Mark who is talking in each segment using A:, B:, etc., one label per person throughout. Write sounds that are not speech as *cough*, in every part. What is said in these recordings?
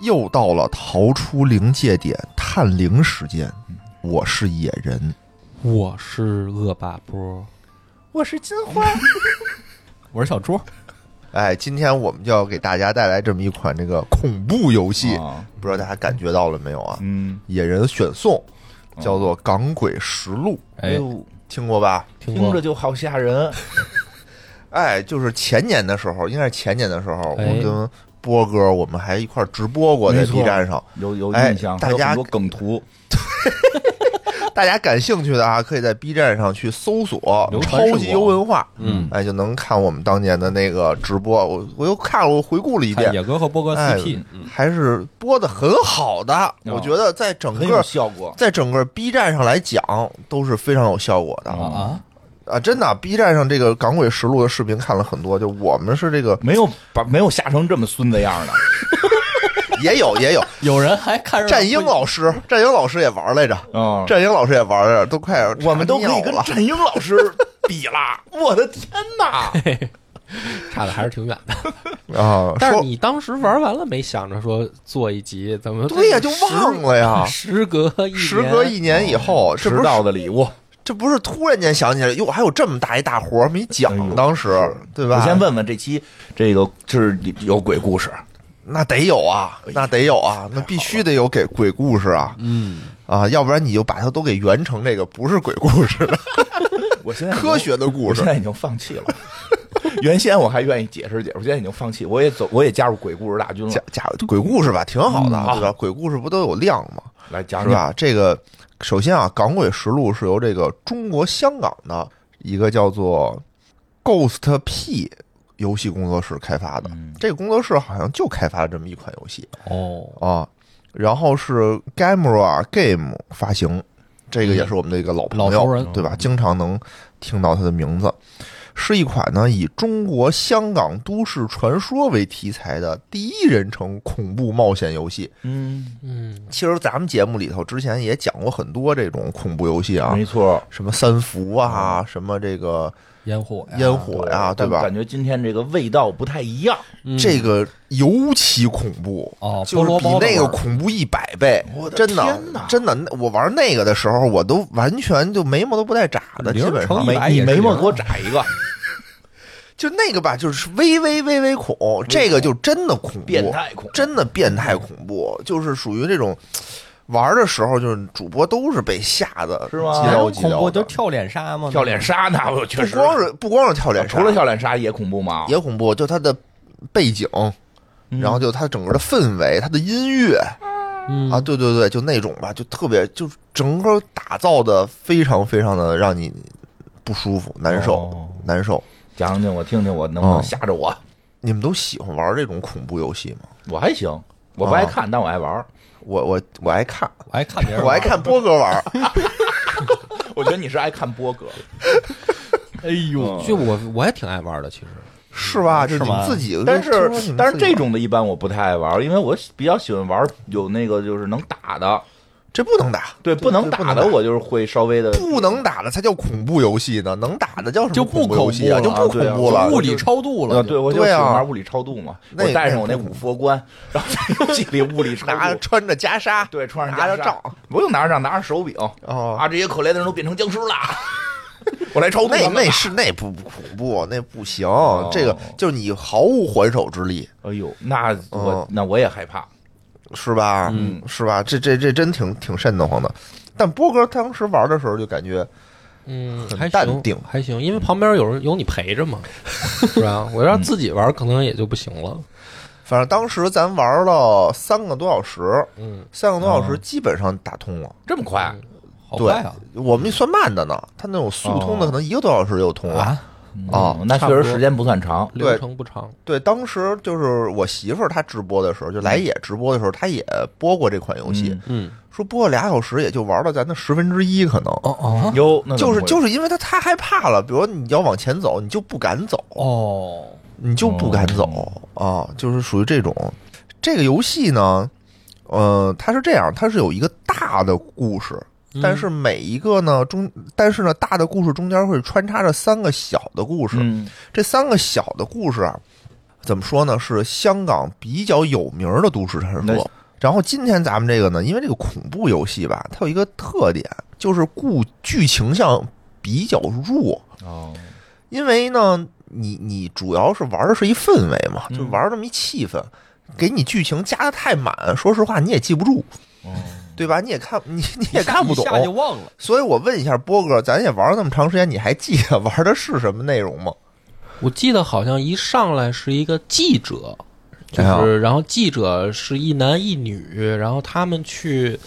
A: 又到了逃出灵界点探灵时间。我是野人，
B: 我是恶霸波，
C: 我是金花，
D: 我是小猪，
A: 哎，今天我们就要给大家带来这么一款这个恐怖游戏，
D: 啊
A: 不知道大家感觉到了没有啊？
D: 嗯，哦
A: 野人选送叫做《港鬼实录》，
D: 哎，
C: 呦，
A: 听过吧？
B: 听
C: 听着就好吓人。
A: 哎，就是前年的时候，应该是前年的时候，
B: 哎
A: 我跟波哥我们还一块儿直播过在
D: 没错
A: B 站上。
D: *laughs* 有有
A: 哎
D: 印象，
A: 大
D: 还有
A: 家
D: 很多梗图，
A: 大家感兴趣的啊，可以在 B 站上去搜索“
B: 流传甚
A: 超
B: 广
A: 级游文化”，
B: 嗯，
A: 哎，就能看我们当年的那个直播。我我又看了，我回顾了一
B: 看
A: 遍，
B: 野哥和波哥
A: 哎
B: CP，嗯
A: 还是播的很好的。我觉得在整
C: 很有
A: 个
C: 效果，
A: 在整个 B 站上来讲，都是非常有效果的
D: 啊
B: 啊，
A: 啊！真的，B 站上这个《港鬼实录》的视频看了很多，就我们是这
D: *laughs*
A: 个
D: 没有把没有吓成这么孙子样的， *laughs*
A: 也有也有，
B: 有人还看着
A: 战哦英老师，战英老师也玩来着，
D: 啊，
A: 战英老师也玩来着，都快
C: 我们都可以跟
A: 了。
C: 战英老师比
D: *laughs*
C: 啦。我的天哪！
B: 差的还是挺远的。
A: 啊，
B: *laughs* 但是
A: 说
B: 你当时玩完了没想着说做一集，怎么
A: 对呀，就忘了呀。
B: 时隔一年哦
A: 时隔一年以后，这不是
D: 迟到的礼物。
A: 这不是突然间想起来，哟，还有这么大一大活儿没
D: 哎
A: 讲，
D: 呦
A: 当时对吧？
D: 我先，问问这期这个就是有鬼故事，
A: 那得有啊，
D: 哎
A: 那得有啊，那必须得有给鬼故事啊
B: 嗯，
A: 啊，要不然你就把它都给圆成这个不是鬼故事
D: *laughs*
A: 了，
D: *laughs* 我现在已经
A: 科学的
D: 我
A: 故事
D: 现。在已经放弃了。 *laughs* 原先我还愿意解释解释，我现在已经放弃，我也走，我也加入鬼故事大军
A: 假
D: 了。
A: 假鬼故事吧，挺好的，
D: 嗯啊
A: 对吧？鬼故事不都有量吗？
D: 来讲
A: 是
D: 讲，
A: 吧？这个首先啊，《港鬼实录》是由这个中国香港的一个叫做 Ghost P 游戏工作室开发的。
D: 嗯
A: 这个工作室好像就开发了这么一款游戏
B: 哦，
A: 啊，然后是 Gamera Game 发行，这个也是我们的一个老朋
B: 嗯老
A: 友，
B: 熟人嗯
A: 对吧？经常能听到它的名字。是一款呢以中国香港都市传说为题材的第一人称恐怖冒险游戏，
D: 嗯，
B: 嗯，
A: 其实咱们节目里头之前也讲过很多这种恐怖游戏啊，
D: 没错，
A: 什么三伏啊，什么这个
B: 烟火嗯哎呀，
A: 烟火呀，对
D: 但
A: 吧
D: 感？觉今天这个味道不太一样。
B: 嗯
A: 这个尤其恐怖，
B: 哦，
A: 就
B: 菠
A: 是
B: 萝
A: 比
B: 包的
A: 那
B: 味
A: 个
B: 儿
A: 恐怖一百倍
D: 我，的
A: 真的
D: 天哪
A: 真的。那我玩那个的时候，我都完全就眉毛都不带眨的，基
B: 零
A: 本上
B: 乘以
D: 没
B: 白，
D: 你
B: 也是
D: 眉毛
B: 零
D: 给我眨
A: *laughs*
D: 一个，
A: 就那个吧，就是微微微微恐，这个就真的恐怖，
D: 变态恐，
A: 真的变态恐怖，就是属于这种。玩的时候，就是主播都是被吓得
D: 是吗
A: 鸡
B: 啊
A: 撩鸡
E: 恐
A: 撩
E: 怖
A: 的
E: 就，跳脸杀吗？
D: 跳脸杀呢，我确
A: 不
D: 实
A: 光是不光是跳脸杀，
D: 除了跳脸杀也恐怖吗？
A: 也恐怖，就它的背景，
D: 嗯
A: 然后就它整个的氛围，它的音乐
B: 嗯
A: 啊，对对对，就那种吧，就特别，就是整个打造的非常非常的让你不舒服、难受
D: 哦、
A: 难受。
D: 讲讲我听听，我能不
A: 嗯
D: 能吓着我？
A: 你们都喜欢玩这种恐怖游戏吗？
D: 我还行，我不爱看，但我爱
A: 哦
D: 玩。
A: 我我我爱看，
B: 我还看别人，
A: 我爱，看波哥
D: *laughs*
A: 玩，
D: 我觉得你是爱看
A: *laughs*
D: 波哥，
E: 哎呦，
A: 嗯
B: 就我我也挺爱玩的，其实
A: 是吧？这
E: 是
A: 你
E: 吗
A: 自己，
D: 但
A: 听说你
D: 是
A: 们
D: 但
A: 自
D: 是
A: 己
D: 这
A: 玩
D: 种的一般我不太爱玩，因为我比较喜欢玩有那个就是能打的，
A: 这不能打，
D: 对不能
A: 对不
D: 打
A: 能打
D: 的我就是会稍微的
A: 不能打的才叫恐怖游戏呢，能打的叫什么
B: 就不
A: 恐怖游戏啊？就
B: 恐
A: 不
D: 怖
A: 恐
D: 了啊
A: 怖了，
B: 物理超度
D: 呃
B: 了，
D: 对，我就
A: 对
D: 喜
A: 啊
D: 欢玩物理超度嘛，
A: 那
D: 我带上我那
A: 那
D: 五佛棺，然后在游戏里物理超
A: 拿
D: 度，
A: 穿着袈裟，
D: 对，穿上
A: 拿着
D: 袈裟
A: 杖，
D: 不用拿着杖，拿着手柄，
A: 哦，
D: 啊，这些可怜的人都变成僵尸了， *laughs* 我来超度
A: 那
D: 他们
A: 那
D: 吧
A: 是那不不恐怖，那不行，这个就是你毫无还手之力，
D: 哎呦，那
A: 嗯
D: 我那我也害怕，
A: 是吧？
D: 嗯，
A: 是吧？这这这真挺挺瘆得慌的。但波哥当时玩的时候就感觉
B: 嗯，
A: 很
B: 还
A: 淡
B: 行
A: 定
B: 还行，因为旁边有人有你陪
A: *laughs*
B: 着嘛，是吧？我要自己玩可能也就不行了。
A: 反正当时咱玩了三个多小时，
B: 嗯，
A: 三个多小时基本上打通了。
D: 这么快，
B: 好
A: 对
B: 快啊！，
A: 我们算慢的呢，他那种速通的
D: 哦
A: 可能一个多小时就通
B: 啊
A: 了。哦
D: 嗯那确
B: 差不
D: 实
B: 多
D: 时间不算长，
A: 对
B: 流程不长，
A: 对，当时就是我媳妇儿她直播的时候，就来也直播的时候，她也播过这款游戏，
B: 嗯，
A: 说播了俩小时，也就玩了咱的十分之一可能。
B: 哦哦
D: 嗯哟，那
A: 就是就是是因为他太害怕了，比如你要往前走，你就不敢走，
B: 哦，
A: 你就不敢走啊，就是属于这种。这个游戏呢，呃，它是这样，它是有一个大的故事，但是每一个呢中，但是呢大的故事中间会穿插着三个小的故事，
D: 嗯
A: 这三个小的故事啊，怎么说呢，是香港比较有名儿的都市传
D: 那
A: 说。然后今天咱们这个呢，因为这个恐怖游戏吧，它有一个特点，就是故剧情上比较弱，
D: 哦，
A: 因为呢，你你主要是玩的是一氛围嘛，
D: 嗯
A: 就玩这么一气氛，给你剧情加的太满，说实话你也记不住，对吧？你也看你你也看不懂
E: 哦一，下就忘了。
A: 所以我问一下波哥，咱也玩了那么长时间，你还记得玩的是什么内容吗？
B: 我记得好像一上来是一个记者，就
A: 哎
B: 是然后记者是一男一女，然后他们去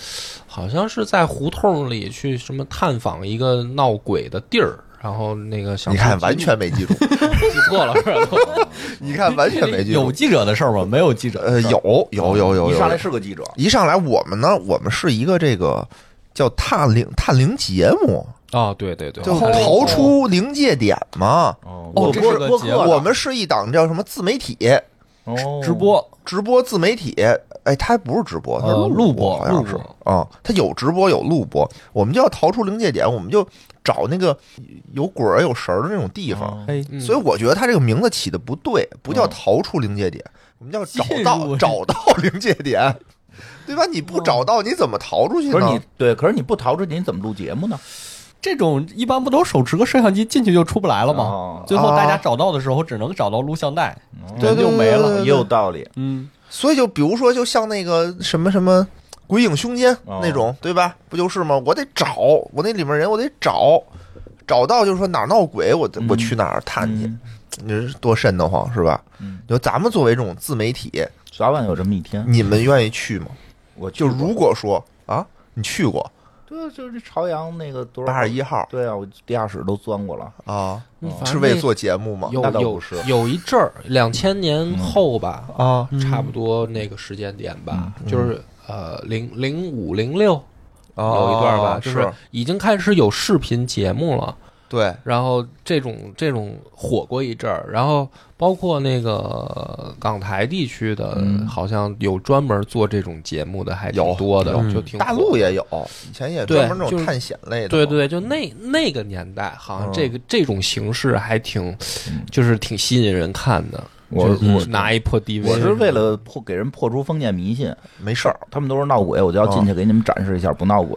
B: 好像是在胡同里去什么探访一个闹鬼的地儿，然后那个想
A: 你看完全没记住，
B: 记错了是
A: *laughs*
B: 吧？
A: 你看完全没记住
E: 有。记者的事儿吗？没有记者
A: 呃，
E: 的事儿，
A: 有有有有有，
D: 一上来是个记者，
A: 一上来我们呢，我们是一个这个叫探灵探灵节目，
B: 哦，对对对，
A: 就
E: 探灵
A: 逃出临界点嘛。
D: 哦
E: 哦
A: 我
E: 这是
A: 播
E: 个
A: 播
E: 节目
A: 客，我们是一档叫什么自媒体
D: 哦
E: 直播，
A: 直播自媒体。哎，它还不是直播，它是
E: 呃，录播，
A: 好
E: 录
A: 像是
E: 播，
A: 啊，它有直播有录播。我们就要逃出临界点，我们就找那个有鬼儿有神儿的那种地方。
D: 哦
E: 哎，
B: 嗯
A: 所以我觉得它这个名字起的不对，不叫逃出临界点，我们叫找
E: 进
A: 到
E: 入
A: 找到临界点，对吧？你不找到，你怎么逃出去
D: 可是你
A: 呢？
D: 对，可是你不逃出去，你怎么录节目呢？
E: 这种一般不都手持个摄像机进去就出不来了吗
D: 哦？
E: 最后大家找到的时候，只能找到录像带，
D: 嗯
A: 对
E: 人就没
A: 对对
E: 了。
A: 对
D: 也有道理，
E: 嗯，
A: 所以就比如说，就像那个什么什么《鬼影凶间》
D: 哦
A: 那种，对吧？不就是吗？我得找我那里面人，我得找，找到就是说哪儿闹鬼，我得我去哪儿探去，你是多瘆得慌是吧？
D: 嗯
A: 就咱们作为这种自媒体，
D: 早晚有这么一天，
A: 你们愿意去吗？
D: 我
A: 就
D: 去过
A: 如果说啊，你去过
D: 对，就是朝阳那个多少
A: 八十一号
D: 对啊，我地下室都钻过了。
A: 啊，
B: 嗯反正
A: 是为
B: 那
A: 做节目吗？
B: 有
D: 那倒
B: 有
D: 不是
B: 有一阵儿，两千
A: 嗯
B: 年后吧，
A: 啊，
B: 差不多那个时间点吧，
A: 嗯
B: 就是呃零零五零六有一段吧，
A: 哦
B: 就是已经开始有视频节目了。
A: 对，
B: 然后这种这种火过一阵儿，然后包括那个港台地区的，好像有专门做这种节目的，还挺
A: 嗯有
B: 多的，
E: 有
B: 就挺火
A: 大陆也有，以前也
B: 对
A: 专门那
B: 就
A: 种
B: 是
A: 探险类的嘛，
B: 对对，就那那个年代，好像
A: 嗯
B: 这个、这种形式还挺，就是挺吸引人看的。就是
D: 我
B: 拿一破 DV，
D: 我是为了破给人破除封建迷信，
A: 没事儿。
D: 他们都是闹鬼，我就要进去
A: 啊
D: 给你们展示一下不闹鬼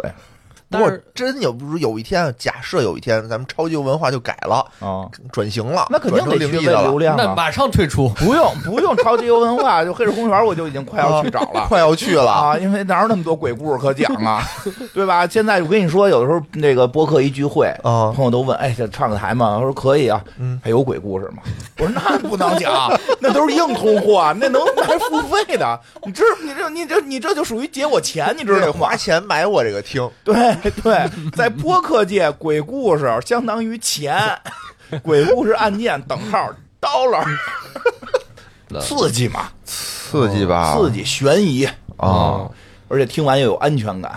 A: 不
B: 但
A: 过
B: 是
A: 真有，比如有一天，假设有一天咱们超级文化就改了，
D: 啊。
A: 转型了，
D: 那肯定
A: 转成
D: 得
A: 灵
D: 去
A: 异
D: 为
A: 的
D: 流
A: 了，
D: 量
E: 那
D: 啊！
E: 马上退出。
D: 不用不用，超级游文化就黑水公园，我就已经快要去找了。
A: 快要去了。
D: 啊，因为哪有那么多鬼故事可讲啊，对吧？现在我跟你说，有的时候那个播客一聚会，
A: 啊
D: 朋友都问，哎，这唱个台吗？我说可以啊，
A: 嗯
D: 还有鬼故事吗？我说那不能讲，那都是硬通货，那能还付费的？你这你这你这你这就属于劫我钱，你知
A: 这
D: 道
A: 得
D: 吗
A: 花？钱买我这个听，
D: *laughs* 对对，在播客界，鬼故事相当于钱，鬼故事案件等号
A: *laughs*
D: dollar，刺激嘛，
A: 嗯刺激吧
D: 刺激悬疑，
A: 啊！
D: 而且听完又有安全感。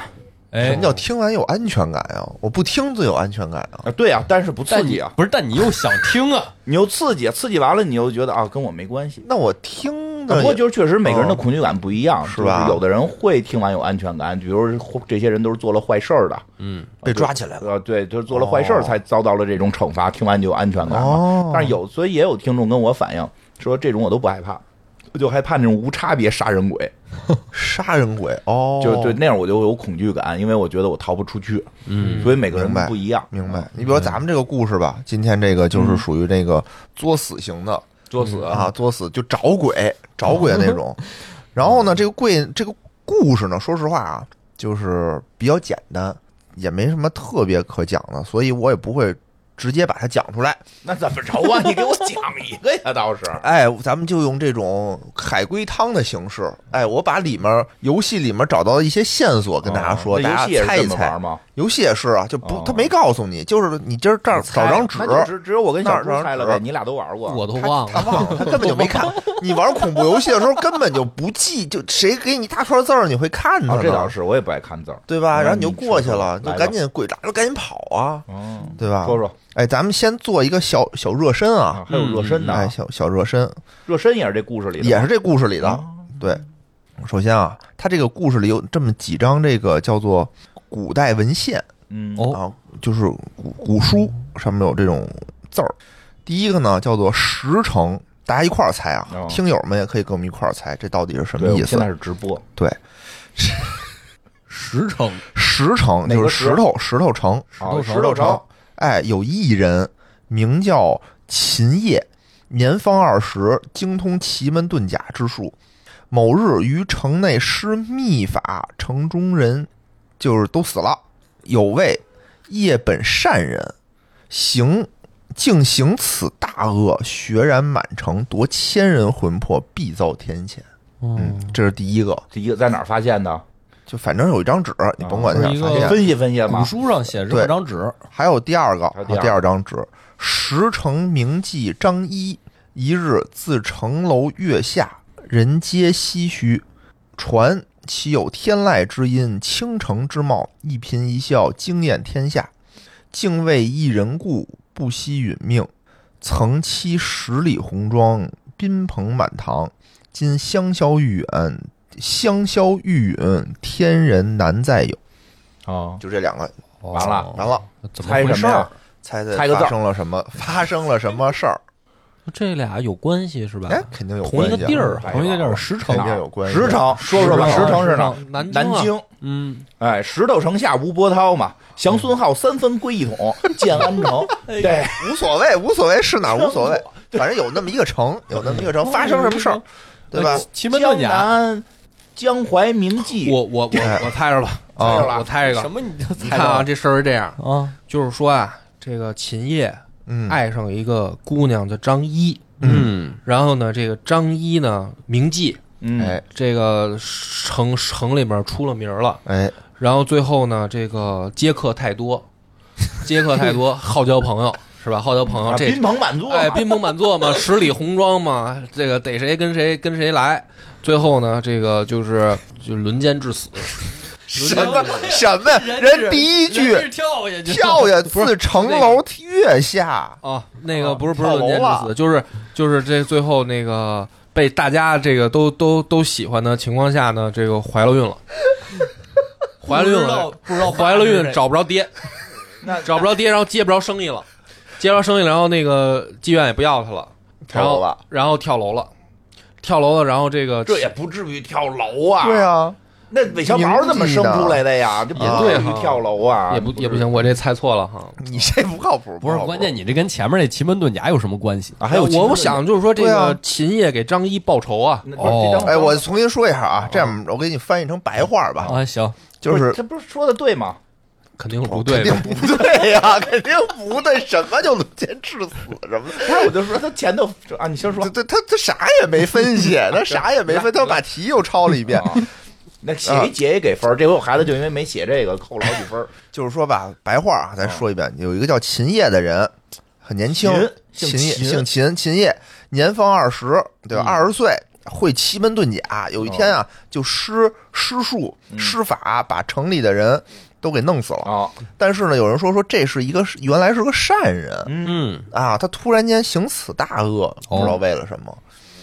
A: 什
E: 哎
A: 么，叫听完有安全感啊？我不听最有安全感啊！
D: 啊，对啊，但是不刺
E: 但
D: 激
E: 你
D: 啊，
E: 不是，但你又想听
D: *laughs*
E: 啊？
D: 你又刺激，刺激完了你又觉得啊，跟我没关系。
A: 那我听
D: 啊
A: 的
D: 不
A: 也，嗯
D: 过就是确实每个人的恐惧感不一样，
A: 是吧
D: 就是有的人会听完有安全感，比如说这些人都是做了坏事儿的，
E: 嗯，
A: 被抓起来了
D: 呃，对，就是做了坏事儿
A: 哦
D: 才遭到了这种惩罚，听完就有安全感嘛。
A: 哦，
D: 但是有，所以也有听众跟我反映说，这种我都不害怕，我就害怕那种无差别杀人鬼，
A: 杀人鬼哦，
D: 就对那样我就会有恐惧感，因为我觉得我逃不出去。
E: 嗯，
D: 所以每个人
A: 明白
D: 不一样，啊
A: 明白？你比如
D: 嗯
A: 说咱们这个故事吧，今天这个就是属于这个作死型的，
D: 作死
A: 啊，作死就找鬼，找鬼那种。
D: 嗯
A: *laughs* 然后呢，这个鬼这个故事呢，说实话啊，就是比较简单，也没什么特别可讲的，所以我也不会直接把它讲出来。
D: 那怎么着啊？你给我讲一个呀，倒是。
A: 哎，咱们就用这种海龟汤的形式，哎，我把里面游戏里面找到的一些线索跟大家说，
D: 哦那
A: 大
D: 游戏也
A: 家
D: 是
A: 猜
D: 这
A: 一
D: 么
A: 猜
D: 玩。吗？
A: 游戏也是啊，就不
D: 哦
A: 他没告诉你，就是你今儿这儿找张纸，
D: 那就只只有我跟小猪
A: 那儿
D: 猜了
A: 找
D: 呗，
A: 纸
D: 你俩都玩过。
B: 我都
A: 他
B: 忘
A: 他
B: 了，
A: 忘了，他根本就没
B: *laughs*
A: 看。你玩恐怖游戏的时候根本就不记，就谁给你一大串字儿，你会看着
D: 啊，
A: 呢，
D: 这倒是，我也不爱看字儿。
A: 对吧？
D: 嗯
A: 然后你就过去了，
D: 你
A: 就
D: 说说
A: 赶紧鬼来了，赶紧跑啊，
D: 哦，
A: 对吧？
D: 说说
A: 哎，咱们先做一个小小热身
D: 啊
A: 啊，，
D: 还有热身呢
A: 哎，，小小热身
D: 热身也是这故事里的，
A: 也是这故事里的。
D: 啊
A: 对，首先啊，他这个故事里有这么几张这个叫做古代文献
D: 嗯
E: 哦
A: 啊，就是古古书上面有这种字儿。第一个呢叫做《石城大家一块儿猜啊，
D: 哦
A: 听友们也可以跟我们一块儿猜，这到底是什
D: 对，
A: 么
D: 我
A: 意
D: 们现在
A: 思？
D: 是直播，
A: 对，
E: 十成
A: 石城
D: 哪
A: 就
D: 个
A: 是
D: 石
A: 石头石头城，
D: 好，
E: 石
D: 哦石头城，
A: 哎，有一人名叫秦业，年方二十，精通奇门遁甲之术。某日于城内施秘法，城中人就是都死了。有位业本善人，行竟行此大恶，血染满城，夺千人魂魄，必遭天谴。嗯，这是第一个。
D: 第一个在哪儿发现的？
A: 就反正有一张纸，你甭管在哪儿
E: 哦一个
A: 发现，
D: 分析分析
E: 古
D: 嘛，
E: 书上写着
A: 对
E: 这张纸，
A: 还有第二个，
D: 还有第
A: 第
D: 二个
A: 二张纸，石城名妓张一，一日自城楼月下，人皆唏嘘，传其有天籁之音，倾城之貌，一颦一笑惊艳天下，竟为一人故，不惜殒命。曾期十里红妆，宾朋满堂，今香消玉殒，香消玉殒，天人难再有。
D: 啊，
A: 就这两个
D: 完了
A: 哦
B: 哦
A: 完了，
B: 怎么
D: 猜
B: 回
D: 什
B: 事
D: 么
B: 儿
D: 呀？？
A: 猜猜
D: 猜个字儿
A: 发生了什么？发生了什么事儿？
B: 这俩有关系是吧？
A: 哎，肯定有
B: 同
A: 关
B: 一
A: 系
B: 个
A: 啊，
B: 地儿，
D: 还
B: 同一个地儿，
D: 有
B: 石
A: 肯
B: 城
A: 定有关系。啊
D: 石城，说说吧，
B: 石
D: 石
B: 城
D: 城是哪儿？
B: 石城南京啊
D: 南京。
B: 嗯，
D: 哎，石头城下无波涛嘛，降孙浩三分归一统， *laughs* 建安城。
B: 哎
D: *laughs* 对，
A: 无所谓，无所谓是哪儿啊无
D: *laughs*
A: 所谓，反正有那么一个城，有那么一
E: *laughs*
A: 个城，发生什么事儿，对吧？
E: 呃奇门遁
D: 江
E: 甲，
D: 南江淮名妓，
B: 我我我我猜着了，
A: 啊
B: 猜着了我猜一
E: 什
B: 个。
E: 么你就
B: 你
E: 猜
B: 看
E: 到
B: 啊，
E: 了
B: 这事儿是这样，
E: 啊？
B: 就是说啊，这个秦业
A: 嗯，
B: 爱上一个姑娘叫张一，
E: 嗯，
B: 然后呢，这个张一呢名妓，
D: 嗯，
A: 哎
B: 这个城城里面出了名儿了，
A: 哎，
B: 然后最后呢，这个接客
A: *laughs*
B: 太多，接客太多，好交朋友是吧？好交朋友，
D: 啊
B: 这
D: 宾朋满座嘛，
B: 哎宾朋满座
A: *laughs*
B: 嘛，十里红妆嘛，这个逮谁跟谁跟谁来，最后呢，这个就是就轮奸致死，
A: 什么什么？人第一句
E: 跳下去
A: 跳下自城楼月下，
B: 啊，那个
A: 啊
B: 不是不是
A: 跳楼
B: 轮奸致死，就是就是这最后那个被大家这个都都都喜欢的情况下呢，这个怀了孕了，怀了孕了，
E: 不知道
B: 怀了孕找不着爹，
D: 那
B: 找不着爹，然后接不着生意了，接不着生意，然后那个妓院也不要他了，
A: 跳楼了，
B: 然后跳楼了，跳楼了，然后这个
D: 这也不至于跳楼啊。
A: 对，啊，
D: 那韦小宝怎么生出来的呀？这不至
B: 啊
D: 于跳楼啊，
B: 也不也不行，我这猜错了哈。
A: 你这不靠谱，
E: 不是
A: 靠谱
E: 关键，你这跟前面那奇门遁甲有什么关系？
D: 啊。还有
B: 哎我我想就是说这
A: 对
B: 个
A: 啊
B: 秦业给张一报仇啊，
D: 那不是这张
A: 哎，我重新说一下啊，这样我给你翻译成白话
B: 哦
A: 吧，
E: 啊，行，
A: 就
D: 不
A: 是 *laughs*
D: 这不是说的对吗？
B: 哎肯定是
D: 哦
B: 不对的
A: 肯。定不对呀、肯定不对，什么就轮奸致死什么的。
D: 不是，我就说他前头啊，你先说
A: 他，他他他啥也没分析，他啥也没分，他把题又抄了一遍。
D: 那写一解也给分儿。这回我孩子就因为没写这个扣了好几分儿。
A: *laughs* 就是说吧，白话啊，再说一遍，有一个叫秦业的人，很年轻，
D: 秦
A: 秦
D: 姓
A: 业
D: 秦
A: 姓秦，秦业年方二十，对吧？二十岁。会奇门遁甲，有一天啊，就施施术、施法，把城里的人都给弄死了。
D: 啊，
A: 但是呢，有人说说这是一个原来是个善人
B: 嗯，
A: 啊，他突然间行此大恶，不知道为了什么。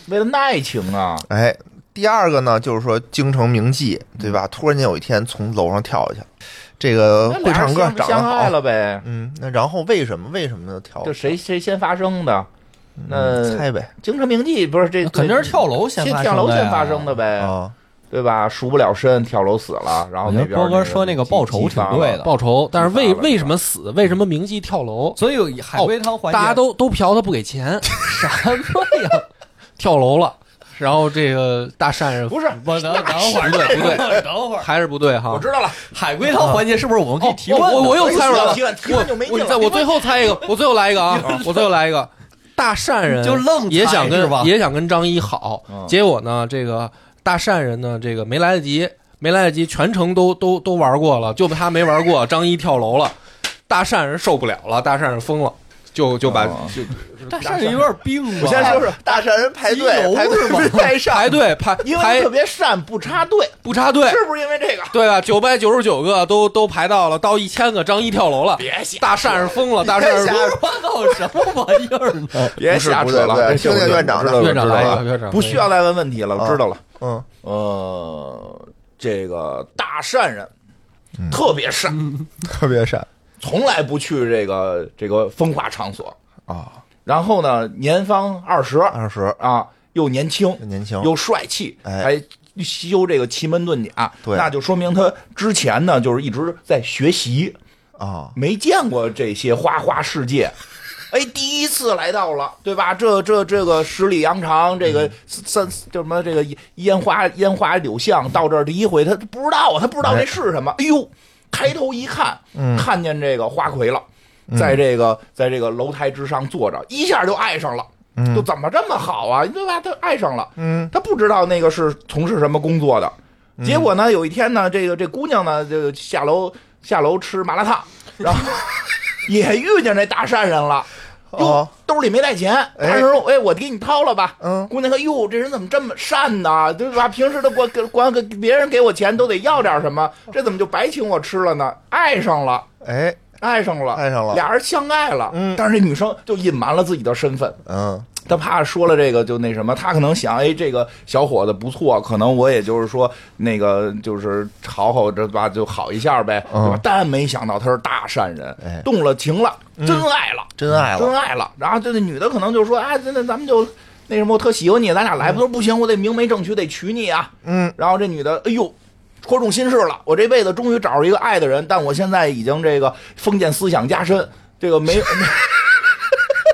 D: 为了爱情啊，
A: 哎，第二个呢，就是说京城名妓，对吧？突然间有一天从楼上跳下去，这个
D: 嗯那
A: 会
D: 俩
A: 唱
D: 人
A: 歌，
D: 相
A: 长得
D: 相爱
A: 好，
D: 了呗，
A: 嗯，那然后为什么为什么呢？跳？
D: 就谁谁先发生的？那
A: 猜呗
D: 京城名妓不是这
E: 肯定是跳楼先
D: 先
E: 发生的呀
D: 跳楼先发生的呗，
A: 啊，
D: 对吧？赎不了身，跳楼死了，然后
E: 我觉
D: 那
E: 得
D: 边
E: 波哥说那个报仇挺对的
B: 报仇，但是
D: 激
B: 为
D: 发嗯了
B: 为什么死？为什么名妓跳楼？哦
E: 所以有海龟汤环节，
B: 大
E: *laughs*
B: 家都都嫖他不给钱，
E: 什么呀？
B: 跳楼了，然后这个大善人
D: 不是
E: 我等等会儿，
B: 不对不对
E: 等会儿，
B: 还是不对哈。
D: 我知道了，
E: 海龟汤环节是不哦是我们可以提问的？
B: 我我又猜出来了，
D: 提问提问就没劲
B: 我
D: 了
B: 我再我最后猜一个，我最后来一个
D: *laughs*
B: 啊，我最后来一个，大善人
E: 就愣猜
B: 也想
E: 是
B: 跟
E: 吧
B: 也想跟张一好，
D: 嗯
B: 结果呢，这个大善人呢，这个没来得及，没来得及，全程都都都玩过了，就他没玩过，张一跳楼了，大善人受不了了，大善人疯了，就就把
D: 哦
B: 就
E: 大善人有点病啊
D: 我
E: 吧？
D: 先说说，
A: 大善人排
E: 激
A: 队
E: 柔
A: 排
E: 是
A: 队
E: 吗
A: 没排上，
B: 排队排
D: 因为
B: 排
D: 特别善不插队，
B: 不插队。
D: 是不是因为这个？
B: 对吧？九百九十九个都都排到了，到一千个，张一跳楼了，
D: 别瞎
B: 大善人疯了，大善人
A: 别瞎
B: 疯
A: 说
B: 了。
E: 夸到什么玩意儿 *laughs* 呢？
D: 别瞎
A: 不
D: 扯
A: 对不
D: 了，
A: 对，
D: 这
A: 听
D: 我
A: 听
D: 就
A: 院长
D: 知
A: 的，
D: 道了
B: 院长
D: 知道
B: 来
D: 了
B: 一个，院长
D: 不需要再问问题了，
A: 啊
D: 知道了。
A: 嗯，
D: 呃，这个大善人，特别善，
A: 嗯
B: 嗯
A: *laughs* 特别善
D: 从来不去这个这个风化场所
A: 啊，
D: 然后呢，年方二十
A: 二十
D: 啊，又年轻，
A: 年轻，
D: 又帅气，
A: 哎
D: 还修这个奇门遁甲，
A: 对
D: 那就说明他之前呢就是一直在学习，
A: 啊，
D: 没见过这些花花世界。哎，第一次来到了，对吧？这这这个十里洋场，这个三叫什么？这个烟花烟花柳巷，到这儿第一回，他不知道啊，他不知道这是什么。哎呦，抬头一看，看见这个花魁了，在这个在这个楼台之上坐着，一下就爱上了。就怎么这么好啊？对吧？他爱上了，
A: 嗯，
D: 他不知道那个是从事什么工作的。结果呢，有一天呢，这个这姑娘呢就下楼下楼吃麻辣
A: *laughs*
D: 烫，然后也遇见这大善人了。哟
A: *laughs* 哦，
D: 兜里没带钱，大
A: 哎
D: 善人说：“哎，我给你掏了吧。”
A: 嗯
D: 姑娘说：“哟，这人怎么这么善呢？对吧？平时都光给光给别人给我钱都得要点什么，这怎么就白请我吃了呢？爱上了，
A: 哎，
D: 爱上了，
A: 爱上了
D: 俩人相爱了。
A: 嗯
D: 但是这女生就隐瞒了自己的身份，
A: 嗯，
D: 他怕说了这个就那什么，他可能想，哎，这个小伙子不错，可能我也就是说那个就是好好这吧，就好一下呗，
A: 嗯
D: 对吧？但没想到他是大善人，
A: 哎
D: 动了情了，真爱了，
A: 真爱
D: 真
A: 了，
D: 爱了。然后这那女的可能就说，哎，那那咱们就那什么，我特喜欢你，咱俩来吧。他说不行，我得明媒正娶，得娶你啊。
A: 嗯，
D: 然后这女的，哎呦，戳中心事了，我这辈子终于找着一个爱的人，但我现在已经这个封建思想加深，这个没。 *laughs*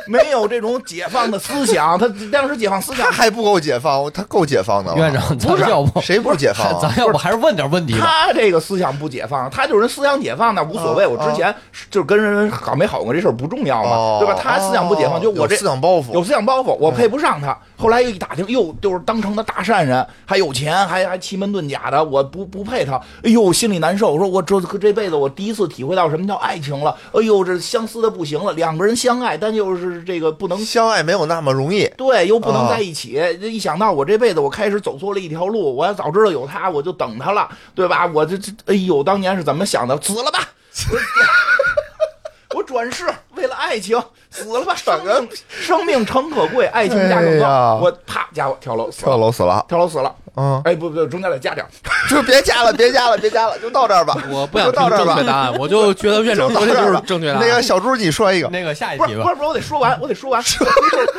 D: 没有这种解放的思想，他当时解放思想
A: 他，还不够解放，他够解放的了，
E: 院长，咱
D: 不是
E: 要不
A: 谁不解放
D: *laughs*
E: 还
A: 啊？
E: 咱要不还是问点问题吧？
D: 他这个思想不
A: *laughs*
D: 解放，他就是人思想解放那无所谓。
A: 啊
D: 我之前就是跟人好没好过这事儿不重要嘛
A: 哦，，
D: 对吧？他思想不解放，就我
A: 有
D: 这
A: 思想包袱
D: 有思想包袱，我配不上他。后来又一打听，哟，就是当成他大善人，还有钱，还还奇门遁甲的，我不不配他。哎呦，心里难受。我说我这这辈子我第一次体会到什么叫爱情了。哎呦，这相思的不行了，两个人相爱，但又是这个不能
A: 相爱没有那么容易，
D: 对，又不能
A: 啊
D: 在一起。这一想到我这辈子我开始走错了一条路，我要早知道有他，我就等他了，对吧？我这这，哎呦，当年是怎么想的？
A: *laughs*
D: 死了吧！我我转世为了爱情死
A: *laughs*
D: 了吧！生命生命诚可贵，爱情价更高。
A: 哎呀
D: 我啪家伙跳楼死
A: 跳
D: 了，
A: 楼死了，
D: 跳楼死了。
A: 嗯，
D: 哎，不不，中间得加点儿。
A: *laughs* 就别加了，别加了，别加了，就到这儿吧，
B: 我不想
A: 就
B: 听
A: 到这儿
B: 正
A: 吧，
B: 确答案，我就觉得院长
A: 到
B: 说的
A: 这
B: 就
A: 儿
B: 是
A: 吧。
B: 正确答案。
A: 那个小猪，你说一个，
E: 那个下一
D: 不
E: 题
D: 是
E: 吧
D: 不。是不是，我得说完，我 *laughs* 得说完。就是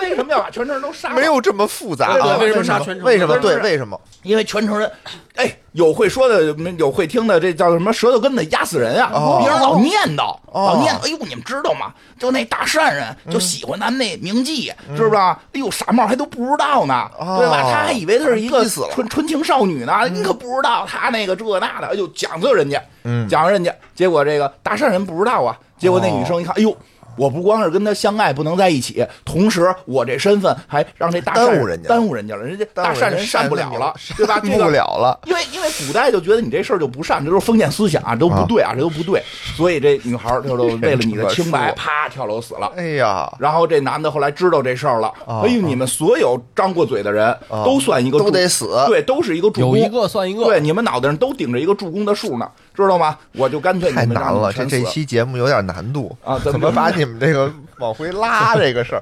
D: 为什么要把全程都杀了？
A: 没有这么复杂
D: 对
A: 啊
D: 对？
B: 为什么杀全程
A: 为什么？
D: 为什么
A: 对，为什么？
D: 因为全城人，哎，有会说的，有会听的，这叫什么？舌头根子压死人啊！
A: 哦
D: 别人老念叨，
A: 哦
D: 老念叨。哎呦，你们知道吗？就那大善人就喜欢咱们那名妓，知道吧？哎呦，傻帽还都不知道呢，
A: 哦
D: 对吧？他还以为他是一个
A: 逼死了
D: 纯纯情少女呢，你可不知道他那个这那的，哎呦，讲究人家，
A: 嗯
D: 讲究人家。结果这个大善人不知道啊，结果那女生一看，哎呦。我不光是跟他相爱不能在一起，同时我这身份还让这大善
A: 耽误人家
D: 耽误人家了，人家大善人善不了了，对
A: *laughs*
D: 吧？
A: 不
D: 这个
A: 了了，
D: 因为因为古代就觉得你这事儿就不善，这都是封建思想啊，这都不对啊，这都不对。所以这女孩儿就就为了你的清
A: *laughs*
D: 白，
A: 这
D: 啪跳楼死了。
A: 哎呀，
D: 然后这男的后来知道这事儿了，
A: 啊
D: 哎呦，你们所有张过嘴的人
A: 啊
D: 都算一个助
A: 都得死
D: 对，都是一个助攻，
E: 有一个算一个，
D: 对，你们脑袋上都顶着一个助攻的数呢，知道吗？我就干脆
A: 太
D: 你们
A: 难
D: 让你
A: 了，
D: 们
A: 这
D: 全
A: 这
D: 死
A: 期节目有点难度
D: 啊怎
A: 怎
D: 么
A: 么把你们这个往回拉这个
D: *laughs*
A: 事儿？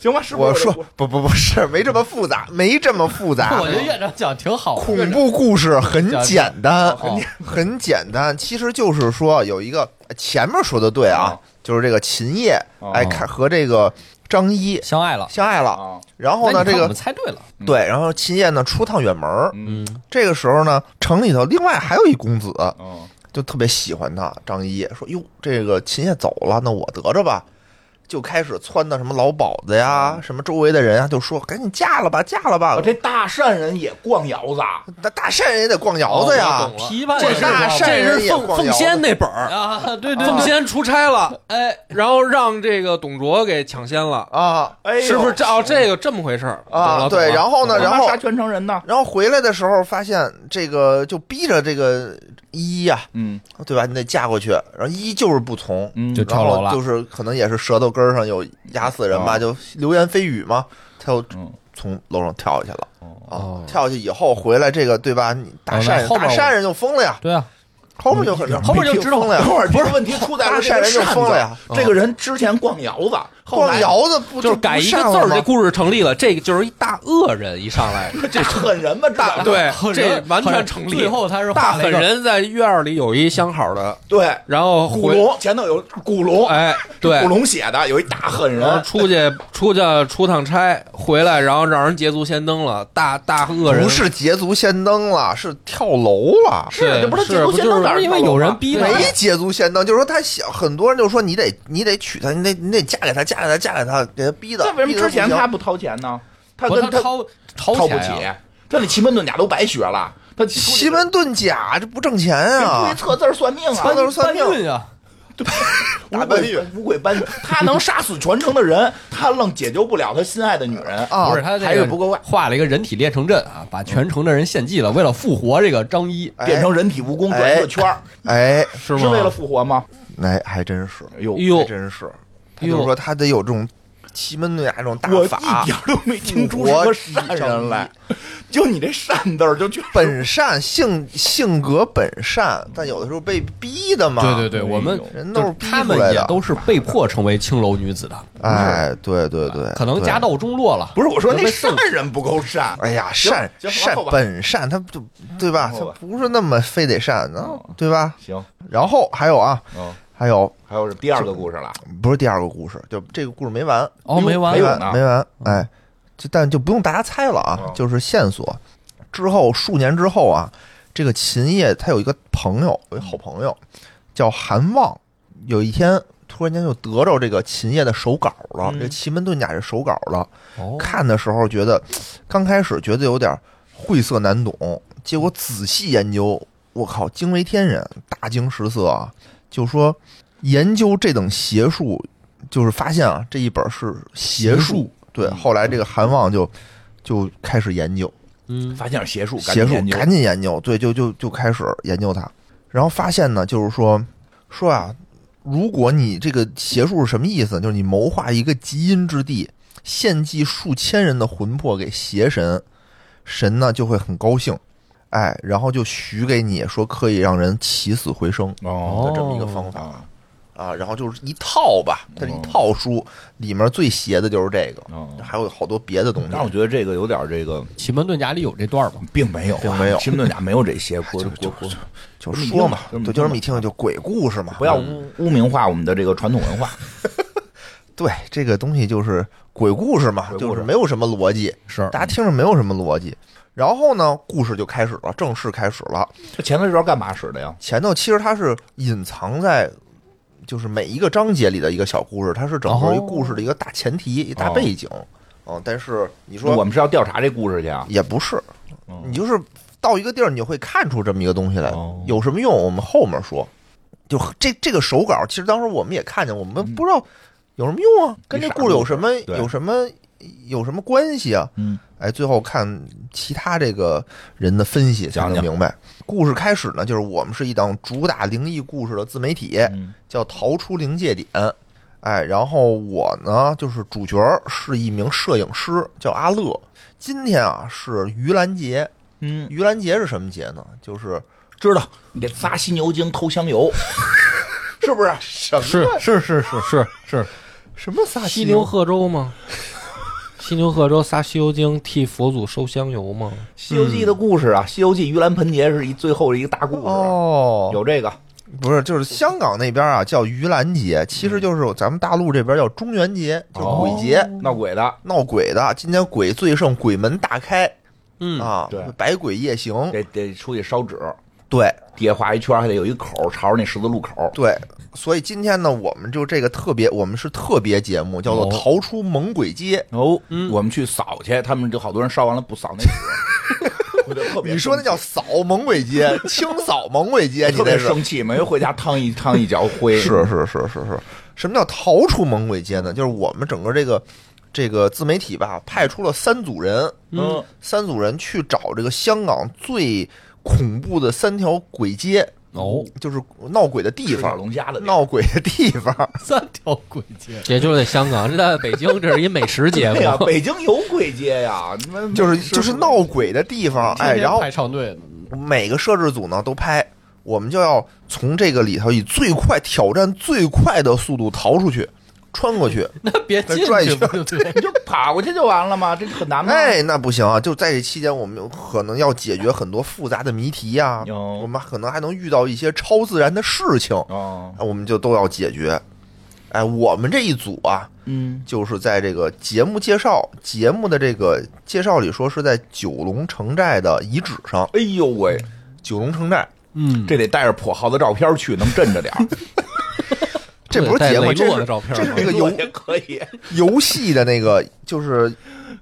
D: 行吧？是不是
A: 我说
D: 我
A: 不不不是，没这么复杂，没这么复杂
E: 我。觉得院长讲挺好。
A: 恐怖故事很简单
E: 哦，
A: 很简单，其实就是说有一个前面说的对啊，就是这个秦叶
D: 哦
A: 哎，看和这个张一
E: 相爱了，
A: 相爱了，
D: 啊，
A: 然后呢，
E: 哎你
A: 这
E: 看我
A: 个
E: 们猜对了，
A: 对，然后秦叶呢出趟远门儿，
D: 嗯
A: 这个时候呢，城里头另外还有一公子，
D: 嗯
A: 就特别喜欢他。张一说：“哟，这个秦叶走了，那我得着吧。”就开始撺掇什么老鸨子呀，什么周围的人啊，就说：“赶紧嫁了吧，嫁了吧
D: 啊，！”这大善人也逛窑子啊，
A: 那大善人也得逛窑子呀
B: 哦我懂，了
E: 皮吧
A: 这
E: 也是
A: 大
E: 吧
A: 善
B: 这
A: 人
B: 是
A: 也
B: 奉
A: 逛
B: 奉
A: 窑
B: 先
A: 子。
B: 那本儿，
E: 啊，对对，
B: 奉
E: 对
B: 先出差了，
E: 哎，
B: 然后让这个董卓给抢先了，
A: 啊
D: 哎呦，
B: 是不是？这哦，这个这么回事儿懂
A: 啊！
B: 了
A: 对，
B: 懂了
A: 然后呢，
D: 干
A: 然
D: 嘛
A: 后
D: 杀全城人呢？
A: 然后回来的时候发现这个就逼着这个一呀、
D: 嗯
A: 对吧？你得嫁过去，然后一就是不从，
D: 嗯
E: 就
A: 然
E: 跳楼
A: 后
E: 了
A: 就是可能也是舌头根儿上有压死人
B: 哦
A: 吧，
D: 啊
A: 就流言蜚语嘛，他又
D: 嗯
A: 从楼上跳下去了。
E: 哦
A: 啊，跳下去以后回来，这个对吧？你大善人
E: 哦那后面
A: 大
E: 我
A: 善人就疯了呀，
E: 对啊，
A: 后面就很
E: 后面就知
D: *laughs*
E: 道
A: 疯了呀
D: 等。会儿，这个问题出在
A: 大
D: 了这
A: 善
D: 个
A: 人就
D: 扇
A: 疯
D: 子
A: 了呀！
D: 这个人之前逛窑子，后
A: 逛
D: 来
A: 窑子不
B: 就是改一个字儿，这故事成立了。这个就是一大恶人，一上
A: *laughs*
B: 来
D: 这狠人吧，这
B: 大 *laughs* 对，这完全成立。
E: 最后他是
B: 大
E: 画了
B: 狠
E: 一个，
B: 人在院儿里有一相好的，
D: 对，
B: 然后
D: 古
B: 回
D: 龙前头有古龙，
B: 哎对
A: *laughs*
B: 嗯
D: 古，龙写的有一大狠
B: 然后
D: 人，
B: 出去出去出趟差回来，然后让人捷足先登了，大大恶人
A: 不是捷足先登了，是跳楼了。
B: 对
D: 这不是
B: 是
D: 捷足
B: 不
D: 先
B: 就是
D: 登哪儿
E: 因为
D: 套路
E: 有人
D: 啊
E: 逼他
B: 对
A: 没捷足先登，就是说他想，很多人就说你得你得娶她，你得你得嫁给她，嫁给她，嫁给她，给她逼的。
D: 那为什么
A: 逼得
D: 之前
A: 不行
D: 他不掏钱呢？他
E: 不是
D: 跟
E: 他掏掏
D: 掏不
E: 钱
D: 起
E: 呀，
D: 他那奇门遁甲都白学了，他
A: 奇门遁甲这不挣钱啊
D: 出去？测字儿算命啊
A: 测，字儿算命
E: 搬运啊，
A: 大
D: 乌
A: 搬
D: 鬼
A: 运
D: 乌鬼搬运，他能杀死全城的人，他愣解救不了他心爱的女人。
A: 啊，
E: 不是他这
D: 还
E: 个
D: 是不够外
E: 画了一个人体炼成阵啊，把全城的人献祭了，为了复活这个张一。
A: 哎
D: 变成人体蜈蚣转一个圈儿，
A: 哎
B: 是吗？
D: 是为了复活吗？
A: 哎，还真是，
D: 哟
E: 哎
A: 还
B: 哟
A: 真是，他
B: 哟
A: 就是说他得有这种奇门遁甲这种大
D: 我
A: 法
D: 一点，都没听出什么善人来，就你这善字儿，就去
A: 本善性性格本善，但有的时候被逼的嘛。
E: 对对
D: 哎
E: 对，我们
A: 人
E: 就
A: 都是
E: 是
A: 逼
E: 他
A: 出
E: 们
A: 来
E: 也
A: 的。
E: 都是被迫成为青楼女子的，
A: 哎，对对对，
E: 可能家
A: 对。
E: 道中落了。
D: 不是我说那
E: 被
D: 善
E: 送
D: 人不够善，
A: 哎呀，
D: 行
A: 善
D: 行往
A: 善
D: 后吧
A: 本善，他就对吧？
D: 往
A: 他
D: 后吧哦
A: 不是那么非得善呢，对吧？
D: 行，
A: 然后还有啊，
D: 嗯，
A: 还有
D: 还有是第二个故事了，
A: 不是第二个故事，就这个故事没完，
E: 哦，没完
D: 没
A: 没
D: 有
A: 完
D: 呢
A: 没完，哎，就但就不用大家猜了啊
D: 嗯，
A: 就是线索。之后数年之后啊，这个秦叶他有一个朋友，有一好朋友叫韩望，有一天突然间就得着这个秦叶的手稿
D: 嗯
A: 了，这奇门遁甲这手稿了。
E: 哦
A: 看的时候觉得，刚开始觉得有点晦涩难懂，结果仔细研究，我靠，惊为天人，大惊失色啊！就说研究这等邪术，就是发现啊，这一本是邪术。对，后来这个韩望就就开始研究
E: 嗯，
D: 发现是邪术，赶
A: 邪
D: 紧
A: 术
D: 研，究
A: 赶紧研究，对，就就就开始研究它，然后发现呢，就是说说啊，如果你这个邪术是什么意思呢？就是你谋划一个极阴之地，献祭数千人的魂魄给邪神，神呢就会很高兴，哎，然后就许给你说可以让人起死回生
D: 哦
A: 的这么一个方法
D: 啊
A: 啊，然后就是一套吧，它是一套书，里面最邪的就是这个，
D: 哦
A: 还有好多别的东西
D: 但。我觉得这个有点这个，
E: 奇门遁甲里有这段吗？
D: 并没有啊，
A: 并没有
D: 奇门遁甲没有这些，国国国
A: 就
D: 这么一
A: 说
D: 听
A: 嘛
D: 吧这，么
A: 对，
D: 一
A: 就这
D: 听
A: 么一听就鬼故事嘛，啊
D: 不要污污名化我们的这个传统文化，
A: 对，这个东西就是鬼故事嘛，
D: 鬼
A: 就
D: 故事嗯
A: 是没有什么逻辑，
E: 是
A: 大家听着没有什么逻辑。然后呢，故事就开始了，正式开始了。
D: 这前头这段干嘛使的呀？
A: 前头其实它是隐藏在，就是每一个章节里的一个小故事，它是整个一个
E: 哦
A: 故事的一个大前提、一大
D: 哦
A: 背景。嗯，但是你
D: 我
A: 说
D: 们是要调查这故事去啊？
A: 也不是，你就是到一个地儿，你就会看出这么一个东西来
D: 哦，
A: 有什么用？我们后面说。就这这个手稿，其实当时我们也看见，我
D: 嗯
A: 们不知道有什么用啊，跟这故事有什么
D: 对
A: 有什么有什么关系啊？
D: 嗯，
A: 哎，最后看其他这个人的分析才
D: 讲
A: 能
D: 讲
A: 明白。故事开始呢，就是我们是一档主打灵异故事的自媒体，
D: 嗯
A: 叫《逃出临界点》。哎，然后我呢，就是主角儿是一名摄影师，叫阿乐。今天啊是盂兰节，
D: 嗯，
A: 盂兰节是什么节呢？就是
D: 知道你得撒犀牛精偷香油， *laughs* 是啊不是？
E: 是是是是是是，
A: 什么撒
B: 犀牛贺州 *laughs* 吗？犀牛贺州撒西游精替佛祖收香油吗？
D: 《西游记》
A: 嗯
D: 的故事啊，《西游记》盂兰盆节是一最后一个大故事啊，
A: 哦，
D: 有这个
A: 不是，就是香港那边啊叫盂兰节，其
D: 嗯
A: 实就是咱们大陆这边叫中元节，就是鬼
D: 哦
A: 节。
D: 闹鬼的，
A: 闹鬼的，今天鬼最盛，鬼门大开，
E: 嗯
A: 啊，
D: 对
A: 百鬼夜行，
D: 得得出去烧纸，
A: 对
D: 底下画一圈，还得有一口朝着那十字路口。
A: 对，所以今天呢，我们就这个特别，我们是特别节目，叫做《
E: 哦
A: 逃出猛鬼街
D: 哦，
A: 嗯
D: 我们去扫去，他们就好多人烧完了不扫
A: *laughs*
D: 那纸，我就特》，别
A: 你说那叫扫猛鬼
D: *laughs*
A: 街，清扫猛鬼街，
D: 生
A: 你
D: 气特
A: 那
D: 别
A: 是
D: 生气，每回回家趟一趟一脚灰。
A: 是是是是是，什么叫逃出猛鬼街呢？就是我们整个这个这个自媒体吧，派出了三组人，
D: 嗯，
A: 三组人去找这个香港最恐怖的三条鬼街，
E: 哦，
A: 就是闹鬼的地
D: 地方
A: 方。
D: 龙虾的地方
A: 闹鬼的地方，
E: 三条鬼街，
B: 也就是在香港，这在北京这是一美食节
D: 哎对呀，
B: 目。
D: 北京有鬼街呀，你们
A: 就是就是闹鬼的地方，哎，然后
E: 排唱队呢，
A: 每个摄制组呢都拍，我们就要从这个里头以最快挑战最快的速度逃出去，穿过去，
E: 那别进
A: 拽一
E: 去
A: 圈
E: 不就对？
D: 你就跑过去就完了吗？这很难吗？
A: 哎，那不行啊！就在这期间，我们有可能要解决很多复杂的谜题呀、
D: 有
A: 我们可能还能遇到一些超自然的事情，
B: 嗯
D: 哦，
A: 哎我们就都要解决。哎，我们这一组啊，
D: 嗯，
A: 就是在这个节目介绍节目的这个介绍里说是在九龙城寨的遗址上，
D: 哎呦喂，
A: 九龙城寨。
E: 嗯，
D: 这得带着跛豪的照片去，能镇着点儿。
A: 这不是
B: 带
A: 节目，
B: 雷
A: 这
B: 洛
A: 是
B: 的
A: *laughs*
B: 照片
A: 这
B: 吗
A: 是那个游
D: 也可以，
A: 游戏的那个，
D: *laughs*
A: 就是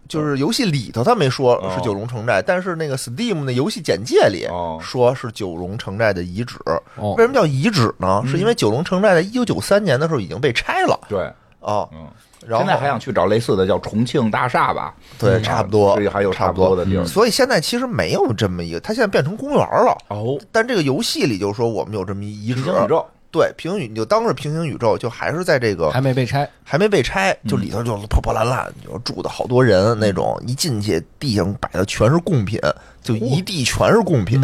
A: 就是游戏里头他没说
D: 哦
A: 是九龙城寨，但是那个 Steam 的游戏简介里
D: 哦
A: 说是九龙城寨的遗址。
E: 哦
A: 为什么叫遗址呢？
D: 嗯
A: 是因为九龙城寨在一九九三年的时候已经被拆了
D: *laughs* 对，
A: 啊，
D: 嗯，
A: 然后
D: 现在还想去找类似的叫重庆大厦吧？
A: 对，
D: 嗯
A: 差不多
D: 这还有
A: 差
D: 差
A: 不多嗯
D: 的地儿。
A: 所以现在其实没有这么一个，它现在变成公园了。
D: 哦，
A: 但这个游戏里就说我们有这么一遗
D: 平
A: 址，
D: 行宇宙，
A: 对平行宇你就当是平行宇宙，就还是在这个
E: 还没被拆，
A: 还没被拆，
D: 嗯
A: 就里头就破破烂烂，就住的好多人那种，一进去地上摆的全是贡品，就一地全是贡品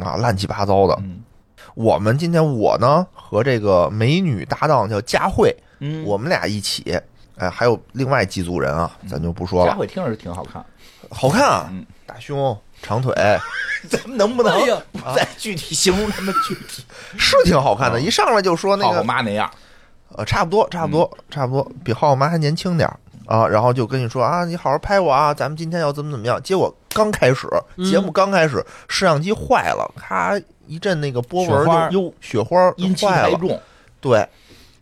A: 啊，乱七八糟的。
D: 嗯
A: 我们今天我呢和这个美女搭档叫佳慧，
D: 嗯
A: 我们俩一起，哎，还有另外几组人啊，咱就不说
D: 佳
A: 了，
D: 慧听着挺好看，
A: 好看啊
D: 嗯，
A: 大胸长腿
D: *laughs* 咱们能不能
E: 哎呀
D: 不再具体形容他们具体？哦
A: 是挺好看的，一上来就说那
D: 浩
A: 个
D: 浩妈那样，
A: 呃，差不多，差不多，
D: 嗯
A: 差不多，比浩浩妈还年轻点儿啊。然后就跟你说啊，你好好拍我啊，咱们今天要怎么怎么样。结果刚开始，节
D: 嗯
A: 目刚开始，摄像机坏了，咔一阵那个波
E: 雪花
A: 纹
E: 儿
A: 就，哟，雪花儿
D: 阴气
A: 坏
D: 太
A: 了，
D: 重。
A: 对，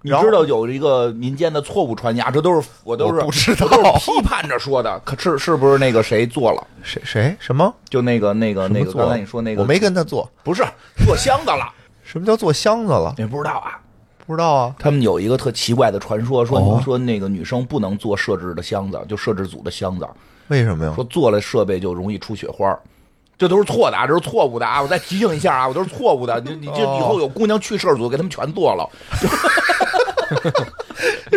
D: 你
A: 然后
D: 知道有一个民间的错误传啊谣，这都是我都是
A: 我不知道
D: 我都是批判着说的，可是是不是那个谁做了？
A: 谁谁什么
D: 就那个那
A: 什
D: 个
A: 么
D: 那个，
A: 做
D: 刚
A: 了？
D: 才你说那个，
A: 我没跟他做，
D: 不是做箱子了，
A: 什么叫做箱子了？
D: 你不知道啊？
A: 不知道啊，
D: 他们有一个特奇怪的传说，说
A: 哦
D: 说那个女生不能做摄制的箱子，就摄制组的箱子，
A: 为什么呀
D: 说？做了设备就容易出血花儿这都是错的啊，这都是错误的啊！我再提醒一下啊，我都是错误的。你你这
A: 哦
D: 以后有姑娘去摄制组，给他们全做了。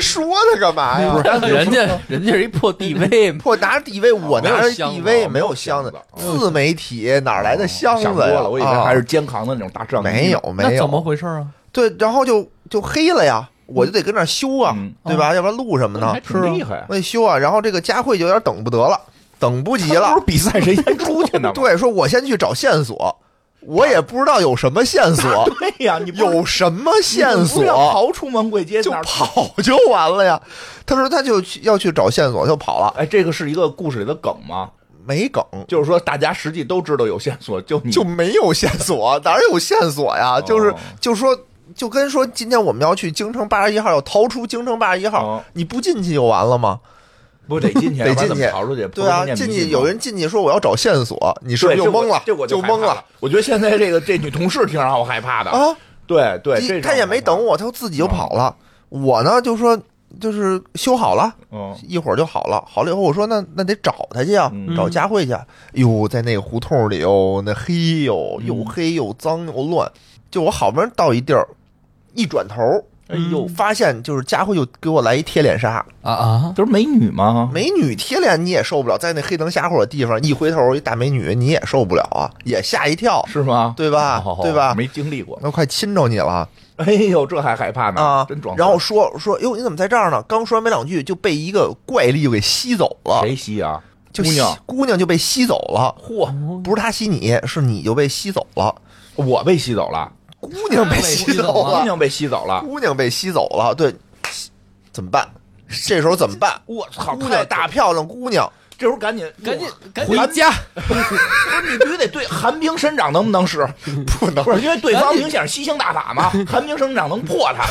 A: 说他干嘛呀？
B: 不是人家人家是一破地位嘛，
A: 我拿着地位，我拿着地位，没
D: 没有
A: 有箱
D: 箱子哦
A: 子，自媒体哪来的箱子呀？
D: 想多了，我以为
A: 啊
D: 还是肩扛的那种大帐。
A: 没有，没
E: 那
A: 有，
E: 怎么回事啊？
A: 对，然后就就黑了呀，我就得跟那儿修啊，
D: 嗯
A: 对吧？要不然录什么呢
D: 还？挺厉害，
A: 我得修啊。然后这个佳慧就有点等不得了，等不及
D: 他
A: 了
D: 不，是比赛谁先出去呢吗？
A: *laughs* 对，说我先去找线索，我也不知道有什么线索，
D: 对呀，你不
A: 有什么
D: 你
A: 线
D: 不是要
A: 索
D: 逃出门贵街
A: 就
D: 哪儿
A: 跑就完了呀。他说他就去要去找线索，就跑了，
D: 哎，这个是一个故事里的梗吗？
A: 没梗。
D: 就是说大家实际都知道有线索，就你嗯
A: 就没有线索，哪有线索呀？就是
D: 哦
A: 就说就跟说今天我们要去京城八十一号，要逃出京城八十一号
D: 哦，
A: 你不进去就完了吗？
D: 不得进去，
A: 得
D: 要不
A: 进
D: 然怎么
A: 去
D: 逃出去。
A: 对啊，
D: 不是
A: 进去
D: 念迷信
A: 有
D: 吗
A: 人进去说我要找线索，你是不
D: 对
A: 是
D: 就
A: 懵了？
D: 这我
A: 就
D: 害怕
A: 懵了。
D: 我觉得现在这个这女同事挺让我害怕的
A: 啊！
D: 对对，
A: 你
D: 这
A: 他也没等
D: 我。嗯
A: 我，他自己就跑了。我呢就说就是修好了，
D: 嗯，
A: 一会儿就好了。好了以后我说那那得找他去啊，
D: 嗯
A: 找佳慧去啊。哟，在那个胡同里哦，那黑哟，又黑又脏又乱。就我好不容易到一地儿，一转头，
D: 哎呦，
A: 发现就是佳慧又给我来一贴脸杀，
E: 啊啊，
D: 都是美女吗？
A: 美女贴脸你也受不了，在那黑灯瞎火的地方，一回头一大美女你也受不了啊，也吓一跳，
D: 是吗？
A: 对吧？
D: 哦
A: 对吧？
D: 没经历过。
A: 那快亲着你了
D: 哎呦，这还害怕呢
A: 啊！
D: 真装死。
A: 然后说说，哟，你怎么在这儿呢？刚说完没两句，就被一个怪力给吸走了，
D: 谁吸啊？
A: 就
D: 姑
A: 吸
D: 娘，
A: 姑娘就被吸走了。
D: 嚯，
A: 不是他吸你，是你就被吸走了，
D: 我被吸走了，
A: 姑娘被吸走
E: 哇
D: 姑
A: 了，
D: 娘被吸走了。
A: 姑娘被吸走了，对，怎么办？这时候怎么办？
D: 我操，
A: 姑
D: 太
A: 娘
D: 大！
A: 大漂亮姑娘，
D: 这时候赶紧
E: 赶
A: 啊
E: 紧赶
D: 回
E: 紧
B: 家
D: 不是你必须得对寒冰伸掌能不
A: *laughs*
D: 能使？不能，不是因为对方明显是吸星大法嘛，寒冰伸掌能破他。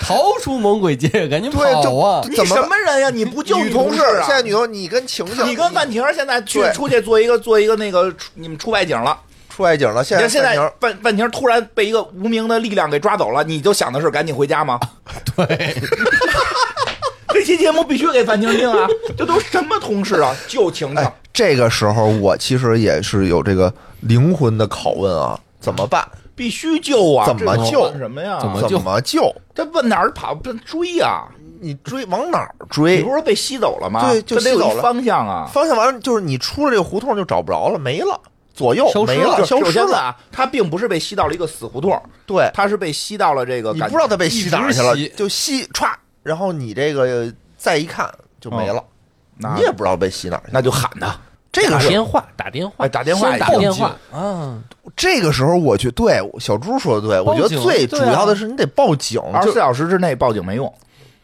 E: 逃出猛鬼街，赶紧跑
A: 对，
E: 啊！
A: 就
D: 你
A: 怎么
D: 什么人呀？你不就
A: 女同
D: 事
A: 事
D: 啊？
A: 现在女同你跟晴晴，
D: 你跟范婷儿现在去
A: 对
D: 出去做一个做一个那个出你们出外景了，
A: 出外景了，现
D: 你
A: 在
D: 看现
A: 啊范
D: 在
A: 宁儿
D: 范范婷儿突然被一个无名的力量给抓走了，你就想的是赶紧回家吗？
E: *laughs* 对，
D: *laughs* 这期节目必须给范婷儿听啊！这都什么同事啊？就晴晴
A: 哎，这个时候我其实也是有这个灵魂的拷问啊，怎么办？
D: 必须救啊！
A: 怎么
D: 这
A: 救
D: 管什么呀？
E: 怎么
A: 怎
E: 救
A: 么救？
D: 这奔哪儿跑？奔追啊！
A: 你追往哪儿
D: 你
A: 追
D: 不？是说被吸走了吗？
A: 哎对就
D: 这得有
A: 吸
D: 一
A: 走了
D: 方向啊。
A: 方向完了就是你出了这个胡同就找不着了，没了，左右
E: 消失
A: 没
E: 了
A: 了，消
D: 首
A: 失
D: 先
A: 了。
D: 啊，他并不是被吸到了一个死胡同，
A: 对，
D: 他是被吸到了这个
A: 你
D: 感，
A: 不知道他被吸哪儿去
E: 一
A: 了
E: 直吸，
A: 就吸歘然后你这个再一看就没了，
D: 哦那
A: 你也不知道被洗哪儿去。
D: 那就喊他，
A: 这个
B: 打
A: 时候，
B: 电话，打电话
D: 哎，，打电话
B: 先
D: 也
B: 打
D: 报
B: 电
D: 警
B: 话啊，
A: 这个时候我去，对小猪说的对，我
B: 报
A: 觉得
B: 警
A: 最主
B: 对啊
A: 要的是你得报警，
D: 二十
A: 就
D: 四小时之内报警没用。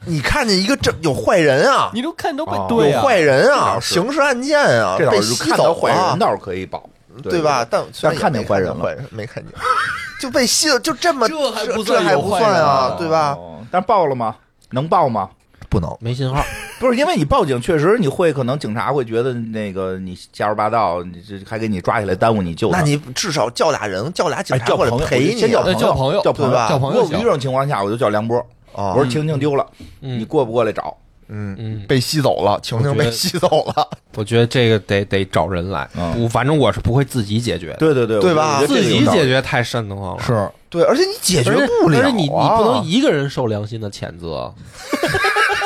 A: 你看见一个这有坏人啊，
E: 你都看都被
D: 哦
E: 对
A: 有
E: 啊，
A: 坏人啊，
D: 倒是
A: 刑事案件啊，
D: 这倒
A: 被
D: 是
A: 洗
D: 看到
A: 走
D: 坏
A: 啊
D: 人倒是可以报，
A: 对吧？？但虽然也
D: 看
A: 没
D: 见坏人
A: 到
D: 了
A: 坏人没看见，就被吸了，就这么
E: 这还不
A: 这
E: 算
A: 还
E: 有
A: 不
E: 坏
A: 算
E: 人
A: 啊，对吧？
D: 哦？但报了吗？能报吗？
A: 不能，
B: 没信号，
D: 不是，因为你报警确实你会可能警察会觉得那个你瞎说八道，你这还给你抓起来耽误你救他。
A: 那你至少叫俩人，叫俩警
D: 哎
A: 察
D: 叫
A: 过
D: 朋友，
A: 来
D: 我
A: 陪
D: 就
A: 你
D: 先叫
A: 啊
D: 朋
E: 对
D: 友，
E: 呃叫朋友
D: 叫朋
A: 对吧
D: 友。
E: 叫朋
D: 我
E: 友
D: 有这
E: 行，
D: 种情况下，我就叫梁波，我
A: 啊
D: 说晴晴丢了，你
B: 嗯
D: 过不过来找？
A: 嗯，
B: 嗯，
A: 被吸走了，晴晴
B: 我觉
A: 被
B: 得
A: 吸走了，
B: 我觉得这个得得找人来，
D: 嗯
B: 我反正我是不会自己解决的，
D: 对对对，
A: 嗯对
D: 我
A: 吧
D: 觉得
B: 自
D: 这个
B: 己
D: 有道理
B: 解决太瘆得慌了。
E: 是
A: 对，而且你解决
B: 而且
A: 不了啊，
B: 而且你你不能一个人受良心的谴责， *laughs*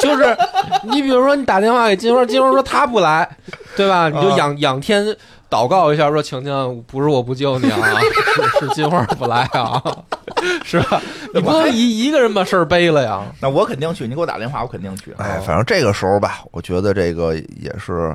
B: 就是你比如说你打电话给金花，金花说她不来，对吧？你
A: 啊
B: 就仰仰天祷告一下，说晴晴不是我不救你啊， *laughs* 是是金花不来啊， *laughs* 是吧？你不能一一个人把事儿背了呀。
D: 那我肯定去，你给我打电话，我肯定去。哦
A: 哎，反正这个时候吧，我觉得这个也是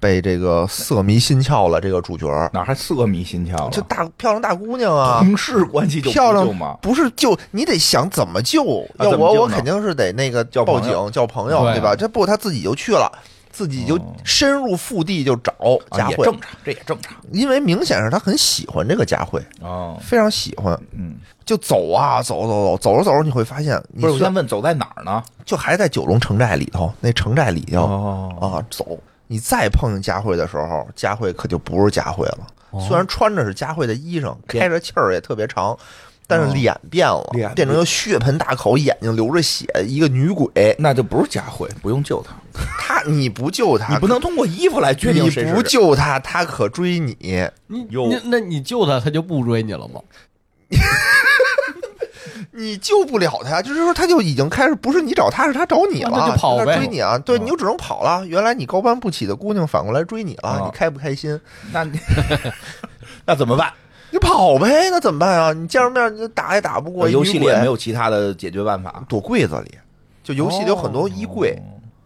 A: 被这个色迷心窍了。这个主角儿
D: 哪还色迷心窍了？
A: 就大漂亮大姑娘啊，
D: 同事关系就不
A: 漂
D: 就
A: 亮
D: 吗？
A: 不是救，你得想怎么救。
D: 啊
A: 要
D: 怎么
A: 我，
D: 救
A: 我
D: 呢
A: 肯定是得那个
D: 叫
A: 报
D: 朋友
A: 警叫朋友，
E: 对
A: 对吧？这不，他自己就去了，自己就
D: 哦
A: 深入腹地就找
D: 啊
A: 佳
D: 也
A: 慧，
D: 正常，这也正常
A: 因为明显是他很喜欢这个佳慧，
D: 哦，
A: 非常喜欢。
D: 嗯，
A: 就走啊，走走走，走着走着你会发现，你
D: 不是，我
A: 虽
D: 先问走在哪儿呢？
A: 就还在九龙城寨里头，那城寨里头。
D: 哦，
A: 啊，走！你再碰见佳慧的时候，佳慧可就不是佳慧了。
D: 哦
A: 虽然穿着是佳慧的衣裳，开着气儿也特别长，但是脸变了，
D: 哦脸
A: 变成个血盆大口，眼睛流着血，一个女鬼。
D: 那就不是佳慧，不用救他，
A: 她你不救她，
D: 你不能通过衣服来决定
A: 你
D: 谁是
A: 不
D: 谁
A: 救她，她可追你。
E: 你
D: 哟
E: 那那你救他，他就不追你了吗？
A: 你救不了他，就是说他就已经开始不是你找他，是他找
D: 哦
A: 你了，
E: 那就跑呗
A: 他追你啊！对，你就只能跑了。原来你高攀不起的姑娘反过来追你了，
D: 啊
A: 你开不开心？
D: 那
A: *laughs*
D: 你那怎么办？
A: 你跑呗，那怎么办啊？你见着面你打也打不过，
D: 呃游戏里也
A: 也
D: 没有其他的解决办法。
A: 啊躲柜子里，就游戏里有很
D: 哦
A: 多衣柜、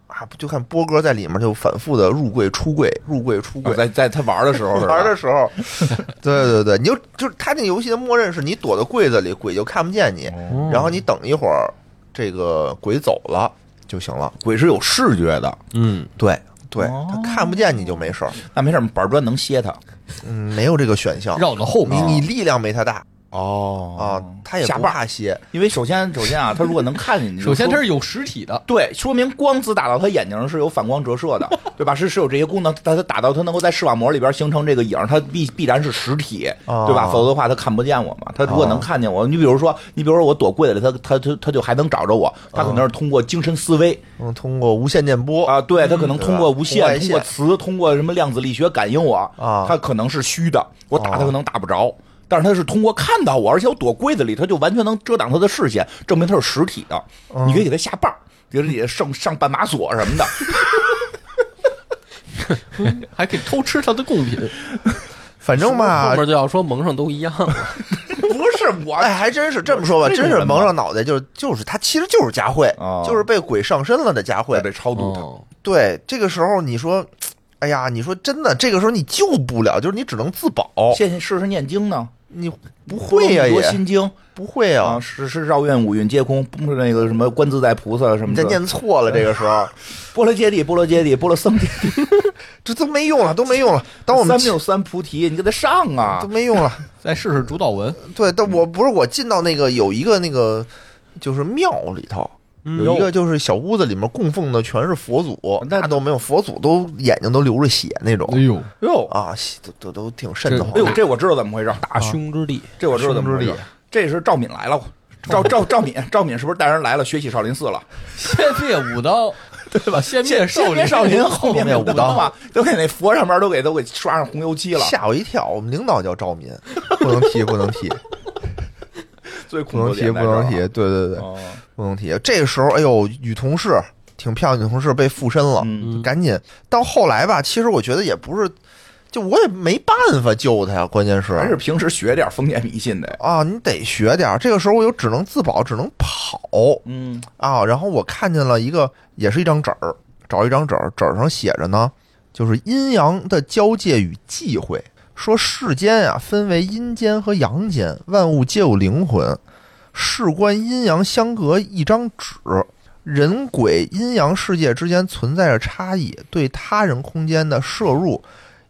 A: 啊，不就看波哥在里面就反复的入柜出柜入柜出柜
D: 哦，。在在他玩的时候是吧，
A: 玩的时候，
D: *laughs*
A: 对对对，你就就是他那游戏的默认是你躲在柜子里，鬼就看不见你，
D: 哦
B: 嗯
A: 然后你等一会儿，这个鬼走了就行了。
D: 鬼是有视觉的，
E: 嗯，
A: 对对，
D: 哦
A: 他看不见你就没事儿，
D: 那没事，板砖能歇他。
A: 嗯，没有这个选项。
E: 绕到后
A: 你
E: 面，
A: 你力量没他大啊
D: 啊哦，
A: 他也
D: 下
A: 不
D: 绊儿，
A: 怕些。
D: 因为首先首先啊，他如果能看见你，
E: 首先
D: 就
E: 他
D: 说
E: 是有实体的，
D: 对，说明光子打到他眼睛上是有反光折射的，对吧？是是有这些功能，但他打到他能够在视网膜里边形成这个影儿，它必必然是实体，
A: 哦
D: 对吧？否则的话他看不见我嘛。他如果能看见我，你比如说，你比如说我躲柜子里，他他他他就还能找着我，他可能是通过精神思维
A: 嗯，通过无线电波
D: 啊，对他可能通过
A: 通过
D: 无线、
A: 外
D: 通过
A: 线
D: 磁、通过什么量子力学感应我
A: 啊
D: 他可能是虚的，我打
A: 哦
D: 他可能打不着。但是他是通过看到我，而且我躲柜子里，他就完全能遮挡他的视线，证明他是实体的。你可以给他下绊儿，比如你上上绊马索什 *laughs* 么的，
E: 还可以偷吃他的贡品，
A: 反正吧
B: 后，面就要说蒙上都一样了，
D: 不是我
A: 哎，还真是这么说吧，
D: 这种
A: 真是
D: 人吧
A: 蒙上脑袋就就是他，其实就是佳慧
D: 哦，
A: 就是被鬼上身了的佳慧
D: 我。得超度他。
E: 哦
A: 对，这个时候你说，哎呀，你说真的，这个时候你救不了，就是你只能自保，
D: 现在试试念经呢，
A: 你不会呀、
D: 多
A: 也
D: 心经
A: 不会呀、
D: 啊，是是绕愿五蕴皆空，不是那个什么观自在菩萨什
A: 你
D: 么
A: 再
D: 的，
A: 念错了，这个时
D: 哎
A: 候
D: 波罗揭谛，波罗揭谛，波罗僧揭谛，
A: 这都没用了，都没用了。当我们
D: 三藐三菩提，你给他上啊
A: 都！没用了，
E: 再试试主导文，
A: 对，但我不是我进到那个有一个那个就是庙里头。
D: 嗯
A: 有一个就是小屋子里面供奉的全是佛祖，
D: 那
A: 那都没有佛祖都眼睛都流着血那种
E: 哎呦，
D: 哟，
A: 啊，血都都都挺瘆得慌
D: 哎。呦，这我知道怎么回事，
B: *laughs* 大凶之地。
D: 这我知道怎么回
A: 胸
D: 事
A: 之力。啊
D: 这是赵敏来了，赵赵赵敏， *laughs* 赵敏是不是带人来了学习少林寺
A: *laughs*
D: 了？
E: 先灭武当，对吧？先灭少
D: 先
E: 林，
D: 别少林，后
E: 后
D: 面
A: 面
D: 有
A: 武
D: 武
A: 当
D: 当嘛，都给那佛上面都给都给刷上红油漆了，
A: 吓我一跳！我们领导叫赵敏，不能提，不能
D: *laughs*
A: 提，
D: 最
A: 不
D: 恐怖
A: 能
D: 的
A: 提，
D: 点
A: 不
D: 在这儿啊
A: 能提。对对对，
D: 哦
A: 不能提。这个时候，哎呦，女同事挺漂亮，女同事被附身了，
D: 嗯
A: 就赶紧。到后来吧，其实我觉得也不是，就我也没办法救他呀。关键是
D: 还是平时学点封建迷信的。
A: 啊，你得学点儿。这个时候我就只能自保，只能跑
D: 嗯
A: 啊。然后我看见了一个，也是一张纸儿，找一张纸儿，纸儿上写着呢，就是阴阳的交界与忌讳。说世间啊，分为阴间和阳间，万物皆有灵魂，事关阴阳相隔一张纸。人鬼阴阳世界之间存在着差异，对他人空间的摄入，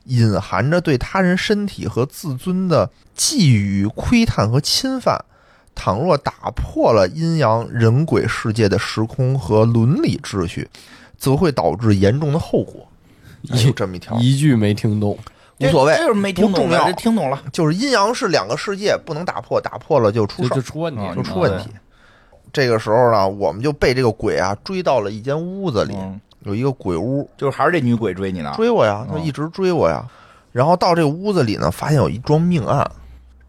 A: 隐含着对他人身体和自尊的觊觎、窥探和侵犯。倘若打破了阴阳人鬼世界的时空和伦理秩序，则会导致严重的后果。哎有这么一条，
E: 一句没听懂。
A: 无所谓
D: 这这就是没听
A: 不
D: 懂
A: 重
D: 了，
A: 要
D: 这听懂了。
A: 就是阴阳是两个世界，不能打破，打破了就出事
E: 就就
A: 儿，
E: 出问
D: 哦
E: 题了，
A: 嗯就
D: 啊
A: 出
D: 嗯
A: 问题。这个时候呢，我们就被这个鬼啊追到了一间屋子里，
D: 嗯，啊
A: 有一个鬼屋
D: 就是还是这女鬼追你呢。
A: 追我呀，
D: 嗯
A: 就一直追我呀。然后到这个屋子里呢，发现有一桩命案。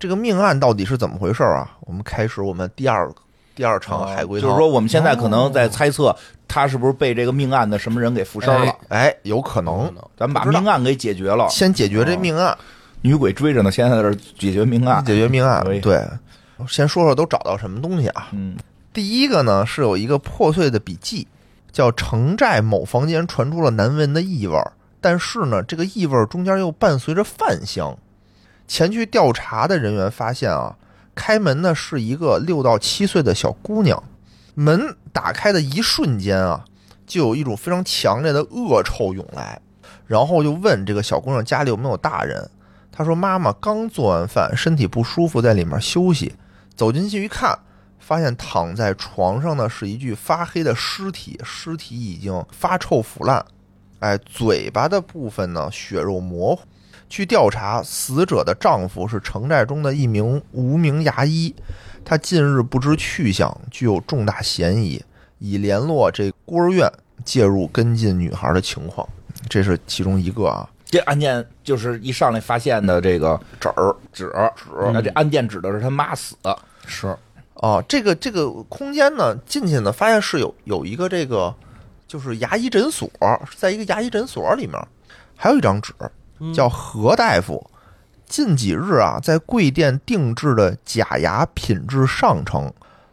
A: 这个命案到底是怎么回事儿啊？我们开始我们第二第二场海龟
D: 哦就
A: 汤。哦
D: 是说，我们现在可能在猜测她是不是被这个命案的什么人给附身了。
A: 哎，有可能
E: 能
D: 咱们把
A: 不知道
D: 命案给解决了，
A: 先解决这
D: 哦
A: 命案，
D: 女鬼追着呢，现在在这儿解决命案。
A: 解决命案
D: 啊可以。
A: 对，先说说都找到什么东西啊？
D: 嗯
A: 第一个呢是有一个破碎的笔记，叫城寨某房间传出了难闻的异味儿，但是呢，这个异味儿中间又伴随着饭香。前去调查的人员发现啊，开门呢是一个六到七岁的小姑娘，门打开的一瞬间啊，就有一种非常强烈的恶臭涌来，然后就问这个小姑娘家里有没有大人。她说：“妈妈刚做完饭，身体不舒服，在里面休息。”走进去一看，发现躺在床上呢是一具发黑的尸体，尸体已经发臭腐烂，哎，嘴巴的部分呢血肉模糊。据调查，死者的丈夫是城寨中的一名无名牙医，他近日不知去向，具有重大嫌疑，已联络这孤儿院介入跟进女孩的情况。这是其中一个啊，
D: 这案件就是一上来发现的这个纸儿纸纸，那这案件指的是他妈死，
E: 是
A: 哦，这个这个空间呢，进去呢，发现是有有一个这个，就是牙医诊所，是在一个牙医诊所里面，还有一张纸叫何大夫，近几日啊，在贵店定制的假牙品质上乘，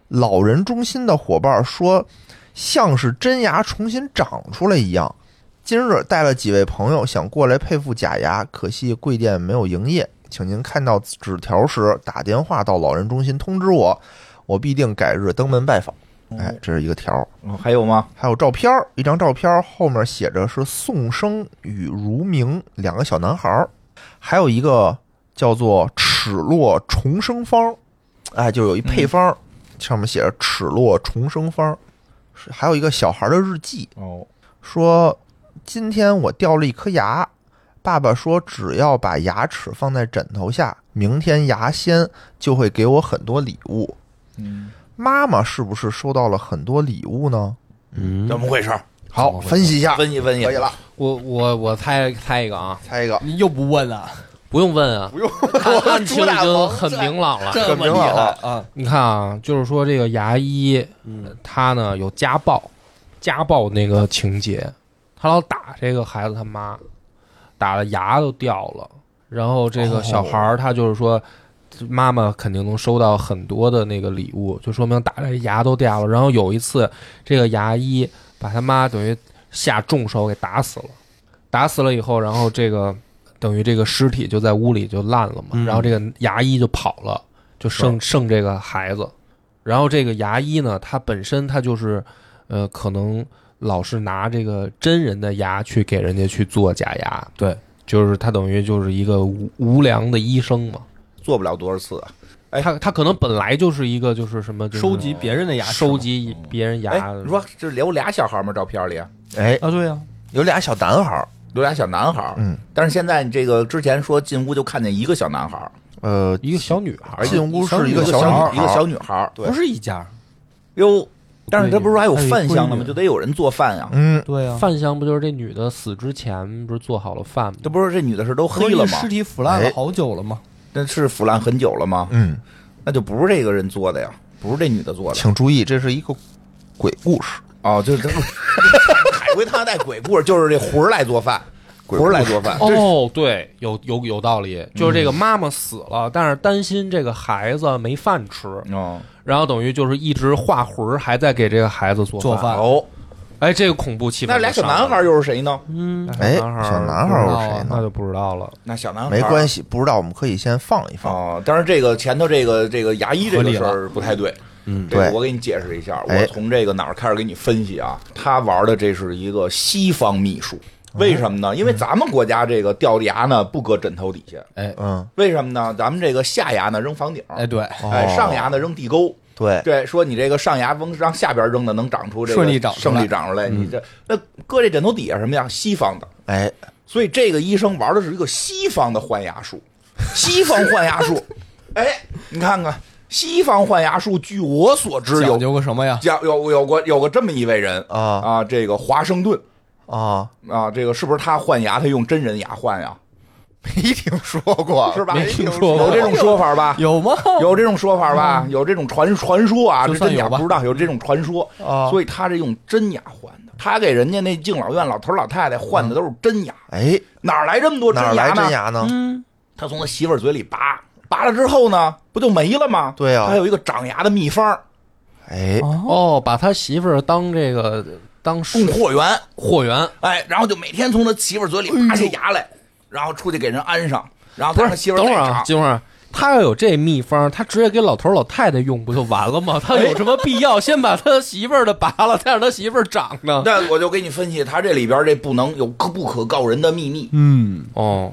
A: 老人中心的伙伴说，像是真牙重新长出来一样。今日带了几位朋友想过来配副假牙，可惜贵店没有营业，请您看到纸条时打电话到老人中心通知我，我必定改日登门拜访。哎，这是一个条儿，
D: 嗯还有吗？
A: 还有照片儿，一张照片儿后面写着是宋生与如明两个小男孩儿，还有一个叫做齿落重生方，哎，就有一配方，上面写着齿落重生方，是还有一个小孩的日记，
D: 哦，
A: 说今天我掉了一颗牙，爸爸说只要把牙齿放在枕头下，明天牙仙就会给我很多礼物。
D: 嗯，
A: 妈妈是不是收到了很多礼物呢？
B: 嗯，
D: 怎么回事？
A: 好，分析一下，
D: 分析分析，
A: 啊可以了，
B: 我我我猜猜一个啊，
A: 猜一个。
E: 你又不问啊？
B: 不用问啊，
A: 不用，
B: 案
A: 我
B: 案情
A: 主
B: 已
A: 打
B: 经
A: 蒙
B: 很明朗了。
E: 这么
A: 明
E: 厉
A: 朗
E: 害
A: 了
E: 啊？
B: 你看啊，就是说这个牙医，
E: 嗯，
B: 他呢有家暴，家暴那个情节，他老打这个孩子他妈，打的牙都掉了。然后这个小孩儿他就是说，妈妈肯定能收到很多的那个礼物，就说明打这牙都掉了。然后有一次，这个牙医把他妈等于下重手给打死了，打死了以后，然后这个等于这个尸体就在屋里就烂了嘛，
E: 嗯
B: 然后这个牙医就跑了，就剩剩这个孩子。然后这个牙医呢，他本身他就是，呃，可能老是拿这个真人的牙去给人家去做假牙，
E: 对，
B: 就是他等于就是一个无无良的医生嘛。
D: 做不了多少次。哎
B: 他他可能本来就是一个就是什么就是
E: 收集别人的牙齿吗，
B: 收集别人牙
D: 哎，，你说这留俩小孩吗？照片里
A: 哎，
E: 啊？对呀，
A: 有俩小男孩儿，
D: 留俩小男孩，
A: 嗯，
D: 但是现在你这个之前说进屋就看见一个小男孩，
A: 呃，
B: 一个小女孩儿，
A: 进屋是一
D: 一个
A: 个
D: 小
A: 女孩儿，
D: 一个小女孩，
A: 对
E: 不是一家，
D: 哟。但是他不是还有饭香的
E: 哎闺
D: 吗？
E: 女
D: 就得有人做饭呀。
A: 嗯，
E: 对啊呀，
B: 饭香不就是这女的死之前不是做好了饭吗？
D: 这不是这女的是都
E: 合
D: 黑了吗
E: 尸？体腐烂了
A: 哎
E: 好久了吗？
D: 那是腐烂很久了吗？
A: 嗯，
D: 那就不是这个人做的呀，不是这女的做的。
A: 请注意，这是一个鬼故事。
D: *laughs* 哦，就是这 *laughs* 海龟汤带鬼故事，就是这魂儿来做饭，
A: 鬼
D: 不是来做饭，
B: 哦，对，有有有道理，就是这个妈妈死了，但是担心这个孩子没饭吃，
D: 哦，
B: 然后等于就是一直画魂儿，还在给这个孩子做
E: 做饭
B: 饭。哦，哎，这个恐怖气氛就上来
D: 那俩
B: 了。
D: 小男孩又是谁呢？
B: 嗯，
A: 哎，
B: 小男孩
A: 小男
B: 儿
A: 孩
B: 不知
A: 儿
B: 道
A: 是谁
B: 啊那
A: 呢？
B: 就不知道了。
D: 那小男孩
A: 没关
D: 系
A: 系，不知道，我们可以先放一放。
D: 哦。但是这个前头这个这个牙医这个事儿不太对，
B: 嗯
D: 这个
A: 对
D: 我给你解释一下，
A: 哎
D: 我从这个哪儿开始给你分析啊？他玩的这是一个西方秘术，
E: 哦
D: 为什么呢？
E: 嗯
D: 因为咱们国家这个掉牙呢不搁枕头底下，
E: 哎
A: 嗯，
D: 为什么呢？咱们这个下牙呢扔房顶，
E: 哎，对，
D: 哎，上牙呢扔地沟。
A: 对，
D: 对，说你这个上牙扔让下边扔的能长出这个
E: 顺利长出来嗯
D: 顺利长出来，你这那搁这枕头底下什么呀？西方的，
A: 哎，
D: 所以这个医生玩的是一个西方的换牙术，西方换牙
E: *laughs*
D: 术，哎，你看看西方换牙术，据我所知有
E: 讲究个什么呀？
D: 讲有有过有过这么一位人
A: 啊
D: 啊，这个华盛顿
A: 啊，
D: 啊，这个是不是他换牙，他用真人牙换呀？
A: *laughs* 没听说过，
D: 是吧？哎
E: 没听说过
D: 有这种说法吧？
E: 有吗？
D: 有这种说法吧？有这种传传说啊，
E: 就
D: 这
E: 算
D: 真假
E: 有吧
D: 不知道，有这种传说，
A: 啊
D: 所以他这用真牙换的。他给人家那敬老院老头老太太换的都是真牙，
A: 哎，
D: 哪儿来这么多真
A: 哪儿
D: 牙
A: 来真
D: 呢？
A: 牙呢？
B: 嗯
D: 他从他媳妇儿嘴里拔，拔了之后呢，不就没了吗？
A: 对啊
D: 他有一个长牙的秘方，
A: 哎，
B: 哦，把他媳妇儿当这个当
D: 供货源。
B: 货源，
D: 哎，然后就每天从他媳妇儿嘴里拔下牙来，然后出去给人安上，然后
B: 不
D: 让
B: 是
D: 他媳妇儿
B: 等会
D: 再
B: 儿啊，
D: 长。
B: 金花儿，他要有这秘方，他直接给老头儿老太太用不就完了吗？ *laughs* 他有什么必要先把他媳妇儿的拔了，再让他媳妇儿长呢？
D: 那我就给你分析，他这里边这不能有可不可告人的秘密，
E: 嗯，
B: 哦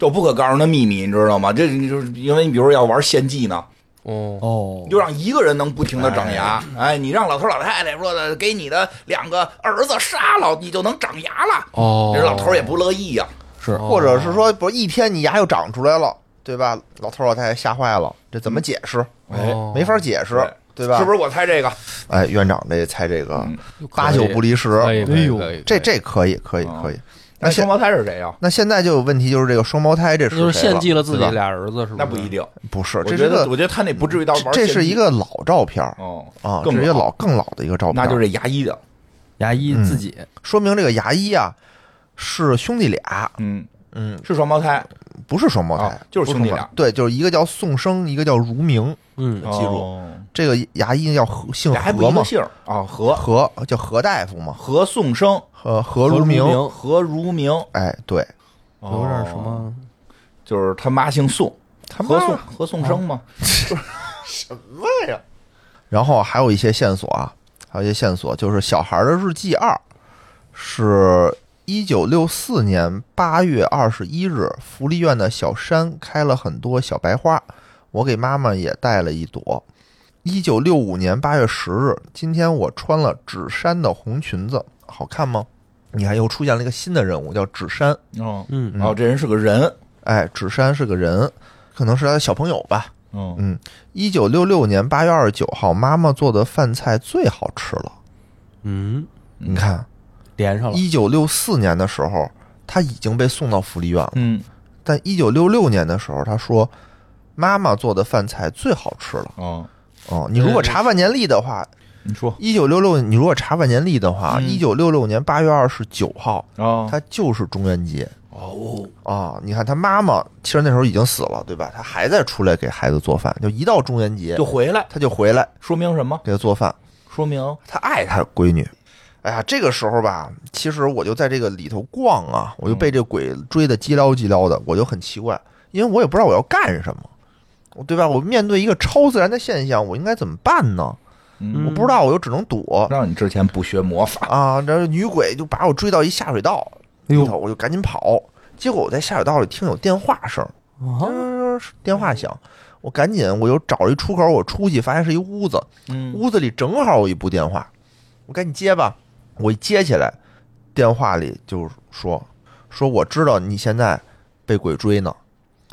D: 有不可告人的秘密，你知道吗？这你就是因为你比如说要玩献祭呢，
B: 哦，
E: 哦
D: 你，就让一个人能不停的长牙，哎，你让老头老太太说的给你的两个儿子杀了，你就能长牙了。
B: 哦
D: 这老头儿也不乐意呀、
E: 是
A: 或者是说，不是一天你牙又长出来了，对吧？老头老太太吓坏了，这怎么解释？
B: 哦
A: 没法解释，对吧？
D: 是不是？我猜这个，
A: 哎，院长这猜这个
D: 嗯
A: 八九不离十，
B: 可以可以
E: 哎呦
B: 可以
A: 这这可以，可以，
D: 嗯
A: 可以。那
D: 那
A: 现
D: 双胞胎是谁呀？
A: 那现在就有问题，就是这个双胞胎这
B: 就是是
A: 谁
B: 献祭了自己
A: 对吧
B: 俩儿子，是不是？
D: 那不一，定，
A: 不是，
D: 我
A: 嗯这
D: 觉
A: 是
D: 得
A: 个
D: 我觉得他那不至于到玩
A: 这
D: 献
A: 是
D: 祭
A: 一个老照片儿
D: 哦
A: 啊，这
D: 更
A: 是一个
D: 老
A: 老更老的一个照片儿，
D: 那就是牙医的，
E: 牙医
A: 嗯
E: 自己
A: 说明这个牙医啊是兄弟俩，
D: 嗯，
A: 嗯，
D: 是双胞胎，
A: 不是双胞胎
D: 哦，就是
A: 不
D: 兄弟
A: 双胞
D: 俩
A: 对，就是一个叫宋生，一个叫如明。
B: 嗯，
D: 记住，
A: 这个牙医叫何姓
D: 俩哦还不
A: 何
D: 一
A: 嘛
D: 个？姓儿啊，何
A: 何叫何大夫嘛？
D: 何颂生，
A: 呃，何如明。
D: 何如明，哦
A: 哎，对，
E: 有点什么
D: 就是他妈姓宋，
A: 他
D: 何
A: 妈
D: 颂何颂生吗？
A: 然后还有一些线索啊，还有一些线索，就是《小孩的日记二》是一九六四年八月二十一日，福利院的小山开了很多小白花，我给妈妈也带了一朵。一九六五年八月十日，今天我穿了纸衫的红裙子，好看吗？你看，又出现了一个新的人物，叫纸衫。
D: 哦
B: 嗯
D: 哦，这人是个人，
A: 哎，纸衫是个人，可能是他的小朋友吧。
D: 嗯
A: 嗯，一九六六年八月二十九号，妈妈做的饭菜最好吃了。
B: 嗯，
A: 你看，
E: 连上了，
A: 一九六四年的时候，他已经被送到福利院了，
D: 嗯
A: 但一九六六年的时候，他说妈妈做的饭菜最好吃了。
D: 哦，
A: 哦，你如果查万年历的话，
D: 你说
A: 一九六六，你如果查万年历的话，一九六六年八月二十九号，
D: 哦
A: 他就是中元节。哦啊，你看他妈妈其实那时候已经死了，对吧？他还在出来给孩子做饭，就一到中元节
D: 就回来，
A: 他就回来
D: 说明什么？
A: 给他做饭。
D: 说明
A: 他爱他闺女。哎呀，这个时候吧，其实我就在这个里头逛啊，我就被这鬼追的叽撩叽撩的，我就很奇怪，因为我也不知道我要干什么，对吧？我面对一个超自然的现象，我应该怎么办呢？
D: 嗯
A: 我不知道，我就只能躲
D: 让你之前不学魔法，
A: 啊。这女鬼就把我追到一下水道，
D: 嗯
E: 哎呦
A: 里头我就赶紧跑。结果我在下水道里听有电话声，
E: 啊
D: 哦
A: 嗯电话响，我赶紧我就找一出口，我出去发现是一屋子，
D: 嗯
A: 屋子里正好有一部电话，我赶紧接吧。我一接起来，电话里就说说我知道你现在被鬼追呢，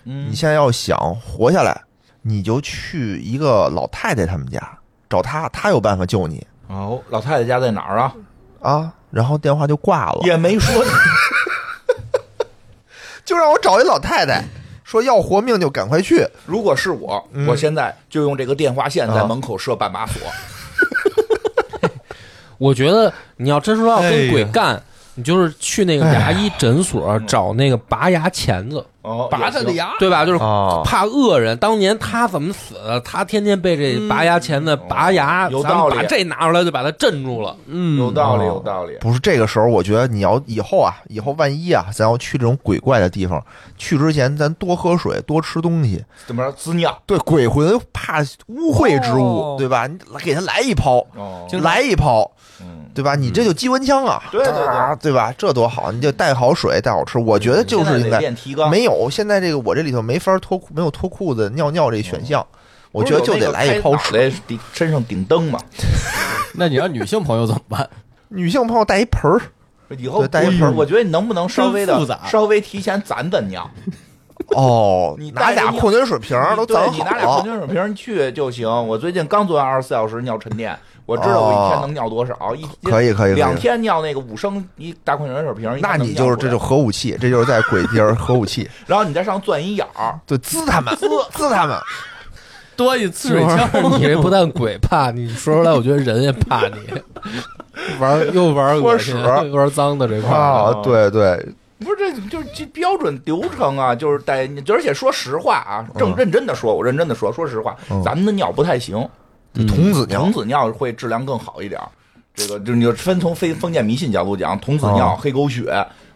D: 嗯
A: 你现在要想活下来，你就去一个老太太他们家找她，她有办法救你
D: 哦，老太太家在哪儿啊？
A: 啊。然后电话就挂了，
D: 也没说，
A: 就让我找一老太太，说要活命就赶快去。
D: 如果是我，
A: 嗯
D: 我现在就用这个电话线在
A: 啊
D: 门口设绊马索，
B: 哎我觉得你要真说要跟鬼干，你就是去那个牙医诊所找那个拔牙钳子，
D: 哦，
E: 拔
D: 也
E: 他
D: 行
E: 的，牙，
B: 对吧？就是
E: 啊
A: 哦
B: 怕恶人，当年他怎么死的？他天天被
E: 嗯
B: 这拔牙钳子拔牙，
D: 有
B: 咱们
D: 道理
B: 把这拿出来就把他镇住了。
E: 嗯，
D: 有道理，
A: 哦
D: 有道理。
A: 不是这个时候，我觉得你要以后啊，以后万一啊，咱要去这种鬼怪的地方，去之前咱多喝水，多吃东西。
D: 怎么着，滋尿？
A: 对，鬼魂怕污秽之物，
E: 哦
A: 对吧？你给他来一抛，
D: 哦，
E: 经常
A: 来一抛，
D: 嗯，
A: 对吧？你这就机关枪啊，
D: 对对对
A: 啊对吧？这多好，你就带好水，带好吃。我觉得就是应
D: 现在得
A: 该
D: 练提纲，
A: 没有现在这个我这里头没法脱裤，没有脱裤子尿尿这选项，我
D: 不嗯是
A: 觉得就得来一
D: 有
A: 泡
D: 那个
A: 水。
D: 开脑袋顶身上顶灯嘛，
E: 那你让女性朋友怎么办？
A: 女性朋友带一盆
D: *laughs*
A: 儿，
D: 以后
A: 对带一
D: 不是
A: 盆儿
D: 我觉得你能不能稍微
E: 真
D: 的
E: 复杂
D: 稍微提前攒攒尿？
A: 哦
D: 你，带
A: 拿
D: 着
A: 俩
D: 尿
A: 矿泉水瓶儿都
D: 对
A: 攒
D: 你拿俩矿
A: 好。
D: 泉水瓶去就行。我最近刚做完二十四小时尿沉淀，我知道我一天能尿多少，一
A: 哦可以可以可以
D: 两天尿那个五升一大矿泉水瓶，一天
A: 那
D: 能
A: 你就是
D: 尿出
A: 这
D: 来
A: 就，核武器，这就是在鬼地儿核武器，
D: 然后你再上钻一眼儿，
A: 对，滋他们，滋 *laughs* 滋他们，
E: 多一
B: *laughs*
E: 次
B: 是
E: 水
B: 不
E: 枪，
B: 是你这不但鬼怕你，说出来我觉得人也怕你。 *laughs* 玩又玩恶心，
A: 拖屎
B: 又玩脏的这块儿，
A: 啊，对对，
D: 不是这就是这标准流程啊，就是带，而且说实话啊，正
A: 嗯
D: 认真的说，我认真的说，说实话
A: 嗯，
D: 咱们的尿不太行，
B: 嗯
A: 童子尿
D: 童，子尿会质量更好一点儿。这个就你就分从非封建迷信角度讲，童子尿、
A: 哦
D: 黑狗血，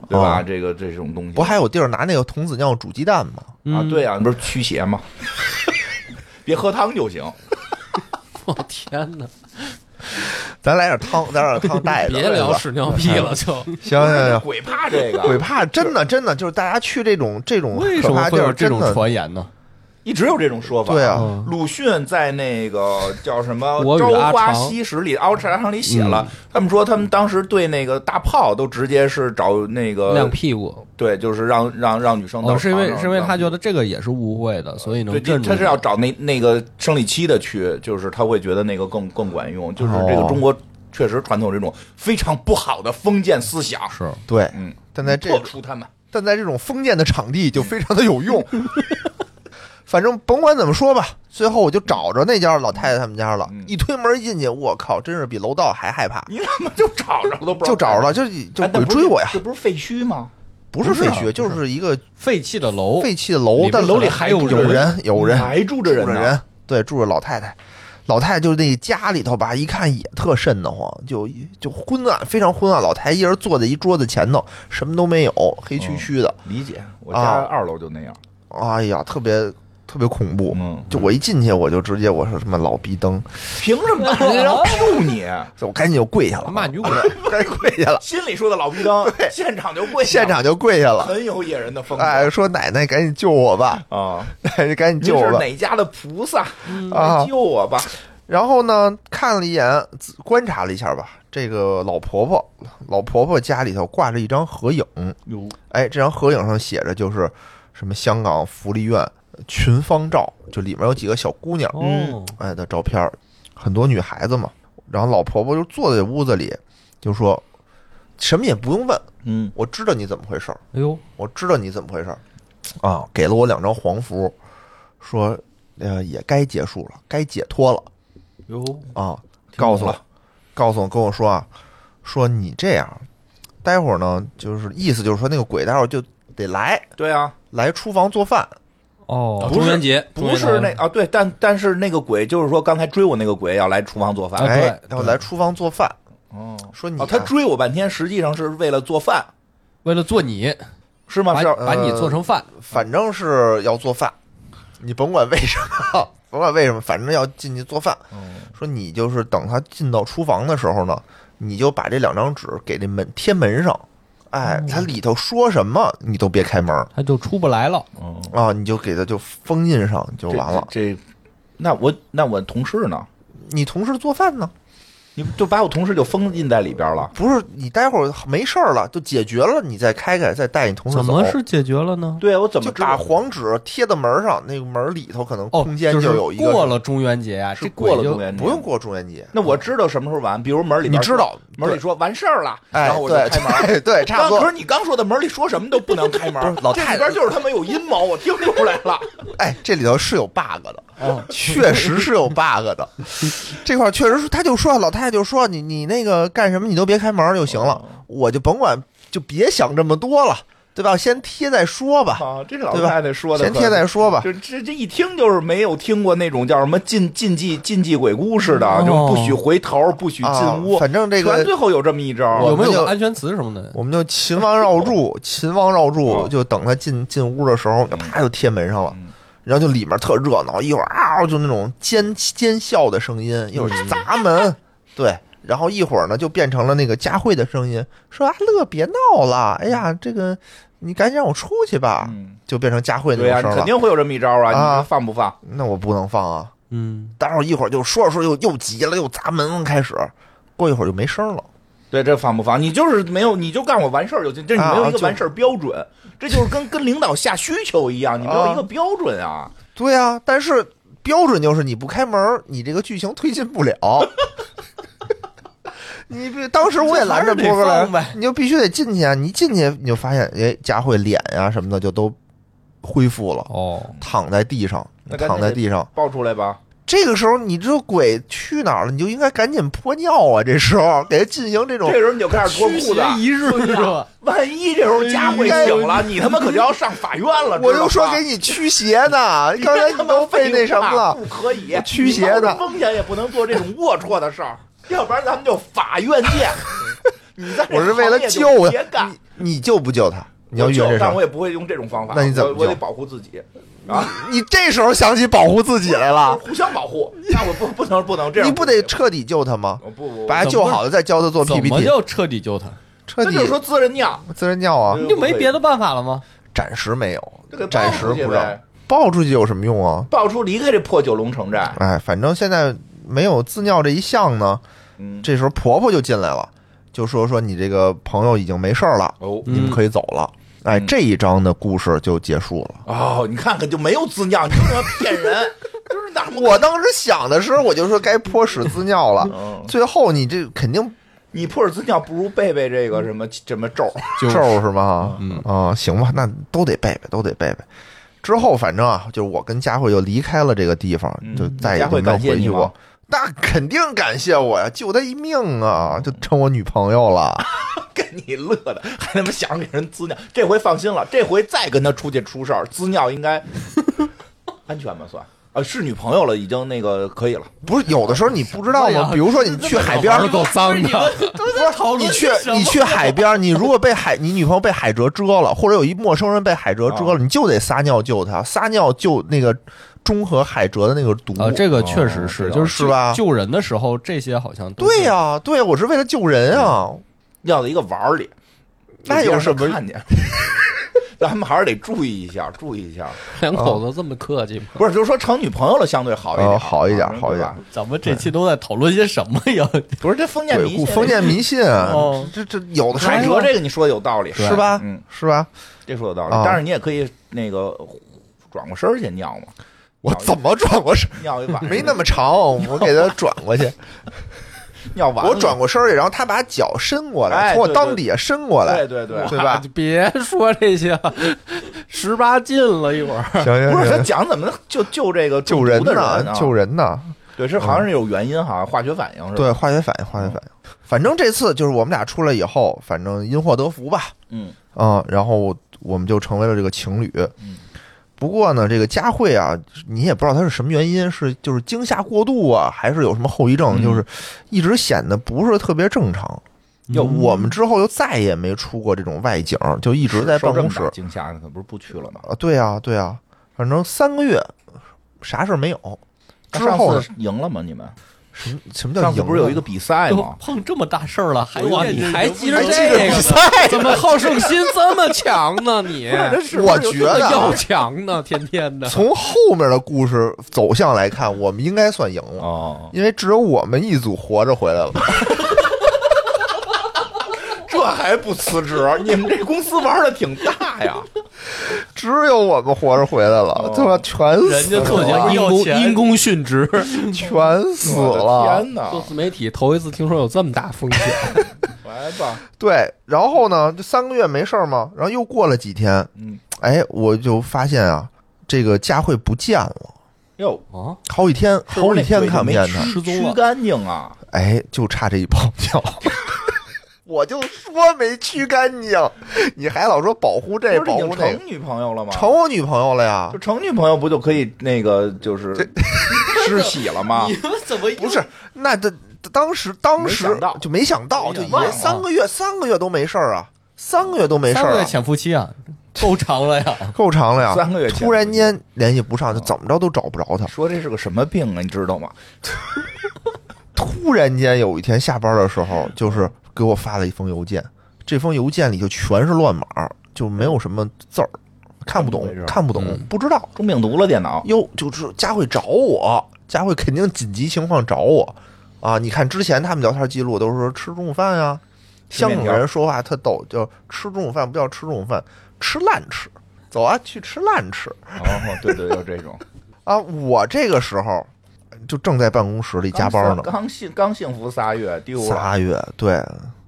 D: 对吧？
A: 哦
D: 这个这种东西
A: 不还有地儿拿那个童子尿煮鸡蛋吗？
D: 啊，
B: 嗯
D: 对啊，不是驱邪吗？别喝汤就行。
B: 我 *laughs* 天哪！
A: 咱来点汤，咱来点汤带着，
B: *laughs* 别聊
A: 对吧
B: 屎尿屁了，就
A: 行行 *laughs* 行，
D: 鬼怕这个，
A: 啊鬼怕真的真的就是大家去这种这 *laughs* 种
E: 为什
A: 可
E: 么
A: 怕地
E: 会有
A: 儿，
E: 这
A: 真
E: 种
A: 的
E: 传言呢？
D: 一直有这种说法。
A: 对啊，
B: 嗯
D: 鲁迅在那个叫什么
B: 我
D: 《
B: 与
D: 朝
B: 阿
D: 花
B: 长
D: 夕拾》里，《阿茶堂》里写了，他们说他们当时对那个大炮都直接是找那
B: 亮
D: 个，
B: 屁股。
D: 对，就是让让让女生到
E: 哦，是因为
D: 床上
E: 是因为
D: 让
E: 他觉得这个也是误会的，所以能
D: 对，这
E: 镇住。
D: 他是要找那那个生理期的去，就是他会觉得那个更更管用，就是这个
A: 哦
D: 中国确实传统这种非常不好的封建思想，
E: 是
A: 对，
D: 嗯，
A: 但在这
D: 破除他们。
A: 但在这种封建的场地就非常的有用。 *laughs* 反正甭管怎么说吧，最后我就找着那家老太太他们家了
D: 嗯，
A: 一推门进去，我靠，真是比楼道还害怕，
D: 你怎么就找着了都不知道？
A: 就找着了，就是就
D: 哎那
A: 鬼
D: 不是
A: 追我呀，
D: 这不是废墟吗？
A: 不是
D: 不是哦
A: 废
D: 啊
A: 墟，就是一个
E: 废弃的楼，
A: 废弃的
E: 里
A: 楼，
E: 面
A: 但
E: 可能
A: 楼里
E: 还
A: 有
E: 有人
A: 人，有人
D: 还住着
A: 住
D: 人
A: 着
D: 呢。
A: 人，对，住着老太太。老太太就是那家里头吧，一看也特瘆得慌，就就昏暗，非常昏暗。老太太一人坐在一桌子前头，什么都没有，黑黢黢的，
D: 理解，我
A: 啊
D: 家二楼就那样。
A: 哎呀，特别特别恐怖。
D: 嗯，
A: 就我一进去，我就直接我说什么老逼灯，
D: 凭什 *laughs* 么让人 Q 你？啊
A: 我赶紧就跪下了，*laughs*
E: 骂女鬼，
A: 该跪下了，
D: 心里说的老逼灯
A: *laughs* 对，
D: 现场就跪下，
A: 现场就跪下
D: *laughs*
A: 了。
D: 很有野人的风格。
A: 哎，说奶奶赶紧救我
D: *laughs*
A: 吧，
D: 啊，
A: 奶奶赶紧
D: 你
A: 救我
D: 是
A: 吧。
D: 哪家的菩萨？
A: *laughs* 啊
D: 来救我吧！
A: 然后呢，看了一眼，仔观察了一下吧。这个老婆婆，老婆婆家里头挂着一张合影，
D: 哟，
A: 哎，这张合影上写着就是什么香港福利院群芳照，就里面有几个小姑娘，
E: 嗯，
B: 哦
A: 哎的照片儿，很多女孩子嘛。然后老婆婆就坐在屋子里，就说什么也不用问，
D: 嗯，
A: 我知道你怎么回事儿，
E: 哎呦，
A: 我知道你怎么回事儿啊，给了我两张黄符，说呃也该结束了，该解脱了。
B: 哟，
A: 啊，告诉
D: 懂
A: 我，告诉我，跟我说啊，说你这样，待会儿呢，就是意思就是说那个鬼待会儿就得来
D: 对啊，
A: 来厨房做饭，
E: 哦，
D: 不是
B: 中元节
D: 不是那啊，对，但但是那个鬼就是说，刚才追我那个鬼要来厨房做
E: 啊
D: 饭。
A: 哎
E: 对，
A: 然后来厨房做饭，
D: 哦，
A: 说你、啊
D: 哦，他追我半天，实际上是为了做饭，
E: 为了做你，
D: 是吗？
A: 哎
E: 把
D: 是啊
E: 把你做成饭，
A: 反正是要做饭，你甭管为什么， *laughs* 甭管为什么，反正要进去做饭。说你就是等他进到厨房的时候呢，你就把这两张纸给这门贴门上，哎，他里头说什么你都别开门儿
E: 他就出不来了。
D: 哦，
A: 啊，你就给他就封印上就
D: 这
A: 完了。
D: 这，这那我那我同事呢？
A: 你同事做饭呢？
D: 你就把我同事就封印在里边了。
A: 不是你待会儿没事儿了就解决了，你再开开，再带你同事走。
E: 解决了呢？
D: 对，啊我怎么
A: 就
D: 知
A: 把
D: 道？
A: 黄纸贴在门上，那个门里头可能
E: 哦，
A: 空间
E: 是
A: 有一个
E: 过，了中元节啊，
D: 是
E: 这
D: 过了
E: 鬼就
D: 中元节，
A: 不用。过中元节。
D: 那我知道什么时候完，比如门里边
A: 你知道
D: 门里说完事儿了，
A: 哎，
D: 然后我就
A: 对
D: 开门。
A: 对对， *laughs* 差不
D: 刚可
A: 多
D: 是。你刚说的门里说什么都不能开门，
A: 不是老
D: 这
A: 太
D: 里边就是他妈有阴谋，我听出来
A: *laughs*
D: 了。
A: 哎，这里头是有 bug 的，
E: 哦
A: 确实是有 bug
E: *laughs*
A: 的。这
E: 哦
A: 块儿确实是，他就说老太太就说你你那个干什么你都别开门就行了，我就甭管就别想这么多了，对吧？先贴再说吧，
D: 啊，这老
A: 对吧
D: 太太说的
A: 先
D: 可，
A: 贴再说吧。
D: 就这这一听就是没有听过那种叫什么禁禁忌禁忌鬼故事的，就
E: 哦
D: 不许回头，不许
A: 啊
D: 进屋，，
A: 反正这
D: 全
A: 个
D: 最后有这么一招。
E: 有没
A: 我们就
E: 有个安全词什么的？
A: 我们就秦王绕柱，秦王绕柱，
D: 哦
A: 就等他进进屋的时候，
D: 嗯
A: 啪就贴门上了
D: 嗯。
A: 然后就里面特热闹，一会儿啊就那种尖尖笑的声音，一会
D: 嗯
A: 儿砸门，对，然后一会儿呢就变成了那个佳慧的声音，说阿乐别闹了，哎呀这个你赶紧让我出去吧，
D: 嗯，
A: 就变成佳慧那
D: 对呀、
A: 种声
D: 肯
A: 了。
D: 定会有这么一招
A: 啊
D: 啊！你说放不放？
A: 那我不能放啊，
E: 嗯，
A: 待会儿一会儿就说着说着又又急了，又砸门开始，过一会儿就没声了。
D: 对，这放不放？你就是没有，你就干我完事儿就行，这你
A: 啊
D: 没有一个
A: 就
D: 完事儿标准，这就是跟跟领导下需求一样，你没有
A: 啊
D: 一个标准啊。
A: 对啊，但是标准就是你不开门儿，你这个剧情推进不
D: *laughs*
A: 了。你必当时我也拦着波哥
E: 这还是得放
A: 来
E: 呗，
A: 你就必须得进去啊！你一进去你就发现，哎，佳慧脸呀、什么的就都恢复了，
E: 哦，
A: 躺在地上
D: 那，赶紧
A: 躺在地上。
D: 报出来吧，
A: 这个时候，你这鬼去哪儿了？你就应该赶紧泼尿啊！这时候给他进行这种
D: 这时候你就开始脱
E: 驱
D: 裤子啊
E: 邪。一日是吧？
D: 万一这时候佳慧醒了，你他妈可就要上法院了。
A: 我
D: 知道
A: 就说
D: 吧
A: 给你驱邪呢，
D: 啊 *laughs* 你
A: 刚才
D: 他
A: 你
D: 妈
A: 都被那
D: 废
A: 什么
D: 话
A: 了，
D: 不可以
A: 驱邪的
D: 你冒着风险也不能做这种龌龊的事儿，要不然咱们就法院
A: *laughs*
D: 见。你在这
A: 我是为了
D: 行业就
A: 救
D: 别
A: 他
D: 干，，
A: 你你救不救他？你要
D: 我
A: 遇
D: 救
A: 见这事
D: 但
A: 儿
D: 我，也不会用这种方法，
A: 那你怎么
D: 我我得
A: 救
D: 保护自己啊，
A: 你这时候想起保护自己来了，
D: 互相保护。啊 *laughs* 那我不不能不能这样，
A: 你不得彻底救他吗？
D: 我不不，
A: 把他救好了再教他做
E: 怎么
A: PPT，
E: 叫彻底救他？
A: 彻
D: 这
A: 底
D: 就是说滋人尿，
A: 自然尿啊
D: 对，
E: 你就没别的办法了吗？
A: 暂时没有
D: 就给，
A: 暂时
D: 抱出去
A: 不让
D: 呗，
A: 抱出去有什么用啊？
D: 爆出离开这破九龙城寨。
A: 哎，反正现在没有自尿这一项呢。
D: 嗯，
A: 这时候婆婆就进来了，就说说你这个朋友已经没事儿了，
D: 哦
E: 嗯
A: 你们可以走了。哎，
D: 嗯
A: 这一章的故事就结束了。
D: 哦，你看看就没有滋尿，你就他妈骗人，就是那么
A: 我当时想的时候，我就说该泼屎自尿了。
D: 嗯，
A: 最后你这肯定
D: 你破尔滋尿不如背背这个什么什么咒，
A: 咒是吗？
E: 嗯
A: 啊，行吧，那都得背背，都得背背。之后反正啊，就是我跟佳慧就离开了这个地方，
D: 嗯
A: 就再也就没有
D: 佳慧感谢
A: 回
D: 你
A: 去
D: 吗
A: 过。那肯定感谢我呀，救她一命啊，就成我女朋友了。
D: 给你乐的，还他妈想着给人滋尿。这回放心了，这回再跟他出去出事儿，滋尿应该 *laughs* 安全吧？算啊，是女朋友了，已经那个可以了。
A: 不是有的时候你不知道
E: 什么
A: 吗
E: 哎呀？
A: 比如说你去海边
B: 玩
E: 哦
B: 儿，够脏的，
A: 不是你去
E: 什么
A: 你去海边，你如果被海你女朋友被海蜇蛰了，或者有一陌生人被海蜇
D: 哦
A: 蛰了，你就得撒尿救她，撒尿救那个中和海蜇的那个毒。
E: 啊，这个确实是，
D: 哦
E: 就是救
A: 吧
E: 救人的时候，
B: *laughs*
E: 这些好像都
A: 对
E: 是
A: 呀、对呀、我是为了救人啊。
E: 嗯
D: 尿到一个碗儿里，
A: 那有什么
D: 别让他看见？ *laughs* 咱们还是得注意一下，注意一下。
B: 两口子这么客气吗？
D: 不是，就是说成女朋友了，相对好一点，
A: 哦好一点
D: 啊
A: 好一点。
D: 对吧
E: 咱们这期都在讨论些什么呀？
D: 不是这封建
A: 鬼
D: 迷
A: 故、
D: 信，
A: 封建迷信，
E: 哦
A: 这这有的时
D: *laughs* 海
A: 候
D: 蜇这个你说的有道理，
A: 是吧？
D: 嗯，
A: 是吧？
D: 这说有道理
A: 啊。
D: 但是你也可以那个转过身儿去尿嘛，
A: 我怎么转过身？
D: 尿一碗
A: 没那么长，我给他转过去。
D: 尿 *laughs* 完了，
A: 我转过身去，然后他把脚伸过来，
D: 哎
A: 从我
D: 对
A: 裆
D: 对
A: 底下伸过来
D: 对。对对，
A: 对
E: *laughs*
A: 吧？
B: 别说这些了，十八禁了，一会儿
A: 行行
D: *laughs* 不是他讲怎么就救这个
A: 救
D: 中
A: 人
D: 毒的
A: 呢，救
D: 人啊，
A: 人呢。
D: 对，是好像是有原因哈，化学反应是吧？
A: 对，化学反应，化学反应。反正这次就是我们俩出来以后，反正因祸得福吧。
D: 嗯，
A: 嗯，然后我们就成为了这个情侣。
D: 嗯，
A: 不过呢，这个佳慧啊，你也不知道她是什么原因，是就是惊吓过度啊，还是有什么后遗症，
D: 嗯
A: 就是一直显得不是特别正常。
E: 哟
A: 我们之后又再也没出过这种外景，就一直在
D: 受
A: 办
D: 这么
A: 公
D: 大
A: 室。
D: 惊吓，可不是不去了吗？
A: 啊，对啊，对啊，反正三个月啥事儿没有。
D: 那
A: 之后
D: 上
A: 呢？
D: 次赢了吗？你们
A: 什么什么叫
D: 上
A: 赢
D: 次
A: 了？
D: 不是有一个比赛
E: 都
D: *laughs* 吗？
E: 碰这么大事儿了，还
B: 哇，
E: 惦
B: 你
E: 记
B: 还记着
A: 还记着
B: 哎这
A: 比
B: 个呢？
A: 赛？
B: 怎么好胜心这么强呢？ *laughs* 你
D: 哎
A: 我觉
B: 这
A: 得啊
B: 要强呢，天天
E: *laughs*
B: 的。
A: 从后面的故事走向来看，我们应该算赢了，
D: 哦，
A: 因为只有我们一组活着回来了。 *laughs*
D: 这还不辞职？你们这公司玩的挺大呀！
A: 只有我们活着回来了
D: 哦，
A: 他妈全
E: 人
A: 死
E: 家做节
A: 了，
E: 目
B: 因
E: 要
B: 公
E: 钱
B: 因公殉职，
A: 全死
D: *laughs* 我的
A: 了。
D: 天哪！
B: 做自媒体头一次听说有这么大风险。
D: 来吧，
A: 对，然后呢，就三个月没事儿嘛，然后又过了几天，
D: 嗯，
A: 哎，我就发现啊，这个佳慧不见了，
D: 哟，
E: 啊，
A: 好几天，
D: 是不
A: 好
D: 哎
A: 几
D: 是那
A: 天
D: 腿就
A: 看不
D: 没
A: 见
D: 驱
A: 她，
E: 失踪
D: 驱
E: 了
D: 干净啊！
A: 哎，就差这一泡尿。 *laughs* 我就说没驱干净，你还老说保护这
D: 不是
A: 保
D: 已
A: 护
D: 经
A: 那个，
D: 成女朋友了吗？
A: 成我女朋友了呀
D: 就？成女朋友不就可以那个就是 *laughs* 失喜了
B: *laughs*
D: 吗？
E: *laughs* 你们怎么又
A: 不是，那这当时当
D: 没
A: 时
D: 想到
A: 就没想到，
E: 没
A: 就
E: 想
A: 以
E: 到
A: 为三个月三个月都没事儿啊，三个月都没事
E: 三
A: 儿、
E: 个月
A: 啊，
E: 潜伏期啊，够长了呀！
A: 够长了呀。
D: 三个月前
A: 突然间联系不上，就怎么着都找不着他。
D: 说这是个什么病啊？你知道吗？
A: 突然间有一天下班的时候，就是给我发了一封邮件，这封邮件里就全是乱码，就没有什么字儿，看不懂
D: 怎么回事，
A: 看不懂，
B: 嗯
A: 不知道。
D: 中病毒了电脑。
A: 哟，就是佳慧找我，佳慧肯定紧急情况找我啊！你看之前他们聊天记录都是说吃中午饭啊，
D: 吃
A: 香
D: 面条
A: 港人说话特逗，叫吃中午饭不叫吃中午饭，吃烂吃，走啊，去吃烂吃
D: 哦，对对，有这种
A: 啊！我这个时候就正在办公室里加班呢，
D: 刚幸刚幸福仨月丢了，
A: 仨月对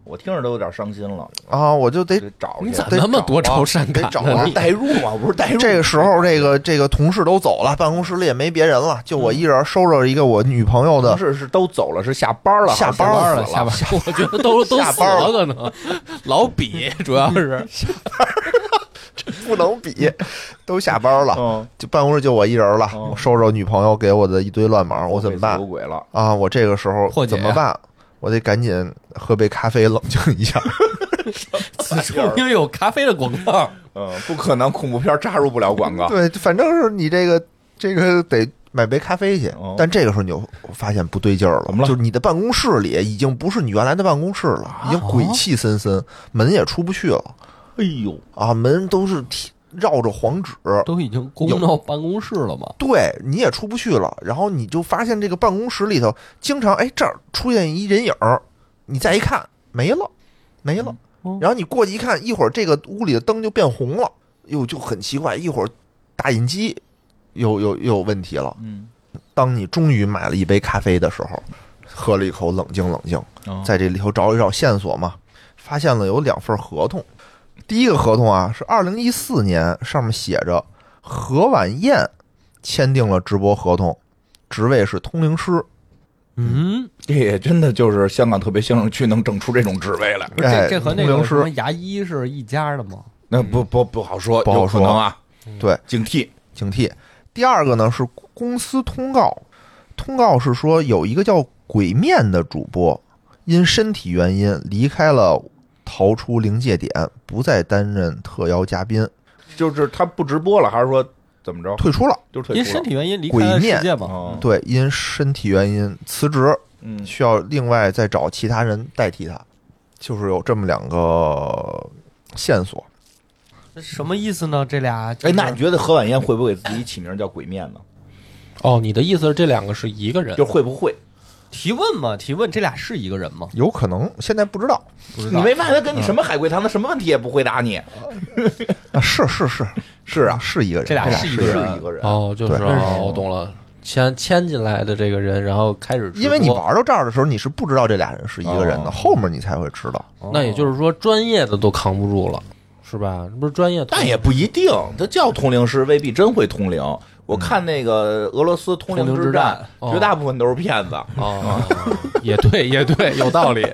D: 我听着都有点伤心了，
A: 啊，我就得
D: 得找
B: 你
D: 去。
B: 咋那么多愁善感
A: 得找
B: 呢
A: 啊？
B: 你
D: 代入嘛，我不是代入。
A: 这个时候，这个这个同事都走了，办公室里也没别人了，就我一人收拾一个我女朋友
D: 同
A: 的。
D: 事是都走了，是下班了，
A: 下班
E: 班
A: 了
E: 了，下班
B: 我觉得 *laughs* 都都
A: 下
B: 死
A: 班了
B: 了，可能老比主要是
A: 不能比， *laughs* 都下班了，
D: 嗯，
A: 就办公室就我一人了，
D: 哦
A: 我收拾我女朋友给我的一堆乱码，我怎么办
D: 有鬼了，
A: 啊？我这个时候
E: 破解
A: 怎
E: 呀
A: 么办？我得赶紧喝杯咖啡冷静一
D: *laughs*
A: 下。
E: 此处应有咖啡的广告，
D: 嗯，不可能，恐怖片插入不了广
A: *laughs*
D: 告。
A: 对，反正是你这个这个得买杯咖啡去
D: 哦。
A: 但这个时候你就发现不对劲儿了，
D: 怎么了啊
A: 就是你的办公室里已经不是你原来的办公室了，已经鬼气森森，门也出不去了。
D: 哎呦，
A: 啊，门都是贴绕着黄纸，
E: 都已经攻到办公室了嘛？
A: 对，你也出不去了。然后你就发现这个办公室里头经常哎这儿出现一人影儿，你再一看没了，没了。然后你过去一看，一会儿这个屋里的灯就变红了，哟就很奇怪。一会儿打印机又又又有问题了。
D: 嗯，
A: 当你终于买了一杯咖啡的时候，喝了一口，冷静冷静。
D: 嗯
A: 在这里头找一找线索嘛，发现了有两份合同。第一个合同啊是二零一四年，上面写着何婉燕签订了直播合同，职位是通灵师。
E: 嗯，
D: 这也真的就是香港特别行政区能整出这种职位来，
E: 不是这
A: 哎
E: 这和那
A: 通
E: 个
A: 灵
E: 什
A: 师
E: 么牙医是一家的吗？
D: 那不不不好说，
A: 嗯不好
D: 有可能啊，
A: 对，
D: 警惕。
A: 警惕。第二个呢是公司通告，通告是说有一个叫鬼面的主播因身体原因离开了，逃出临界点，不再担任特邀嘉宾，
D: 就是他不直播了，还是说怎么着？
A: 退出了。
D: 就是退
E: 因
D: 出
E: 身
D: 了。
E: 体原因离开了世界
B: 啊
E: 嘛？
D: 哦，
A: 对，因身体原因辞职。
D: 嗯，
A: 需要另外再找其他人代替他，就是有这么两个线索。
E: 什么意思呢？这俩
D: 哎，那你觉得何婉燕会不会给自己起名叫鬼面
A: 嗯
D: 呢？
B: 哦，你的意思是这两个是一个人？
D: 就是会不会？
E: 提问嘛？提问这俩是一个人吗？
A: 有可能现在不知道
E: 不知
D: 你
B: 嗯
E: 道。
D: 没发现他跟你什么海龟汤，他什么问题也不回答你？
A: 啊，是是是
D: 是啊，
A: *laughs* 是一个人，
E: 这俩
A: 是
E: 是
D: 一
E: 一个人
D: 一个人。
B: 哦，就是
A: 对
B: 哦，我懂了，签签进来的这个人，然后开始直播，
A: 因为你玩到这儿的时候，你是不知道这俩人是一个人的，
D: 哦
A: 后面你才会知道。
E: 哦
B: 那也就是说专业的都扛不住了，是吧？不是专业，哦
D: 但也不一定，他叫通灵师未必真会通灵。我看那个俄罗斯通灵
E: 通灵
D: 战
E: 之战，
B: 哦
D: 绝大部分都是骗子。
B: 哦，也对，也对，有道理，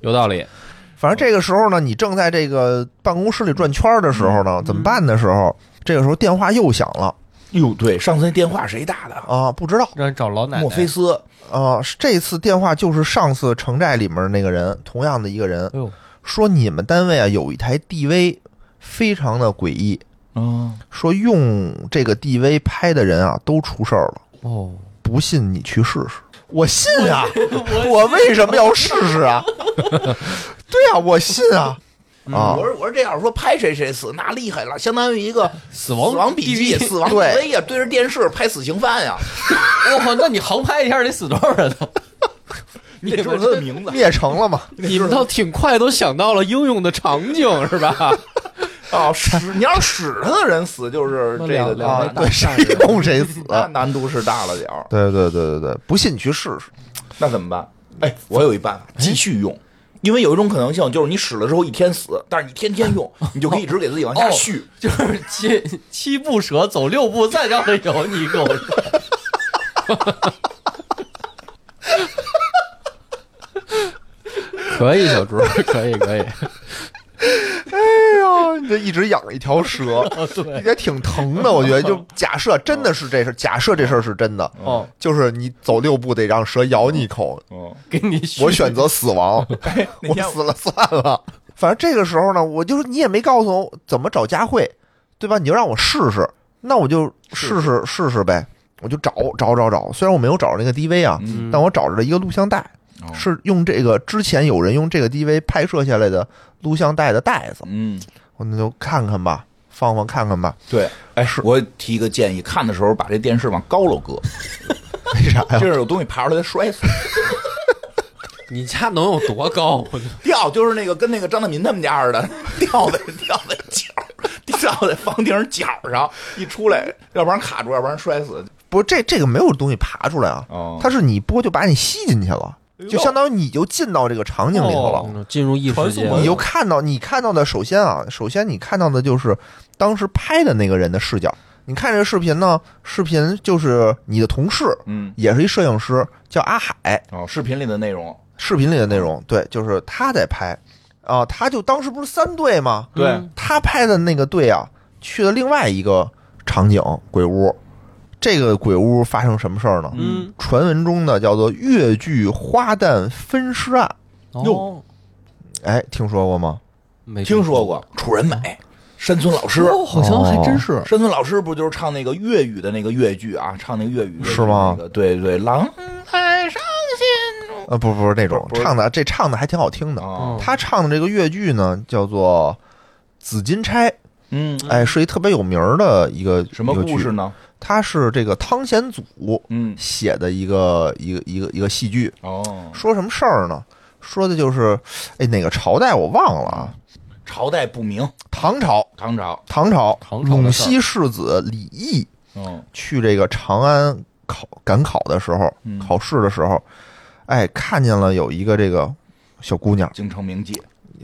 B: 有道理。
A: 反正这个时候呢，你正在这个办公室里转圈儿的时候呢，怎么办的时候，这个时候电话又响了
D: 哟，对，上次那电话谁打的？
A: 啊，不知道
E: *laughs* 让人找老奶奶。
D: 墨菲斯。
A: 啊，是这次电话就是上次城寨里面那个人，同样的一个人
E: 哎呦，
A: 说你们单位啊有一台 DV，非常的诡异，
D: 嗯，
A: 说用这个 DV 拍的人啊都出事儿了，
E: 哦，
A: 不信你去试试。我信啊， *laughs* 我为什么要试试 *laughs* 啊？对啊，我信啊。啊
D: 嗯我，说我说这要说拍谁谁死，那厉害了，相当于一个
E: 死亡
D: 死亡笔记、
E: DV
D: 死亡 DV 呀，对着电视拍死刑犯呀，
E: 我靠！那你航拍一下得死多少人啊呢？
D: 你得知道他的
A: *laughs*
D: 名字。
A: 灭城了嘛？
B: 你 *laughs* 们倒挺快，都想到了应用的场景是吧？
D: 哦，使 *laughs* 你要使他的人死，就是这个
B: 那
A: 啊
B: 两，
A: 对，谁 *laughs* 动谁死。啊
D: 那难度是大了点儿，
A: 对对对对对，不信你去试试。
D: 那怎么办？哎，我有一办法，继续用。因为有一种可能性，就是你使了之后一天死，但是你天天 *laughs* 用，你就可以一直给自己往下续。
E: 就是七七步蛇走六步再绕着走，你跟我说，可以，小猪，可以，可以。
A: 哎呦，你这一直养了一条蛇，
E: 哦
A: *laughs*
E: 对，
A: 也挺疼的。我觉得，就假设真的是这事，假设这事儿是真
E: 嗯
A: 的，
D: 哦，
A: 就是你走六步得让蛇咬你一口。
D: 嗯，
E: 给你
A: 我选择死亡，
D: *laughs* 那
A: 我
D: 天
A: 死了算了。反正这个时候呢，我就是你也没告诉我怎么找佳慧，对吧？你就让我试试，那我就试试试试呗。我就找找找找，虽然我没有找着那个 DV 啊，
D: 嗯
A: 但我找着了一个录像带，
D: 哦
A: 是用这个之前有人用这个 DV 拍摄下来的录像带的带子，
D: 嗯，
A: 我那就看看吧，放放看看吧。
D: 对，哎，我提一个建议，看的时候把这电视往高了搁， *laughs*
A: 为啥呀？
D: 这是有东西爬出来摔死。
B: 你家能有多高？我就
D: 吊就是那个跟那个张大民他们家似的， *laughs* 吊在吊在角儿，吊在房顶角上，一出来，要不然卡住，要不然摔死。
A: 不，这这个没有东西爬出来啊，
D: 哦
A: 它是你一拨就把你吸进去了，就相当于你就进到这个场景里头了。
B: 嗯进入异世界嗯
E: 传送
A: 你
E: 门
A: 就看到，你看到的，首先啊，首先你看到的就是当时拍的那个人的视角。你看这个视频呢，视频就是你的同事，
D: 嗯，
A: 也是一摄影师，叫阿海，
D: 哦，视频里的内容，
A: 视频里的内容，对，就是他在拍，啊、他就当时不是三队吗？
D: 对
B: 嗯
A: 他拍的那个队啊，去了另外一个场景鬼屋，这个鬼屋发生什么事儿呢？
B: 嗯，
A: 传闻中的叫做越剧花旦分尸案，
E: 嗯
B: 哦，
A: 哎，听说过吗？
B: 没
D: 听说过楚人美、山村老师。
E: 哦，好像还真
B: 嗯
E: 是。
D: 山村老师不就是唱那个粤语的那个粤剧啊？唱那个粤语
A: 是吗？
D: 那个对对，狼爱上
A: 呃，不不是那种
D: 嗯不是
A: 唱的，这唱的还挺好听的。
D: 啊，
A: 他唱的这个越剧呢，叫做《紫金钗》，
D: 嗯，
A: 哎，是一特别有名儿的一个
D: 什么故？
A: 一个
D: 事
A: 剧
D: 呢？
A: 它是这个汤显祖
D: 嗯，
A: 写的一个一个一个一个戏剧，
D: 哦，
A: 说什么事儿呢？说的就是，哎，哪个朝代我忘了啊？
D: 朝代不明，
A: 唐朝，
D: 唐朝，
A: 唐朝，
E: 唐朝
A: 陇
E: 的事儿
A: 西世子李毅
D: 嗯
A: 去这个长安考赶考的时候
D: 嗯，
A: 考试的时候，哎，看见了有一个这个小姑娘，
D: 京城名妓，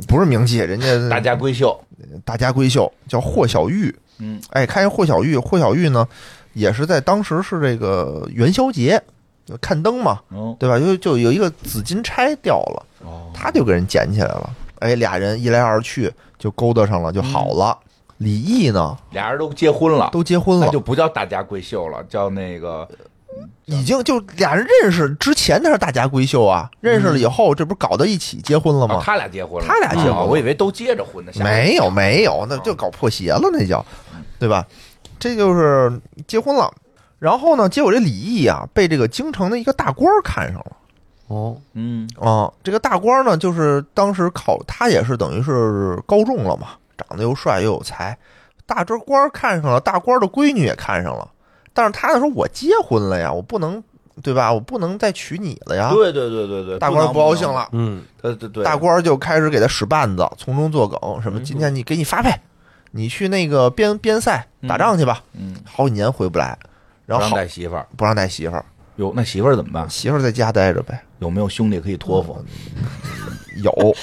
A: 不是名妓，人家
D: 大家闺秀，
A: 大家闺秀，叫霍小玉。
D: 嗯，
A: 哎，看见霍小玉，霍小玉呢，也是在当时是这个元宵节就看灯嘛，
D: 哦
A: 对吧？就就有一个紫金钗掉了，
D: 哦，
A: 他就给人捡起来了。哎，俩人一来二去就勾搭上了，就好了。李毅呢，
D: 俩人都结婚了，
A: 都结婚
D: 嗯那
A: 了
D: 就，不叫大家闺秀了，叫那个
A: 已经就俩人认识之前他是大家闺秀啊，认识了以后，这不是搞到一起结婚了
D: 哦
A: 吗？
D: 他俩结婚了，
A: 他俩结婚
D: 哦我以为都结着婚呢，吓我
A: 没有没有，那就搞破鞋了，那叫，对吧？这就是结婚了。然后呢，结果这李毅啊，被这个京城的一个大官儿看上了
B: 哦，
D: 嗯
A: 啊、这个大官儿呢，就是当时考他也是等于是高中了嘛，长得又帅又有才，大这官儿看上了，大官儿的闺女也看上了。但是他说：“我结婚了呀，我不能，对吧？我不能再娶你了呀。
D: 对对对对对，”
A: 啊大官儿
D: 呃不
A: 不高兴了，
B: 嗯，
D: 能，对对嗯对，
A: 大官儿就开始给他使绊子，从中作梗，什么今天你给你发配，你去那个边边塞打仗去吧，
D: 嗯，
A: 好几年回不来，然
D: 不
A: 后
D: 让
A: 好
D: 带媳妇儿，
A: 不让带媳妇儿，
D: 哟，那媳妇儿怎么办？
A: 媳妇儿在家待着呗。
D: 有没有兄弟可以托
A: 嗯
D: 付？
A: 有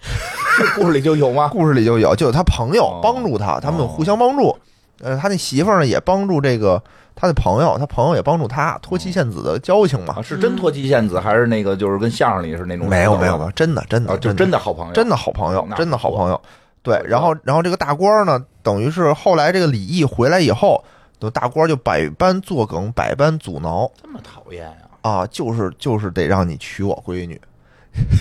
D: *laughs* 故事里就有吗？
A: 故事里就有，就有他朋友
D: 哦
A: 帮助他，他们有
D: 哦
A: 互相帮助。呃，他那媳妇儿呢也帮助这个他的朋友，他朋友也帮助他，托
D: 哦
A: 妻献子的交情
D: 啊，
A: 嘛。
D: 是真托妻献子，还是那个就是跟相声里是那种？
A: 没有没有没有，真的真
D: 啊，
A: 的
D: 就
A: 的
D: 真的好朋友，
A: 真的好朋友
D: 那，
A: 真的好
D: 不错
A: 朋友。对，然后然后这个大官儿呢，等于是后来这个李毅回来以后，就大官儿就百般作梗，百般阻挠
D: 这么讨厌呀？
A: 啊，就是就是得让你娶我闺女。 *laughs*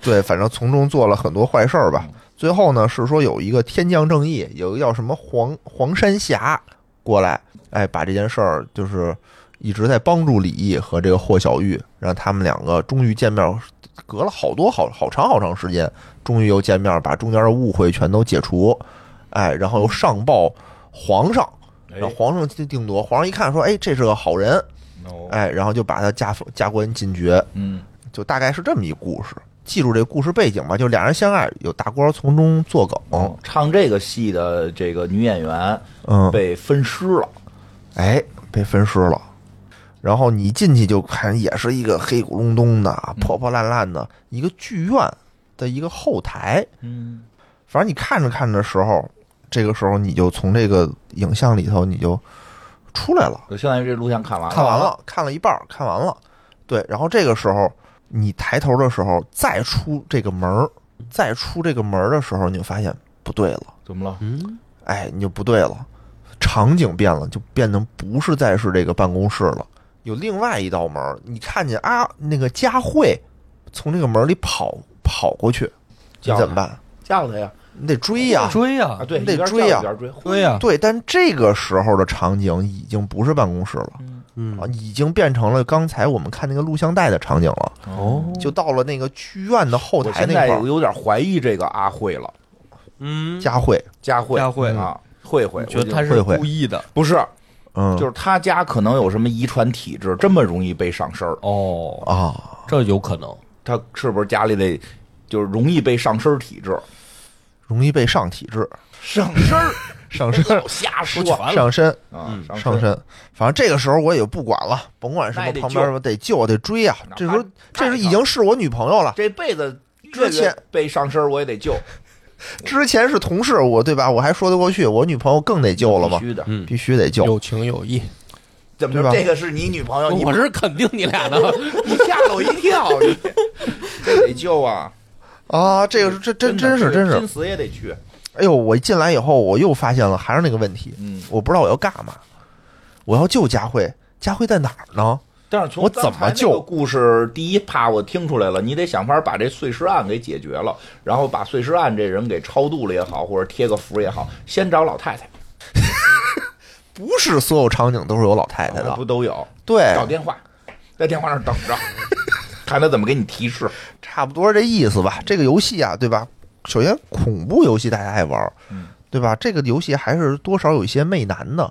A: 对，反正从中做了很多坏事儿吧。最后呢，是说有一个天降正义，有一个叫什么黄黄山侠过来，哎，把这件事儿就是一直在帮助李毅和这个霍小玉，让他们两个终于见面，隔了好多好好长好长时间，终于又见面，把中间的误会全都解除，哎，然后又上报皇上，
D: 哎
A: 让皇上定定夺。皇上一看说，哎，这是个好人，
D: 哦
A: 哎，然后就把他加封加官进爵，
D: 嗯
A: 就大概是这么一故事。记住这故事背景吧，就俩人相爱，有大官从中作梗，，
D: 唱这个戏的这个女演员
A: 哦嗯，
D: 被分尸了，
A: 哎，被分尸了。然后你进去就看，也是一个黑咕隆咚
D: 嗯
A: 的、啊破破烂烂的一个剧院的一个后台。
D: 嗯，
A: 反正你看着看着的时候，这个时候你就从这个影像里头你就出来了。
D: 就相当于这录像看完了，
A: 看完了，看了一半儿，看完了。对，然后这个时候你抬头的时候，再出这个门儿，再出这个门儿的时候，你就发现不对了，
D: 怎么了？
B: 嗯，
A: 哎，你就不对了，场景变了，就变成不是再是这个办公室了，有另外一道门儿，你看见啊，那个佳慧从这个门里跑跑过去，你
D: 叫
A: 怎么办？
D: 叫他呀！
A: 你得追呀、
E: 追呀、
D: 啊，对，
A: 你得
D: 一边
A: 追呀
D: 叫一边追，
E: 追呀、
A: 对，但这个时候的场景已经不是办公室了
B: 嗯
A: 啊，已经变成了刚才我们看那个录像带的场景了，
B: 嗯
D: 哦，
A: 就到了那个剧院的后
D: 我
A: 台
D: 现
A: 那
D: 在
A: 块儿。
D: 有点怀疑这个阿慧了，
E: 嗯，
A: 佳慧，
D: 佳慧，
E: 佳慧嗯
D: 啊，慧慧，
E: 觉
D: 我
E: 得他
A: 会
E: 是
A: 会
E: 故意的
D: 不是，
A: 嗯，
D: 就是他家可能有什么遗传体质，这么容易被上身儿，
E: 哦，
A: 啊，
E: 这有可能。
D: 他是不是家里得就是容易被上身儿体质？
A: 容易被上体质，
D: *laughs* 上身儿，
A: 上身，
D: 老瞎说
A: 上身，
D: 啊，
A: 嗯上
D: 身，
A: 身。反正这个时候我也不管了，甭管什
D: 那
A: 么
D: 也得
A: 旁边什么得救得追啊
D: 哪。怕
A: 这时候
D: 太
A: 这时候已经是我女朋友了，
D: 这辈子
A: 之前
D: 这个被上身儿我也得救，
A: 之前是同事，我对吧？我还说得过去，我女朋友更得救了吧
D: 必？须的，
B: 嗯，
A: 必须得救。
B: 有情有义，
D: 怎么
A: 对
D: 着？
A: 吧
D: 这个是你女朋友，啊你
B: 我是肯定你俩的。
D: 你吓了我一跳，
A: *laughs*
D: 你这得救啊！
A: 啊，这个是这真
D: 真
A: 真是
D: 真
A: 真是
D: 拼，死也得去。
A: 哎呦！我进来以后，我又发现了还是那个问题，
D: 嗯，
A: 我不知道我要干嘛，我要救佳慧，佳慧在哪儿呢？
D: 但是从
A: 我怎么
D: 刚才那
A: 救
D: 个故事第一趴我听出来了，你得想法把这碎尸案给解决了，然后把碎尸案这人给超度了也好，或者贴个符也好，先找老太太，
A: 不是所有场景都是有老太太的，
D: 哦不都有？
A: 对，
D: 找电话，在电话那儿等
A: *laughs*
D: 着，看他怎么给你提示。
A: 差不多这意思
D: 嗯
A: 吧。这个游戏啊，对吧？首先，恐怖游戏大家爱玩儿
D: 嗯，
A: 对吧？这个游戏还是多少有一些媚男的。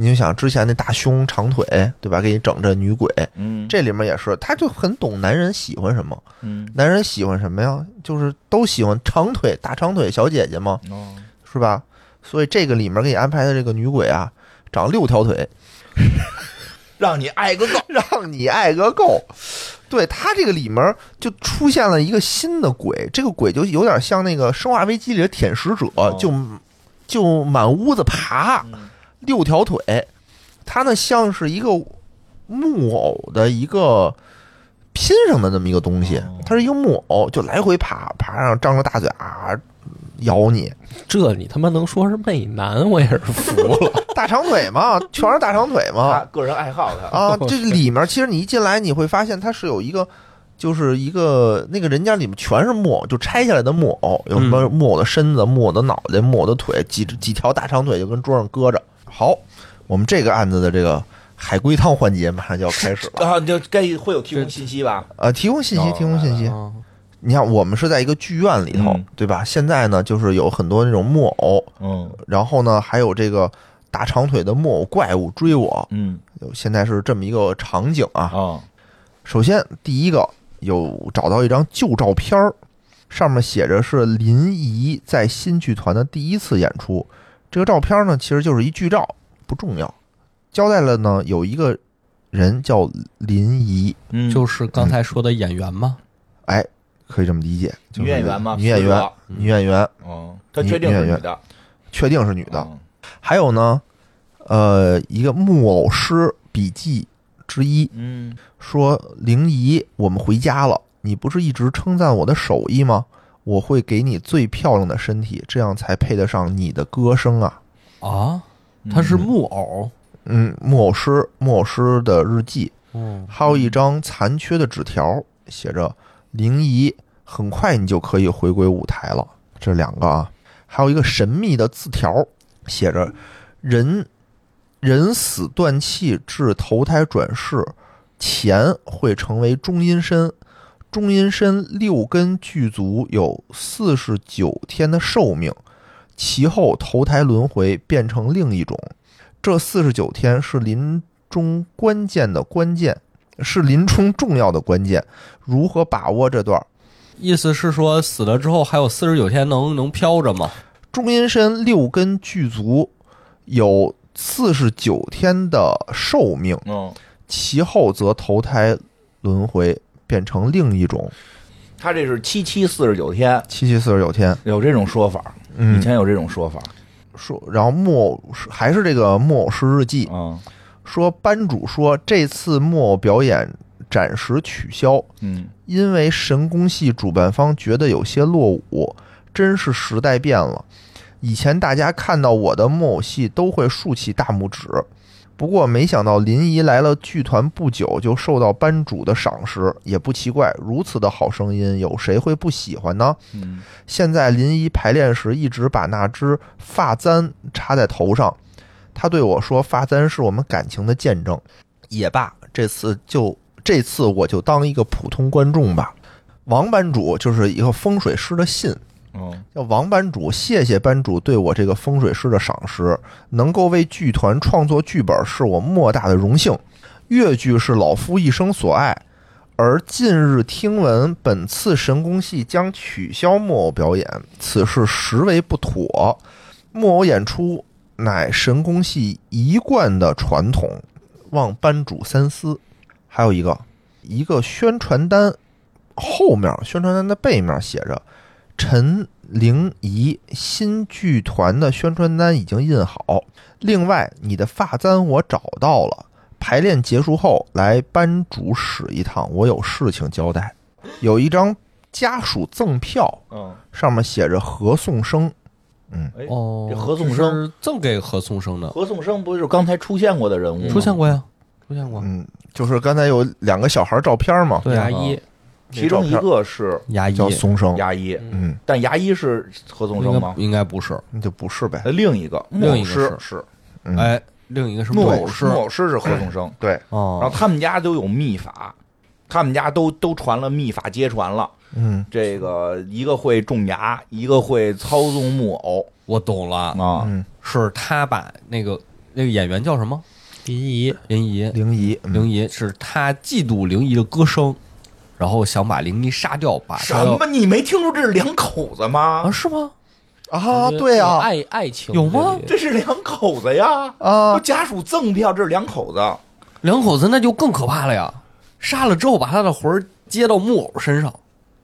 A: 你就想之前那大胸长腿，对吧？给你整这女鬼，
D: 嗯
A: 这里面也是，他就很懂男人喜欢什么。
D: 嗯
A: 男人喜欢什么呀？就是都喜欢长腿大长腿小姐姐嘛，
D: 哦，
A: 是吧？所以这个里面给你安排的这个女鬼啊，长六条腿，
D: 让你爱个够。
A: 让你爱个够。对他这个里面就出现了一个新的鬼，这个鬼就有点像那个《生化危机》里的舔食者，就就满屋子爬，六条腿。他呢像是一个木偶的一个拼上的那么一个东西，他是一个木偶，就来回爬，爬上张着大嘴啊咬你，
B: 这你他妈能说是媚男，我也是服了。
A: 大长腿嘛，全是大长腿嘛。
D: 他个人爱好他，
A: 啊，这里面其实你一进来，你会发现它是有一个，就是一个那个人家里面全是木偶，就拆下来的木偶，有什么木偶的身子、木偶的脑袋、木偶的腿，几几条大长腿就跟桌上搁着。好，我们这个案子的这个海龟汤环节马上就要开始了。
D: 啊，就该会有提供信息吧？
A: 呃，提供信息，
D: 哦
A: 提供信息。
B: 嗯
A: 你看，我们是在一个剧院里头
D: 嗯，
A: 对吧？现在呢，就是有很多那种木偶，
D: 嗯
A: 然后呢，还有这个大长腿的木偶怪物追我。
D: 嗯
A: 现在是这么一个场景啊。
D: 啊
A: 首先，第一个有找到一张旧照片儿，上面写着是林怡在新剧团的第一次演出。这个照片呢，其实就是一剧照，不重要。交代了呢，有一个人叫林怡，
D: 嗯
E: 就是刚才说的演员吗？
A: 哎，可以这么理解，就是
D: 女演员吗？
A: 女演
D: 是
A: 员
D: 吧，
A: 女演员，
D: 嗯，他确定是女的，嗯
A: 确定是女
D: 女
A: 的。还有呢，呃，一个木偶师笔记之一，
D: 嗯
A: 说：“灵姨，我们回家了。你不是一直称赞我的手艺吗？我会给你最漂亮的身体，这样才配得上你的歌声啊。
E: 啊，他是木偶。”
A: 嗯，木偶师，木偶师的日记，
E: 嗯，
A: 还有一张残缺的纸条，写着：“灵姨，很快你就可以回归舞台了。”这两个啊，还有一个神秘的字条，写着：“人，人死断气至投胎转世前会成为中阴身，中阴身六根具足，有四十九天的寿命，其后投胎轮回变成另一种。这四十九天是临中关键的关键，是临终重要的关键。如何把握这段儿？
E: 意思是说死了之后还有四十九天能能飘着吗？
A: 中阴身六根具足，有四十九天的寿命，
D: 嗯，
A: 其后则投胎轮回，变成另一种。
D: 他这是七七四十九天，
A: 七七四十九天，
D: 有这种说法，以
A: 嗯，
D: 前有这种说法，
A: 说，然后木偶是还是这个木偶师日记，
D: 嗯
A: 说班主说这次木偶表演暂时取消，
D: 嗯
A: 因为神功戏主办方觉得有些落伍，真是时代变了。以前大家看到我的木偶戏都会竖起大拇指，不过没想到临沂来了剧团不久就受到班主的赏识，也不奇怪。如此的好声音，有谁会不喜欢呢？
D: 嗯，
A: 现在临沂排练时一直把那只发簪插在头上。他对我说：“发簪是我们感情的见证。”也罢，这次就这次我就当一个普通观众吧。王班主就是一个风水师的信，
D: 嗯
A: 叫王班主，谢谢班主对我这个风水师的赏识，能够为剧团创作剧本是我莫大的荣幸。越剧是老夫一生所爱，而近日听闻本次神功戏将取消木偶表演，此事实为不妥。木偶演出乃神功戏一贯的传统，望班主三思。还有一个，一个宣传单后面，宣传单的背面写着。陈玲仪新剧团的宣传单已经印好。另外，你的发簪我找到了，排练结束后来班主室一趟，我有事情交代。有一张家属赠票，
D: 嗯，
A: 上面写着何颂生。
D: 哎，
E: 哦
D: 这何颂生
E: 是赠给何颂生的，
D: 何颂生不是刚才出现过的人物吗？
E: 出现过呀，出现过。
A: 嗯，就是刚才有两个小孩照片嘛，
E: 对啊
B: 牙，医
D: 其中一个是
E: 牙医
A: 叫松生。
D: 牙医，
A: 嗯，
D: 但牙医是何颂生
E: 应该
D: 吗？
E: 应该不是。
A: 那就不是呗。
D: 呃另一个木
E: 另一
D: 偶
E: 个
D: 师
E: 是
D: 是
A: 嗯
E: 哎，另一个是
D: 木
E: 偶
D: 偶
E: 师
D: 木偶师是何颂生，
A: 对，
E: 哦，
B: 啊
D: 然后他们家都有秘法，他们家都都传了秘法，接传了。
A: 嗯，
D: 这个一个会种牙，一个会操纵木偶
E: 我懂了，
D: 啊，
A: 嗯
E: 是他把那个那个演员叫什么？
B: 临沂
E: 林怡，
A: 灵仪，嗯
E: 林怡是他嫉妒林怡的歌声，然后想把林怡杀掉，把
D: 什
E: 他要
D: 么？你没听出这是两口子
E: 啊？
D: 吗？
E: 是吗？
A: 啊，
B: 我觉得
A: 对啊，
B: 爱爱情
E: 有吗
B: 这里
D: 这是两口子呀！
A: 啊，
D: 家属赠票，这是两口子。
E: 两口子那就更可怕了呀！杀了之后，把他的魂儿接到木偶身上，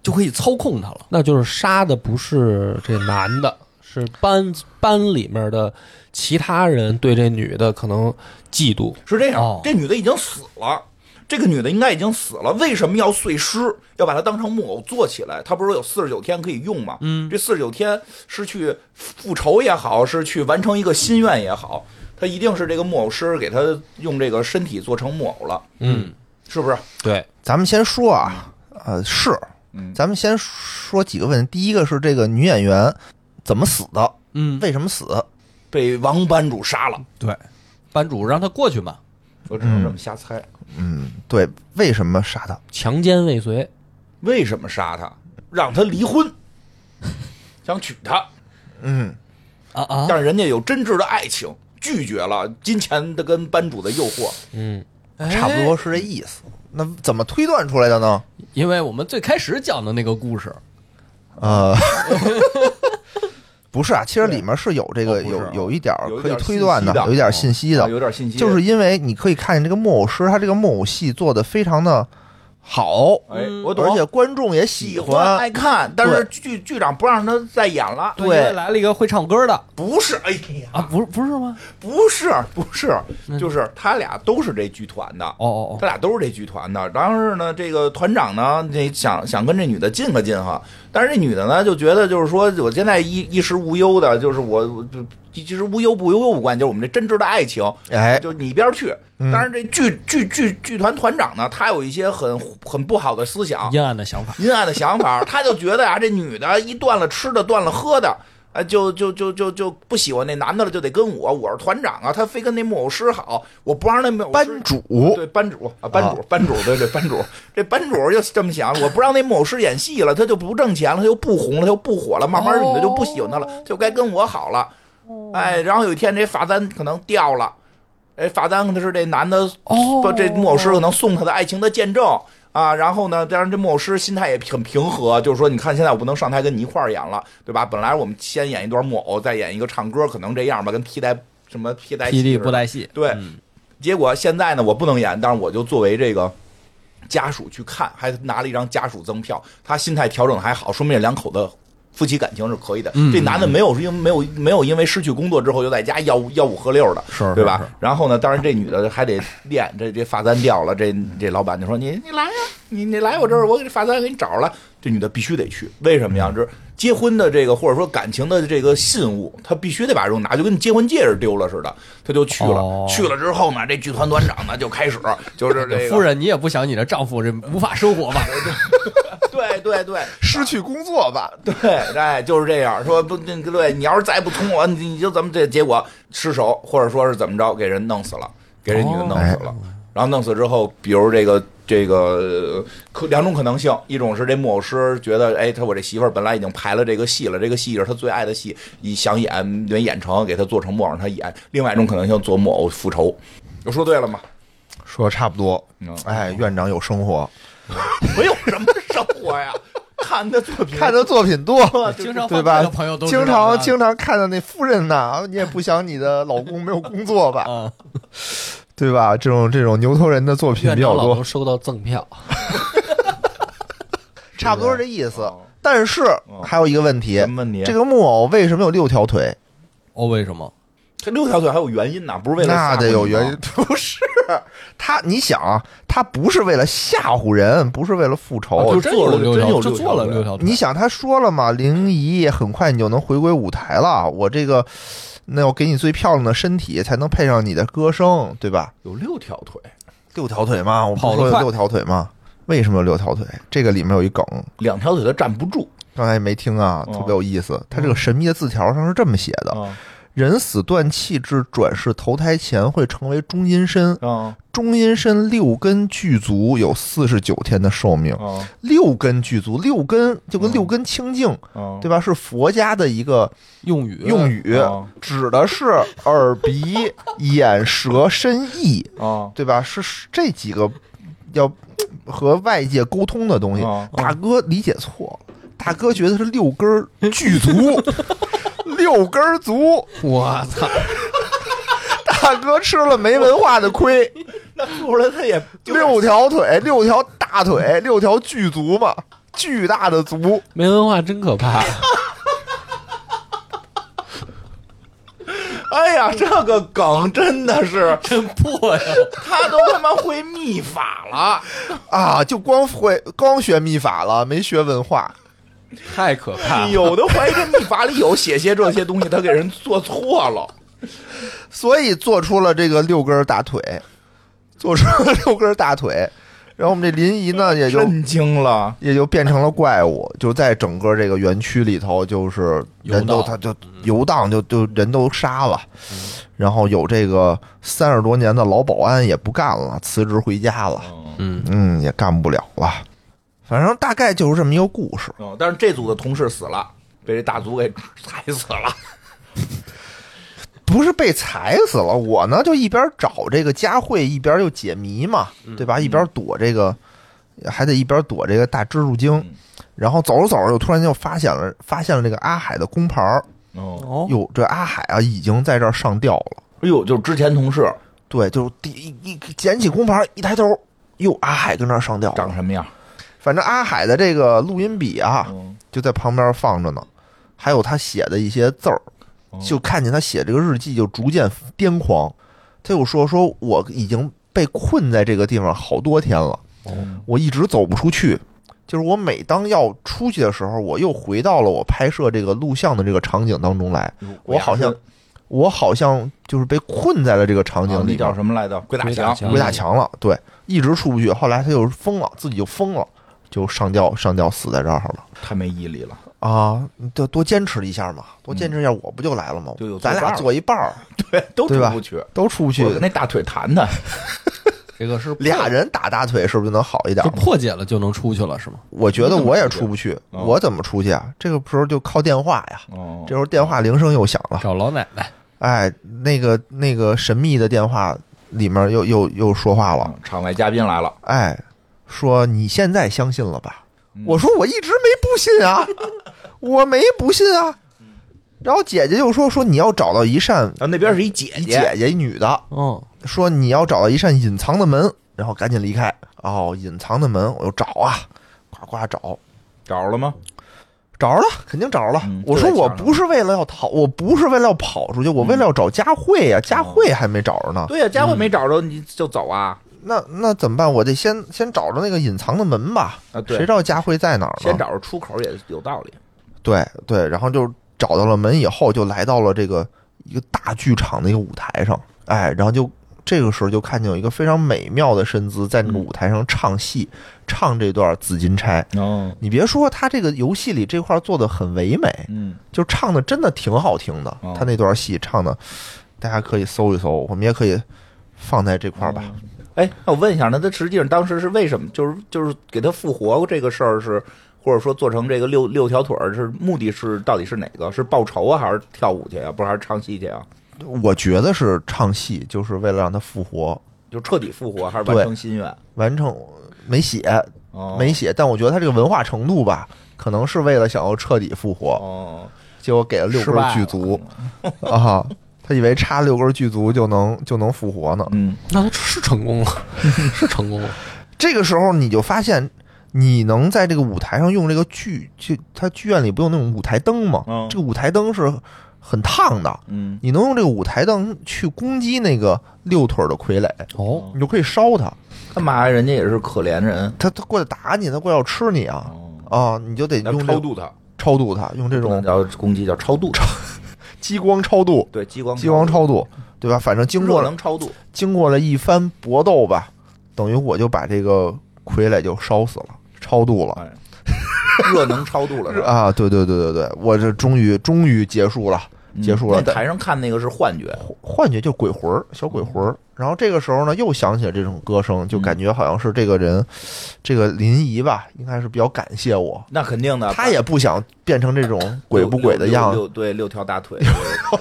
E: 就可以操控他了。
B: 那就是杀的不是这男的，是班班里面的其他人对这女的可能嫉妒。
D: 是这样，
E: 哦
D: 这女的已经死了，这个女的应该已经死了，为什么要碎尸，要把她当成木偶做起来？她不是有四十九天可以用吗？嗯，这四十九天是去复仇也好，是去完成一个心愿也好，她一定是这个木偶师给她用这个身体做成木偶了，
B: 嗯，
D: 是不是？
B: 对，
A: 咱们先说啊，呃，是
D: 嗯，
A: 咱们先说几个问题。第一个是这个女演员怎么死的？
E: 嗯，
A: 为什么死？
D: 被王班主杀了，
E: 对，班主让他过去嘛。
D: 我只能这么瞎猜。
A: 嗯，对，为什么杀她？
B: 强奸未遂，
D: 为什么杀她？让她离婚，想娶她。
A: 嗯，
E: 啊啊！
D: 但是人家有真挚的爱情，拒绝了金钱的跟班主的诱惑。
B: 嗯，
A: 差不多是这意思。那怎么推断出来的呢？
E: 因为我们最开始讲的那个故事，
A: 呃， *laughs* 不是啊，其实里面是有这个
E: 哦不是啊
A: 有有一点儿
D: 有一
A: 可以
D: 点
A: 推断
D: 信息的
A: 有一点信息
D: 啊
A: 的，
D: 有点信息，
A: 就是因为你可以看见这个木偶师，他这个木偶戏做的非常的好，
D: 哎，
E: 嗯
D: 我懂，
A: 而且观众也喜
D: 喜欢爱看，但
A: 对
D: 是剧剧长不让他再演了。
A: 对
E: 因为来了一个会唱歌的
D: 不是，哎呀，
E: 啊，不是不是吗？
D: 不是，不是，
E: 嗯
D: 就是他俩都是这剧团的。
E: 哦哦
D: 他俩都是这剧团的，然后呢，这个团长呢，这想想跟这女的近个近哈，但是这女的呢就觉得就是说，我现在衣衣食无忧的，就是我我就其实无忧不忧无关，就是我们这真挚的爱情，
A: 哎，
D: 就你一边去。当然，这剧剧剧剧团团长呢，他有一些很很不好的思想
E: 哦，，阴暗的想法。
D: 阴暗的想法，他就觉得啊，这女的一断了吃的，断了喝的，啊，就就就就就不喜欢那男的了，就得跟我，我是团长啊，他非跟那木偶师好，我不让那木偶师
A: 班主
D: 对班主啊，班主，班主，对对，班主，这班主就这么想，我不让那木偶师演戏了，他就不挣钱了，他就不红了，他就不火了，慢慢女的就不喜欢他了，就该跟我好了。哎，然后有一天这罚单可能掉了，哎，罚单可是这男的，哦，这木偶师可能送他的爱情的见证啊。然后呢，当然这木偶师心态也很平和，就是说，你看现在我不能上台跟你一块儿演了，对吧？本来我们先演一段木偶，再演一个唱歌，可能这样吧，跟替代什么替代戏
E: 霹雳
D: 似的
E: 布袋戏，
D: 对，结果现在呢，我不能演，但是我就作为这个家属去看，还拿了一张家属赠票。他心态调整得还好，说明这两口子夫妻感情是可以的。
E: 嗯
D: 这男的没有因为没有没有因为失去工作之后就在家吆五吆五喝六的，
E: 是是
D: 对吧
E: 是？
D: 然后呢，当然这女的还得练，这这发簪掉了，这这老板就说你
E: 嗯
D: 你来呀、你你来我这儿，我给发簪给你找了。这女的必须得去，为什么呀？这结婚的这个或者说感情的这个信物，她必须得把这种拿，就跟你结婚戒指丢了似的，她就去了。
E: 哦
D: 去了之后呢，这剧团团长呢就开
E: *laughs*
D: 始就是这个
E: 夫人，你也不想你的丈夫这无法生活吧？
D: 对对对
A: 失去工作吧，
D: 对，哎，就是这样说不对，对你要是再不通我，你你就咱们这结果失手，或者说是怎么着，给人弄死了，给人女的弄死了，
E: 哦
D: 然后弄死之后，比如这个这个可两种可能性，一种是这木偶师觉得，哎，他我这媳妇儿本来已经排了这个戏了，这个戏是他最爱的戏，一想演没演成，给他做成木偶让他演，另外一种可能性做木偶复仇，我说对了吗？
A: 说的差不多
D: 嗯。
A: 哎，院长有生活，
D: 没有什么生活呀，看他作品，
A: 看的作品多， *laughs*
E: 经常
A: 对
E: 换
A: 吧
E: 的朋友都
A: 经
E: 知道啊
A: 常
E: 的
A: 经常看到那夫人呐，你也不想你的老公没有工作吧，
E: 啊，
A: 对吧？这种这种牛头人的作品
B: 院
A: 比
B: 长
A: 较
B: 老
A: 多
B: 能，收到赠票，
A: 差不多是这意思
D: 哦。
A: 但是还有一个问题
D: 什，么问题？
A: 这个木偶为什么有六条腿？
E: 哦，为什么？
D: 这六条腿还有原因呢，不是为了
A: 那
D: 吓唬
A: 得
D: 你
A: 有
D: 吗
A: 原因， *laughs* 不是他？你想啊，他不是为了吓唬人，不是为了复
E: 啊
A: 仇
E: 就。
D: 真
E: 做
D: 有
E: 了六
D: 真有
E: 条，
D: 六
E: 就做
D: 条
E: 了
D: 腿
E: 六条腿。
A: 你想，他说了嘛，林怡很快你就能回归舞台了。我这个，那我给你最漂亮的身体，才能配上你的歌声，对吧？
D: 有六条腿，
A: 六条腿嘛，我不
E: 跑
A: 是
E: 得
A: 说有
E: 快
A: 六条腿吗？为什么有六条腿？这个里面有一梗，
D: 两条腿它站不住
A: 刚才没听啊，
D: 哦
A: 特别有意
E: 嗯
A: 思。它这个神秘的字条上是这么写
E: 哦
A: 的：
D: 啊
A: 人死断气至转世投胎前会成为中阴身，
D: 啊
A: 中阴身六根具足，有四十九天的寿命。
D: 啊
A: 六根具足，六根就
E: 哦
A: 跟六根清净，
D: 啊
A: 对吧？是佛家的一个
E: 用语
A: 用语，
B: 嗯
D: 哦
A: 指的是耳、鼻、眼、舌、身、意， *laughs*
D: 啊
A: 对吧？是是这几个要和外界沟通的东西。
B: 嗯
D: 哦
A: 大哥理解错了，大哥觉得是六根儿具
B: *laughs*
A: 足，六根儿足。
B: 我操！
A: 大哥吃了没文化的
B: *laughs*
A: 亏，
D: 那出来它也
A: 六条腿，六条大腿，六条巨足嘛，巨大的足。
B: 没文化真可怕。
D: 哎呀，这个梗真
A: *laughs*
D: 的是
E: 真破呀！
D: 他都他妈会秘法了，
A: *laughs* 啊，就光会光学秘法了，没学文化。
B: 太可怕了！
D: 有的怀疑这秘法里有写些这些东西，他给人做错了。
A: 所以做出了这个六根大腿，做出了六根大腿，然后我们这临沂呢也就
D: 震惊了，
A: 也就变成了怪物，就在整个这个园区里头，就是人都
E: 游荡嗯
A: 他就游荡，就就人都杀了，然后有这个三十多年的老保安也不干了，辞职回家了，
E: 哦
B: 嗯，
A: 嗯，也干不了了，反正大概就是这么一个故事。
D: 嗯，但是这组的同事死了，被这大族给踩死了。
A: 不是被踩死了，我呢就一边找这个佳慧，一边又解谜嘛，
D: 嗯
A: 对吧？一边躲这个，还得一边躲这个大蜘蛛精
D: 嗯。
A: 然后走着走着，又突然就发现了发现了这个阿海的工牌儿，
D: 哦，
E: 哦，
A: 哟，这阿海啊已经在这儿上吊了。
D: 哎呦，就是之前同事
A: 对，就是第一一捡起工牌儿，一抬头，哟，阿海跟那儿上吊
D: 长
A: 了。
D: 什么样？
A: 反正阿海的这个录音笔啊，
D: 嗯
A: 就在旁边放着呢，还有他写的一些字儿，就看见他写这个日记就逐渐癫狂。他又说：“说我已经被困在这个地方好多天了，我一直走不出去。就是我每当要出去的时候，我又回到了我拍摄这个录像的这个场景当中来。我好像，我好像就是被困在了这个场
D: 啊
A: 景
D: 那
A: 里边
D: 叫什么来着？鬼打
B: 鬼打
D: 墙，
B: 墙
A: 鬼打墙了。对，一直出不去。后来他就疯了，自己就疯了，就上吊，上吊死在这儿了。”
D: 太没毅力了。
A: 啊，你就多坚持一下嘛，多坚持一下，我不就来了吗？
D: 就有
A: 咱
D: 作伴
A: 俩
D: 儿
A: 坐一半儿，
D: 对， *laughs* 都
A: 对
D: 出
A: 吧
D: 不去。
A: 都出不去
D: 我，跟那大腿谈谈，
E: 这个是破
A: 俩人打大腿是不是就能好一点
E: 就
A: 儿？
E: 破解了就能出去了是吗？
A: 我觉得我也出不去，
D: 嗯
A: 我怎么出去啊？这个时候就靠电话呀，
D: 哦
A: 这时候电话铃声又响了，
E: 找老奶奶，候
A: 哎，那个那个神秘的电话里面又又又说话了，
D: 啊场外嘉宾来了，
A: 哎，说你现在相信了吧？
D: 嗯
A: 我说我一直没不信
D: *laughs*
A: 啊，我没不信啊。
D: 嗯
A: 然后姐姐就说说你要找到一扇
D: 然后啊那边是一哎姐
A: 一姐姐一女的，
E: 嗯，
A: 说你要找到一扇隐藏的门，然后赶紧离开。哦，隐藏的门，我又找啊，呱呱找，
D: 找着了吗？
A: 找着了，肯定找着了。
D: 嗯
A: 我
D: 就
A: 说
D: 在
A: 我
D: 墙上
A: 不是为了要逃，我不是为了要跑出去，我为了要找佳慧
D: 哦
A: 呀、佳慧还没找着呢。
D: 对呀、佳慧没找着你就走啊
A: 那那怎么办？我得先先找着那个隐藏的门吧。谁
D: 啊！对，
A: 知道佳慧在哪儿呢？
D: 先找着出口也有道理。
A: 对对，然后就找到了门以后，就来到了这个一个大剧场的一个舞台上，哎，然后就这个时候就看见有一个非常美妙的身姿在那个
D: 嗯
A: 舞台上唱戏，唱这段《紫金钗》。
D: 哦，
A: 你别说，他这个游戏里这块做的很唯美，
D: 嗯，
A: 就唱的真的挺好听的
D: 哦。
A: 他那段戏唱的，大家可以搜一搜，我们也可以放在这块儿吧。
D: 哎，那我问一下，那他实际上当时是为什么？就是就是给他复活这个事儿是，或者说做成这个六六条腿儿是目的是到底是哪个？是报仇啊，还是跳舞去啊？不是还是唱戏去啊？
A: 我觉得是唱戏，就是为了让他复活，
D: 就彻底复活还是完
A: 对
D: 成心愿？
A: 完成没写
D: 哦，
A: 没写，但我觉得他这个文化程度吧，可能是为了想要彻底复活，
D: 哦，
A: 结果给了六
D: 失
A: 根
D: 败了嗯
A: 巨足 *laughs* 啊。他以为插六根巨足就能就能复活呢。
D: 嗯，
B: 那他是成功了，是成功了。
A: 这个时候你就发现，你能在这个舞台上用这个剧，就它剧院里不有那种舞台灯吗？
D: 嗯
A: 这个舞台灯是很烫的，
D: 嗯，
A: 你能用这个舞台灯去攻击那个六腿儿的傀儡，
B: 哦，
A: 你就可以烧它，
D: 干嘛呀？人家也是可怜人。
A: 它它过来打你，它过来要吃你啊
D: 哦，
A: 啊！你就得
D: 要
A: 用这
D: 超度嗯他，
A: 超度它，用这
D: 不
A: 种
D: 能叫攻击，叫超度。
A: 激光超度、
D: 对，激光
A: 激光超度，对吧？反正经过
D: 热
A: 了
D: 能超度。
A: 经过了一番搏斗吧，等于我就把这个傀儡就烧死了，超度了。
D: 哎，热能超度了是吧，
A: 啊，对对对对对，我这终于终于结束了，结束了。
D: 嗯那
A: 但
D: 台上看那个是幻觉，
A: 幻觉就鬼魂儿，小鬼魂儿。然后这个时候呢，又想起了这种歌声，就
D: 嗯
A: 感觉好像是这个人，这个林姨吧，应该是比较感谢我。
D: 那肯定的。
A: 她也不想变成这种鬼不鬼的样
D: 啊六
A: 子，
D: 六对，六条
A: *laughs*
D: 大腿。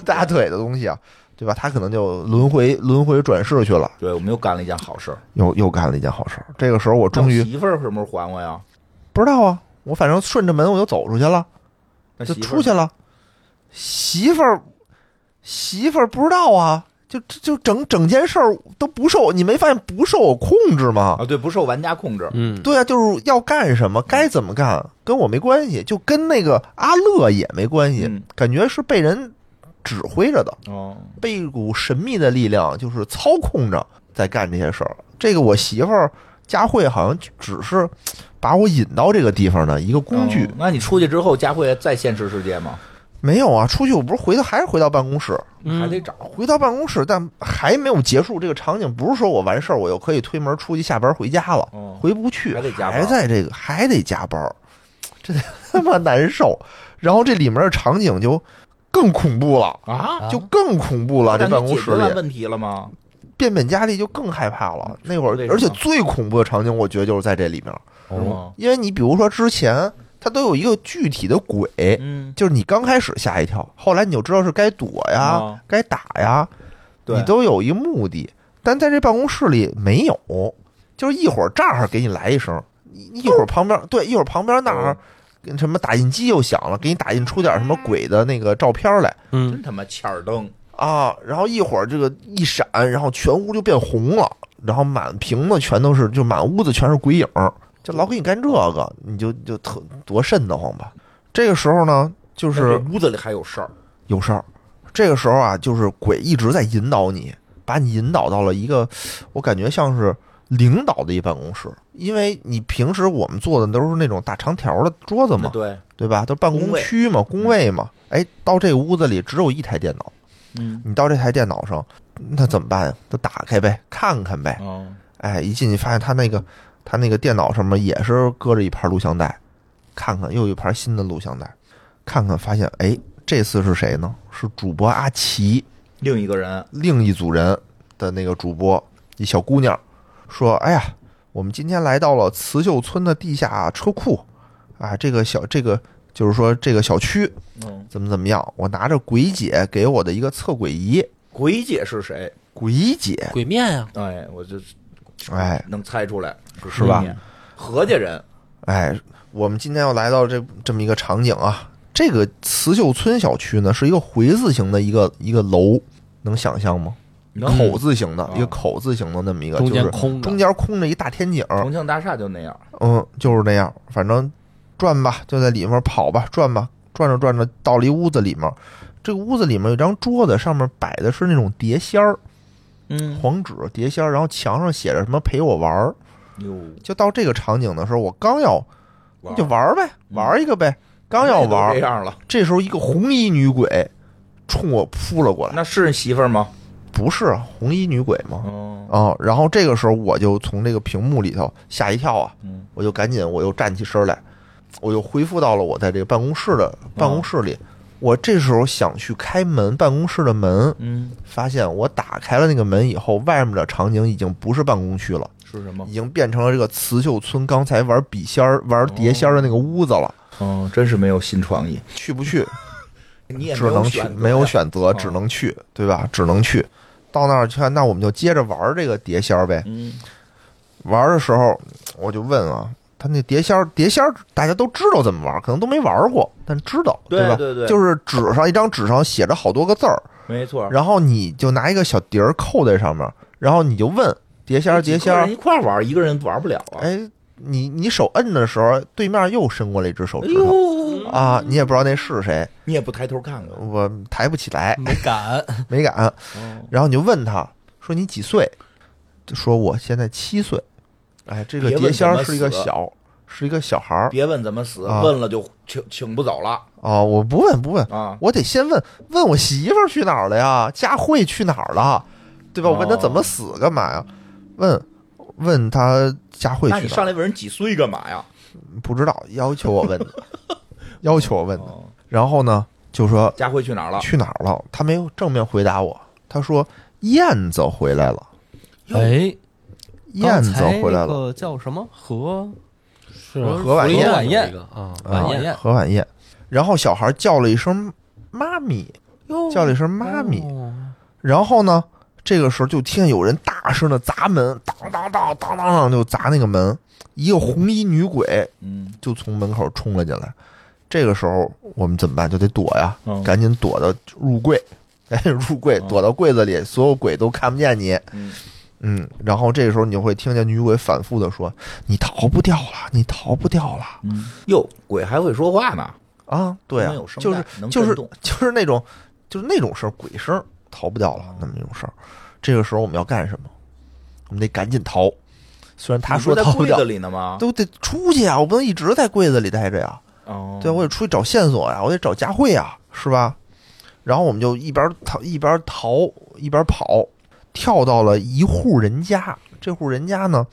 A: 大腿的东西啊，对吧？她可能就轮回轮回转世去了，
D: 对，我们又干了一件好事儿。
A: 又又干了一件好事儿。这个时候我终
D: 那
A: 于
D: 我媳妇儿什么时候还我呀？
A: 不知道啊，我反正顺着门我就走出去了。
D: 那
A: 就
D: 媳妇儿
A: 出去了。媳妇儿，媳妇儿不知道啊，就就就整整件事儿都不受你没发现不受我控制吗？
D: 啊？对，不受玩家控制。
B: 嗯，
A: 对啊，就是要干什么，该怎么干，跟我没关系，就跟那个阿乐也没关系，
D: 嗯
A: 感觉是被人指挥着的，
D: 哦，
A: 被一股神秘的力量就是操控着在干这些事儿。这个我媳妇儿佳慧好像只是把我引到这个地方的一个工具
D: 哦，那你出去之后，佳慧在现实世界吗？
A: 没有啊。出去我不是回到还是回到办公室，
D: 还得找。
A: 回到办公室，但还没有结束这个场景，不是说我完事儿我又可以推门出去下班回家了，
D: 哦，
A: 回不去，
D: 还得加班
A: 还在这个还得加班儿， *laughs* 这他妈难受。然后这里面的场景就更恐怖了，
D: 啊，
A: 就更恐怖了。这办公室
D: 那你解决完
A: 里，
D: 问题了吗？
A: 变本加厉就更害怕了。那会儿
D: 为什，么
A: 而且最恐怖的场景，我觉得就是在这里面，
D: 是吗？
A: 因为你比如说之前它都有一个具体的鬼，
D: 嗯，
A: 就是你刚开始吓一跳，后来你就知道是该躲呀、
D: 哦
A: 该打呀，
D: 对
A: 你都有一目的。但在这办公室里没有，就是一会儿这儿给你来一声，一一会儿旁边对，一会儿旁边那儿跟什么打印机又响了，给你打印出点什么鬼的那个照片来
B: 嗯
D: 真，他妈欠儿灯。
A: 啊，然后一会儿这个一闪，然后全屋就变红了，然后满屏的全都是，就满屋子全是鬼影儿，就老给你干这个，你就就特多瘆得慌吧。这个时候呢，就
D: 就是屋子里还有事儿。
A: 有事儿。这个时候啊，就是鬼一直在引导你，把你引导到了一个我感觉像是领导的一办公室，因为你平时我们坐的都是那种大长条的桌子嘛，
D: 对，
A: 对吧？都是办公区嘛，工位嘛。哎，到这个屋子里只有一台电脑，
D: 嗯，
A: 你到这台电脑上，那怎么办呀？就打开呗，看看呗。
D: 哦，
A: 哎，一进去发现他那个他那个电脑上面也是搁着一盘录像带，看看又一盘新的录像带，看看发现哎，这次是谁呢？是主播阿奇，
D: 另一个人，
A: 另一组人的那个主播，一小姑娘说：“哎呀，我们今天来到了慈秀村的地下车库啊，这个小这个就是说这个小区
D: 嗯，
A: 怎么怎么样？我拿着鬼姐给我的一个测鬼仪，
D: 鬼姐是谁？
A: 鬼姐
B: 鬼面呀，
D: 哎，我就
A: 哎
D: 能猜出来
A: 是吧？
D: 谁何家人，
A: 哎，我们今天要来到这这么一个场景啊，这个慈秀村小区呢是一个回字形的一个一个楼，能想象吗？
D: 能
A: 口字形的、
D: 啊
A: 一个口字形的那么一个，
B: 中间
A: 就是
B: 空着
A: 中间空着一大天井，
D: 重庆大厦就那样，
A: 嗯，就是那样，反正转吧，就在里面跑吧，转吧，转着转着到了一屋子里面，这个屋子里面有一张桌子，上面摆的是那种碟仙儿，
D: 嗯，
A: 黄纸碟仙儿，然后墙上写着什么陪我玩儿。
D: 哟，
A: 就到这个场景的时候，我刚要
D: 玩儿
A: 就玩儿呗，玩儿一个呗，刚要玩
D: 这
A: 儿，
D: 样了，
A: 这时候一个红衣女鬼冲我扑了过来，
D: 那是媳妇儿吗？
A: 不是啊红衣女鬼吗？
D: 嗯，
A: 啊、然后这个时候我就从这个屏幕里头吓一跳啊
D: 嗯，
A: 我就赶紧我又站起身来，我又恢复到了我在这个办公室
D: 哦
A: 的办公室里。我这时候想去开门，办公室的门，
D: 嗯，
A: 发现我打开了那个门以后，外面的场景已经不是办公区了，
D: 是什么
A: 已？经变成了这个刺绣村刚才玩笔仙儿、玩碟仙儿的那个屋子了。
D: 嗯，真是没有新创意，
A: 去不去？
D: 你也
A: 只能去，没有选择，
D: 啊
A: 只能去，对吧？只能去。到那儿去，那我们就接着玩儿这个碟仙儿呗。
D: 嗯，
A: 玩的时候，我就问啊，他那碟仙儿，碟仙儿大家都知道怎么玩，可能都没玩过，但知道，
D: 对
A: 吧？
D: 对对
A: 就是纸上一张纸上写着好多个字儿，
D: 没错。
A: 然后你就拿一个小碟儿扣在上面，然后你就问碟仙儿，碟仙
D: 哎几个
A: 儿
D: 人一，块儿玩，一个人玩不了啊。
A: 哎，你你手摁的时候，对面又伸过来一只手
D: 哎
A: 指头。
D: 呦，
A: 啊，你也不知道那是谁，
D: 你也不抬头看看，
A: 我抬不起来，
D: 嗯
E: 没敢，
A: 没敢。
D: 哦
A: 然后你就问他说你几岁？说我现在七岁。哎，这个
D: 别问
A: 碟仙儿
D: 怎么
A: 是一个
D: 死
A: 小，是一个小孩儿
D: 别问怎么死，
A: 啊
D: 问了就请请不走了
A: 啊、我不问不问，
D: 啊。
A: 我得先问问我媳妇儿去哪儿了呀？佳慧去哪儿了？对
D: 哦
A: 吧？我问她怎么死干嘛呀？问问她佳慧
D: 那
A: 去
D: 你
A: 哪
D: 上
A: 儿？
D: 来问人几岁干嘛呀？
A: 不知道，要求我问的，
D: *laughs*
A: 要求我问的。
D: 哦啊
A: 然后呢，就说
D: 佳慧去哪儿了？
A: 去哪儿了？她没有正面回答我，她说燕子回来了，
E: 哎，
A: 燕子回来
E: 刚才那
A: 了，
E: 个叫什么和
B: 是
A: 何婉
E: 燕
B: 燕啊，
E: 晚宴
A: 啊、何晚宴。然后小孩叫了一声妈咪，
E: 哟
A: 叫了一声妈咪。
E: 哦
A: 然后呢，这个时候就听见有人大声的砸门，当当当当当当就砸那个门，一个红衣女鬼
D: 嗯，
A: 就从门口冲了进来。这个时候我们怎么办？就得躲呀，
D: 嗯
A: 赶紧躲到入柜， *laughs* 赶紧入柜，
D: 嗯
A: 躲到柜子里，所有鬼都看不见你。
D: 嗯
A: 嗯，然后这个时候你就会听见女鬼反复的说：“你逃不掉了，你逃不掉了。
D: 嗯，哟，鬼还会说话呢，”
A: 啊，对啊
D: 能有，声带
A: 就是
D: 能
A: 就
D: 震
A: 是
D: 动
A: 就是那种就是那种事儿，鬼声儿逃不掉
D: 哦
A: 了，那么一种事儿。这个时候我们要干什么？我们得赶紧逃。虽然他说
D: 你不是
A: 逃不
D: 在柜
A: 掉
D: 子，里呢吗？
A: 都得出去啊！我不能一直在柜子里待着呀，
D: 哦，
A: 对，我得出去找线索呀，我得找佳慧呀，是吧？然后我们就一边逃一边逃一边跑，跳到了一户人家。这户人家呢，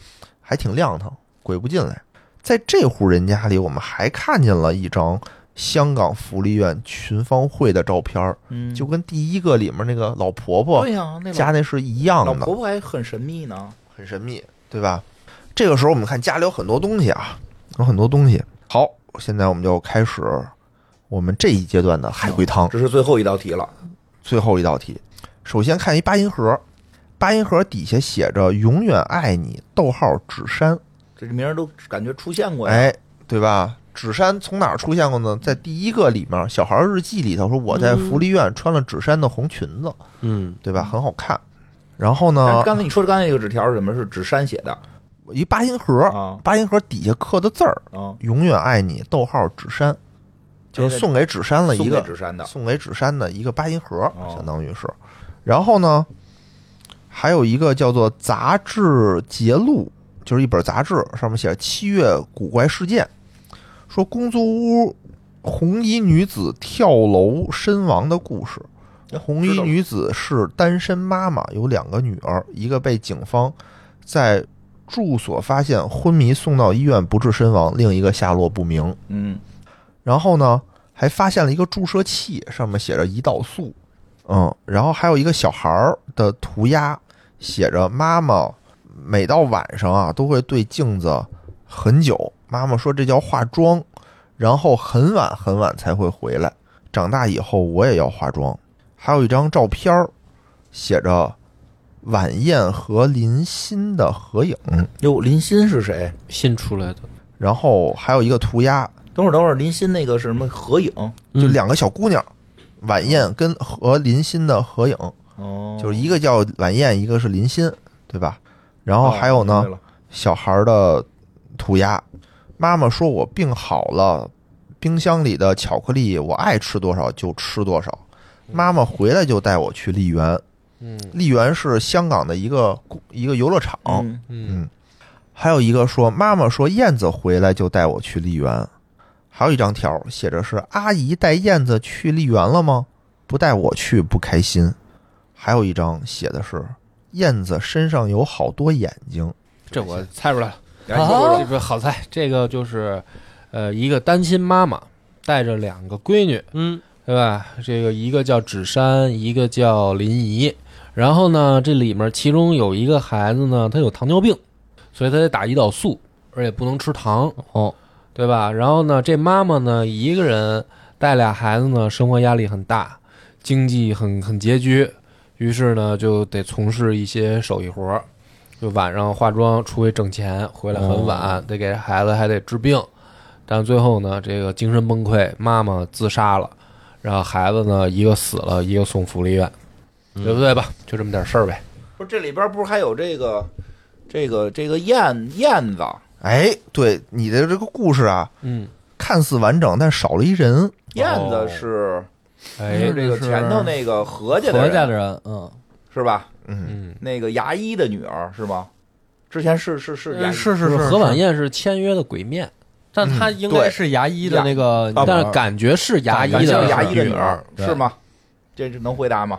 A: 还挺亮堂，鬼不进来。在这户人家里，我们还看见了一张香港福利院群芳会的照片儿，
D: 嗯
A: 就跟第一个里面那个老婆婆
D: 对呀，那
A: 家
D: 老
A: 那是一样
D: 老
A: 的，
D: 婆婆还很神秘呢。
A: 很神秘，对吧？这个时候我们看家里有很多东西啊，有很多东西。好，现在我们就开始我们这一阶段的海龟汤，
D: 这是最后一道题了，
A: 最后一道题。首先看一八音盒，八音盒底下写着“永远爱你”，逗号纸山，
D: 这名儿都感觉出现过呀。
A: 哎，对吧？纸山从哪儿出现过呢？在第一个里面，小孩日记里头说我在福利院穿了纸山的红裙子，
B: 嗯，
A: 对吧？很好看。然后
D: 但是
A: 呢，
D: 刚才你说的刚才那个纸条是什么？是纸山写的
A: 一八音盒，
D: 啊
A: 八音盒底下刻的字儿
D: 啊，
A: 永远爱你，逗号纸山，就是送给纸山了一
D: 哎送
A: 个
D: 给纸山的。
A: 送给纸山的一个八音盒，
D: 哦
A: 相当于是。然后呢，还有一个叫做《杂志节录》，就是一本杂志，上面写着七月古怪事件，说公租屋红衣女子跳楼身亡的故事。哎红
D: 知
A: 衣
D: 道了
A: 女子是单身妈妈，有两个女儿，一个被警方在住所发现昏迷，送到医院不治身亡，另一个下落不明。
D: 嗯，
A: 然后呢，还发现了一个注射器，上面写着胰岛素，嗯，然后还有一个小孩儿的涂鸦，写着妈妈每到晚上啊都会对镜子很久，妈妈说这叫化妆，然后很晚很晚才会回来，长大以后我也要化妆。还有一张照片儿，写着晚宴和林欣的合影，
D: 哟，林欣是谁？
B: 新出来的，
A: 然后还有一个涂鸦，
D: 等会儿等会儿，林欣那个是什么合影？
A: 就两个小姑娘，晚宴跟和林欣的合影，
D: 哦，
A: 就是一个叫晚宴，一个是林欣，对吧？然
D: 哦
A: 后还有呢，
D: 明白了
A: 小孩儿的涂鸦，妈妈说我病好了，冰箱里的巧克力我爱吃多少就吃多少。
D: 嗯
A: 妈妈回来就带我去丽园，
B: 嗯
A: 丽园是香港的一个一个游乐场。
D: 嗯
B: 嗯
A: 嗯，还有一个说，妈妈说燕子回来就带我去丽园。还有一张条写着是阿姨带燕子去丽园了吗？不带我去不开心。还有一张写的是燕子身上有好多眼睛。
B: 这我猜出来了。
E: 啊
B: 这个好猜，这个就是，呃，一个单亲妈妈带着两个闺女，
E: 嗯，
B: 对吧？这个一个叫芷珊，一个叫林怡。然后呢，这里面其中有一个孩子呢，他有糖尿病，所以他得打胰岛素，而且不能吃糖，
E: 哦，
B: 对吧？然后呢，这妈妈呢，一个人带俩孩子呢，生活压力很大，经济很很拮据，于是呢，就得从事一些手艺活儿，就晚上化妆出去挣钱，回来很晚，
E: 哦
B: 得给孩子还得治病。但最后呢，这个精神崩溃，妈妈自杀了，然后孩子呢，一个死了，一个送福利院，对不对吧？就这么点事儿呗。
D: 不是这里边不是还有这个这个这个燕燕子
A: 哎，对你的这个故事啊，
B: 嗯，
A: 看似完整，但少了一人。
D: 燕子是
B: 哎
E: 是，
D: 这个前头那个何家的
E: 何家
D: 人
E: 的人，嗯，
D: 是吧？
A: 嗯，
B: 嗯，
D: 那个牙医的女儿是吗？之前是是是牙医
E: 是是
B: 就是
E: 是
B: 何婉，燕是签约的鬼面，
E: 但他应该是牙医的那个，
A: 啊
B: 嗯但是感觉是牙医
D: 感觉
B: 的
D: 是牙医的
B: 女
D: 女
B: 儿
D: 儿，是吗？这是能回答吗？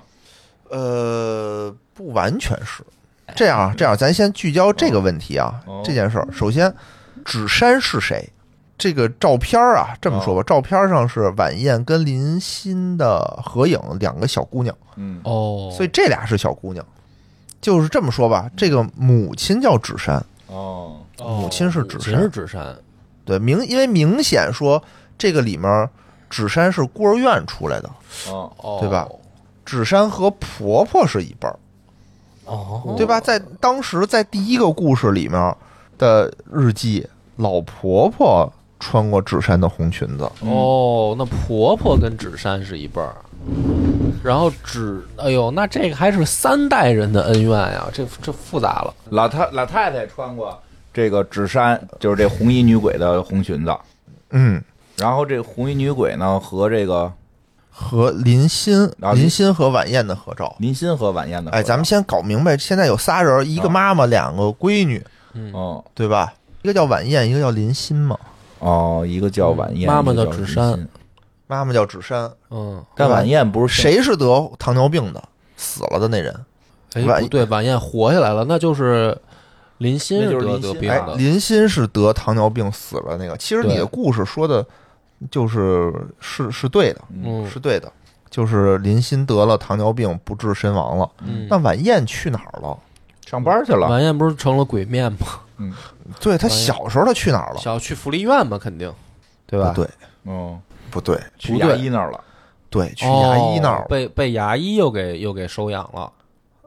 A: 呃，不完全是。这样啊，这样咱先聚焦这个问题啊，
D: 哎嗯哦
A: 这件事儿。首先，芷珊是谁？这个照片儿啊，这么说
D: 哦
A: 吧，照片儿上是晚宴跟林欣的合影，两个小姑娘，
D: 嗯，
B: 哦，
A: 所以这俩是小姑娘。就是这么说吧，这个母亲叫芷珊，
D: 嗯哦，
A: 母亲是芷
B: 芷
A: 珊
B: 是芷珊，
A: 对，明因为明显说这个里面芷珊是孤儿院出来的，
D: 哦，
B: 哦，
A: 对吧？芷珊和婆婆是一辈儿，
E: 哦，
A: 对吧？在当时，在第一个故事里面的日记，老婆婆穿过芷珊的红裙子，
B: 哦，那婆婆跟芷珊是一辈儿，然后芷，哎呦，那这个还是三代人的恩怨呀，这这复杂了。
D: 老太老太太穿过这个纸衫，就是这红衣女鬼的红裙子。
A: 嗯，
D: 然后这红衣女鬼呢，和这个
A: 和林欣、
D: 啊
A: 林欣和晚宴的合照。
D: 林心和晚宴的合照。
A: 哎，咱们先搞明白，现在有仨人，一个妈妈，两个闺女，
D: 哦
A: 对吧？一个叫晚宴，一个叫林欣嘛。
D: 哦，一个叫晚
B: 嗯
D: 宴，
B: 妈妈
D: 一个
B: 叫
D: 叫
B: 纸
D: 林
B: 衫
D: 心，
A: 妈妈叫芷珊，
B: 嗯，
D: 但晚宴不是
A: 谁是得糖尿病的死了的那人？
B: 哎，
A: 晚
B: 不对，晚宴活下来了，那就是林心
D: 那就是
B: 得
D: 林
B: 得
D: 心
B: 病
A: 哎，
B: 的，
A: 林欣是得糖尿病死了那个。其实你的
B: 对
A: 故事说的，就是是是对的。
B: 嗯
A: 是对的，就是林欣得了糖尿病，不治身亡了。
B: 嗯，
A: 那晚宴去哪儿了？
D: 上班去了。
B: 晚宴不是成了鬼面吗？
A: 对他
B: 晚宴
A: 小时候他去哪儿了？
B: 想要去福利院嘛，肯定，对吧？
A: 不对，
D: 嗯，
A: 不对，
D: 去牙医那儿了。
A: 对，去
B: 哦
A: 牙医那儿了。
B: 被被牙医又给又给收养了。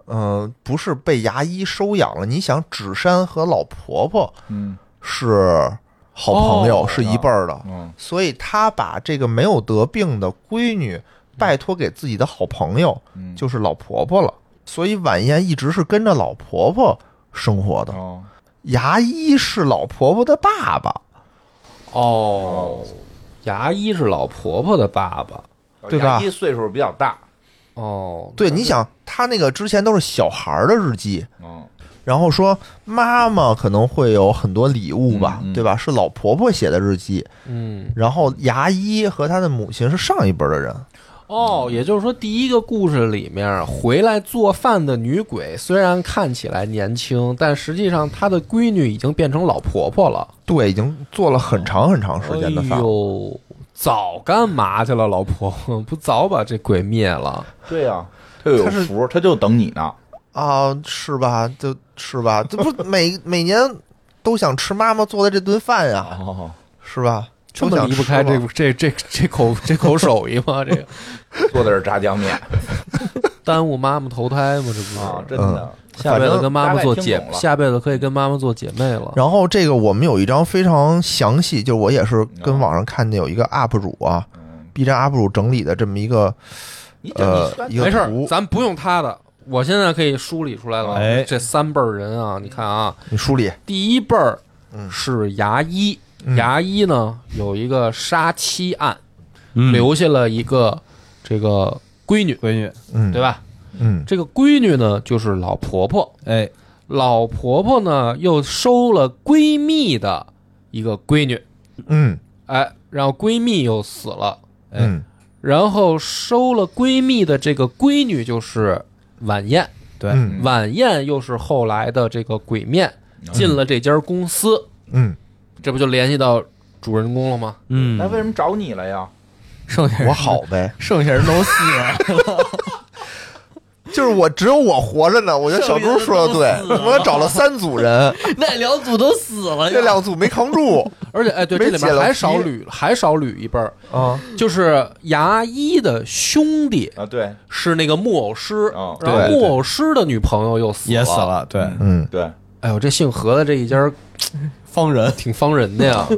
A: 嗯、不是被牙医收养了。你想，芷珊和老婆婆
D: 嗯
A: 是好朋友，
B: 哦
A: 是一辈儿的，
D: 嗯，
A: 所以他把这个没有得病的闺女拜托给自己的好朋友，
D: 嗯
A: 就是老婆婆了。所以晚宴一直是跟着老婆婆生活的。
D: 哦，
A: 牙医是老婆婆的爸爸，
B: 哦，牙医是老婆婆的爸爸。
A: 对吧
D: 牙医岁数比较大。
B: 哦，
A: 对，你想他那个之前都是小孩儿的日记，
D: 嗯
A: 然后说妈妈可能会有很多礼物吧，
D: 嗯嗯
A: 对吧？是老婆婆写的日记，
B: 嗯，
A: 然后牙医和他的母亲是上一辈儿的人，
B: 哦，也就是说，第一个故事里面回来做饭的女鬼，虽然看起来年轻，但实际上她的闺女已经变成老婆婆了。
A: 对，已经做了很长很长时间的
B: 哎
A: 饭了。
B: 呦，早干嘛去了？老婆婆不早把这鬼灭了？
D: 对呀，他有
A: 他是
D: 福，他就等你呢。
A: 啊，是吧？就是吧，这不每每年都想吃妈妈做的这顿饭呀、
D: 哦，
A: 是吧？
B: 这
A: 都
B: 么
A: 想
B: 离不
A: 吃
B: 开
A: 嘛
B: 这这这这口 *laughs* 这口手艺吗？这个
D: 做的是炸酱面
B: 耽误妈妈投胎吗？这不是？
D: 啊，真的。
B: 下辈子跟妈妈做
D: 反正大概
B: 姐
D: 听，懂了
B: 下辈子可以跟妈妈做姐妹了。
A: 然后这个我们有一张非常详细，就是我也是跟网上看见有一个 UP 主啊
D: 嗯
A: ，B 站 UP 主整理的这么一个
D: 你这
A: 呃
D: 你算
A: 一个
B: 没事儿
A: 图，，
B: 咱不用他的。我现在可以梳理出来了，
E: 哎
B: 这三辈儿人啊，你看啊，
A: 你梳理
B: 第一辈儿
A: 嗯
B: 是牙医，牙医呢有一个杀妻案，
E: 嗯
B: 留下了一个这个闺女，
E: 闺女，
A: 嗯，
B: 对？吧？
A: 嗯
B: 这个闺女呢就是老婆婆，
E: 哎，
B: 老婆婆呢又收了闺蜜的一个闺女，
A: 嗯
B: 哎，然后闺蜜又死了，
A: 嗯
B: 然后收了闺蜜的这个闺女就是晚宴，
E: 对，
A: 嗯
B: 晚宴又是后来的这个鬼面进了这家公司，
A: 嗯，
B: 这不就联系到主人公了吗？
E: 嗯
D: 那为什么找你了呀？
E: 剩下人
A: 我好，呗，
E: *laughs* 剩下人都死了，
B: *laughs*
A: 就是我只有我活着呢。我觉得小猪说的对，我找了三组
E: *laughs*
B: 呃
A: 人，
E: 那两组都死了，
A: 这两组没扛住
B: 而且，哎，对，
A: 没
B: 这里
A: 解
B: 面
A: 了
B: 还
A: 题
B: 少捋，还少捋一辈儿，
A: 啊。
B: 就是牙医的兄弟
D: 啊，对
B: 是那个木偶师，
D: 哦
B: 然后
E: 对
B: 木偶师的女朋友又死
E: 也死。了，对，
A: 嗯，
D: 对，
B: 哎呦，这姓何的这一家
E: 方人
B: 挺方人的呀。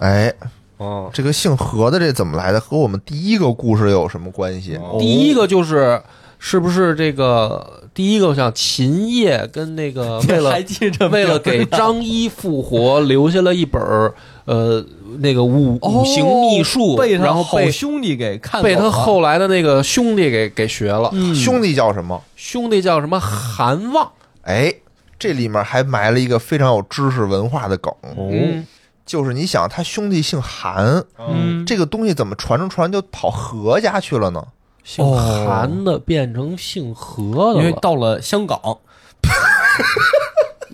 A: 哎，
B: 嗯，
A: 这个姓何的这怎么来的？和我们第一个故事有什么关系？
D: 哦
B: 第一个就是是不是这个第一个像秦叶跟那
E: *laughs*
B: 个 *laughs* 为了
E: 还记着
B: 为了给张一复活留下了一本儿呃那个五五行秘术，
E: 哦 *laughs* 被他
B: 然后
E: 好
B: 被
E: 兄弟给看
B: 被他
E: 走了
B: 后来的那个兄弟给给学了，
E: 嗯
A: 兄弟叫什么？
B: 兄弟叫什么韩望，
A: 哎，这里面还埋了一个非常有知识文化的梗，
B: 嗯，
A: 就是你想他兄弟姓韩，
E: 嗯
A: 这个东西怎么传着传就跑何家去了呢？
B: 姓韩的变成姓何
E: 因
B: 的
E: 为
B: 了，
E: 到了香港，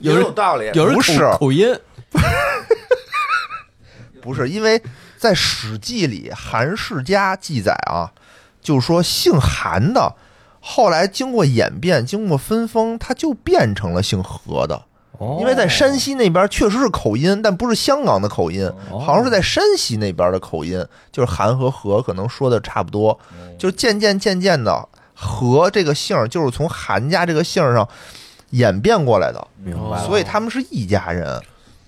D: 也
E: 人
D: 有道理。
E: 有人
A: 不
E: 口
A: 是
E: 口音，
A: 不是，因为在《史记》里，韩世家记载啊，就是说姓韩的，后来经过演变，经过分封，他就变成了姓何的。
B: 哦
A: 因
E: 哦
A: 为在山西那边确实是口音，但不是香港的口音，
B: 哦
A: 好像是在山西那边的口音，就是韩和何可能说的差不多，
B: 哦
A: 就渐渐渐渐的何这个姓儿就是从韩家这个姓儿上演变过来的，
D: 明
B: 白了
A: 所以他们是一家人。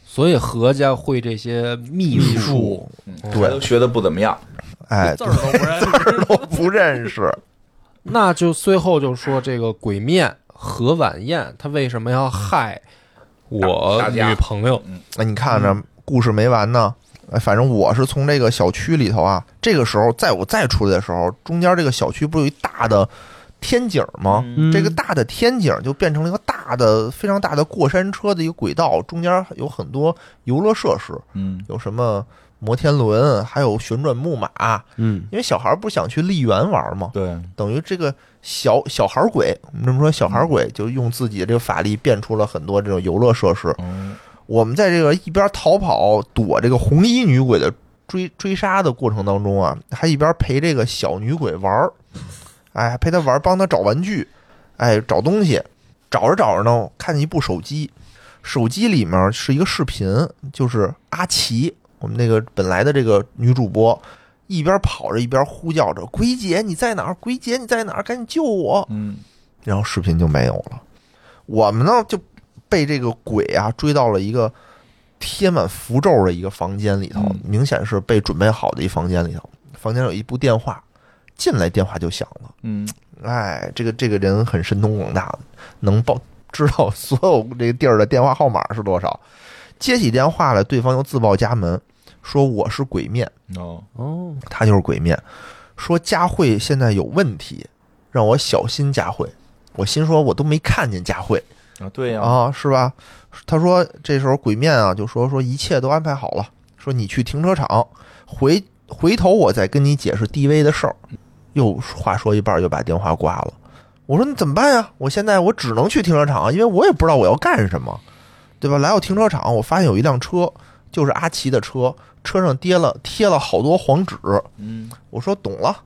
B: 所以何家会这些秘
E: 秘
B: 术，
E: 术
A: 对
D: 他嗯都学的不怎么样。
B: *laughs*
A: 哎，
E: 字儿都不认识，
A: 都不认识。
B: 那就最后就说这个鬼面何婉燕，她为什么要害我
D: 大大家
B: 女朋友？
A: 那哎你看
B: 嗯
A: 着故事没完呢。哎，反正我是从这个小区里头啊，这个时候在我再出来的时候，中间这个小区不是有一大的天井吗？
E: 嗯
A: 这个大的天井就变成了一个大的、非常大的过山车的一个轨道，中间有很多游乐设施，
D: 嗯，
A: 有什么摩天轮，还有旋转木马。
E: 嗯，
A: 因为小孩不想去丽园玩嘛，
D: 对，
A: 等于这个小小孩鬼，我们这么说，小孩鬼就用自己的这个法力变出了很多这种游乐设施。
D: 嗯
A: 我们在这个一边逃跑躲这个红衣女鬼的追追杀的过程当中啊，还一边陪这个小女鬼玩儿，哎，陪她玩儿，帮她找玩具，哎，找东西，找着找着呢，看见一部手机，手机里面是一个视频，就是阿奇，我们那个本来的这个女主播。一边跑着一边呼叫着：“鬼姐，你在哪儿？鬼姐，你在哪儿？赶紧救我！”
D: 嗯，
A: 然后视频就没有了。我们呢就被这个鬼啊追到了一个贴满符咒的一个房间里头，
D: 嗯
A: 明显是被准备好的一房间里头。房间有一部电话，进来电话就响了。
D: 嗯，
A: 哎，这个这个人很神通广大的，能报知道所有这个地儿的电话号码是多少。接起电话来，对方又自报家门，说我是鬼面。
D: 哦，
E: 哦，
B: 嗯
A: 他就是鬼面，说佳慧现在有问题，让我小心佳慧。我心说，我都没看见佳慧
D: 啊，对呀，
A: 啊，是吧？他说这时候鬼面啊就说说一切都安排好了，说你去停车场，回回头我再跟你解释 DV 的事儿。又话说一半，又把电话挂了。我说那怎么办呀？我现在我只能去停车场，因为我也不知道我要干什么，对吧？来到停车场，我发现有一辆车，就是阿奇的车，车上贴了贴了好多黄纸，
D: 嗯
A: 我说懂了，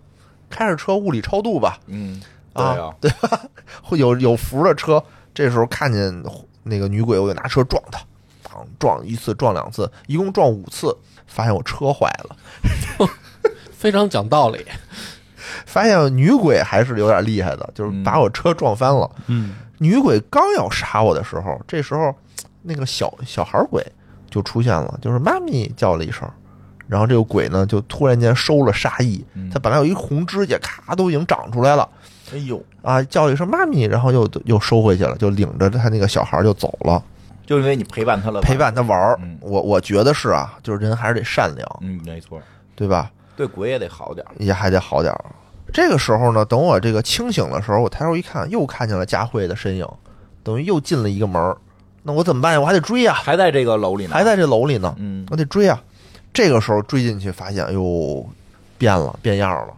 A: 开着车物理超度吧，
D: 嗯，对
A: 啊
D: 呀，
A: 会有有福的车。这时候看见那个女鬼，我就拿车撞她，砰撞一次，撞两次，一共撞五次，发现我车坏了，
B: 非常讲道理。
A: 发现女鬼还是有点厉害的，就是把我车撞翻了。
E: 嗯，
A: 女鬼刚要杀我的时候，这时候那个小小孩鬼就出现了，就是妈咪叫了一声，然后这个鬼呢就突然间收了杀意，
D: 嗯
A: 它本来有一红指甲，咔都已经长出来了。
D: 哎呦，
A: 啊，叫了一声妈咪，然后又又收回去了，就领着他那个小孩就走了。
D: 就因为你陪伴他了，
A: 陪，伴他玩儿
D: 嗯。
A: 我我觉得是啊，就是人还是得善良，
D: 嗯，没错，
A: 对吧？
D: 对鬼也得好点儿。
A: 也还得好点儿。这个时候呢，等我这个清醒的时候，我抬头一看，又看见了佳慧的身影，等于又进了一个门儿。那我怎么办呀？我还得追呀，
D: 还在这个楼里呢，
A: 还，在这楼里呢，
D: 嗯
A: 我得追呀。这个时候追进去，发现哎呦，变了，变样了，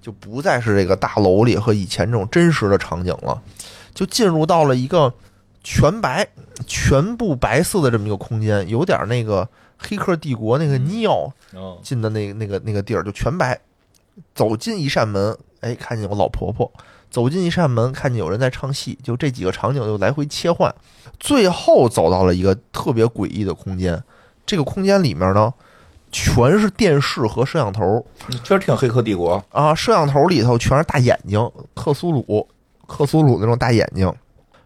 A: 就不再是这个大楼里和以前这种真实的场景了，就进入到了一个全白、全部白色的这么一个空间，有点那个《黑客帝国》那个尼奥
D: 嗯，
A: 进的那那个那个地儿就全白。走进一扇门，哎，看见有老婆婆；走进一扇门，看见有人在唱戏。就这几个场景就来回切换，最后走到了一个特别诡异的空间。这个空间里面呢，全是电视和摄像头
D: 确实挺《黑客帝国》。
A: 啊，摄像头里头全是大眼睛，克苏鲁，克苏鲁那种大眼睛。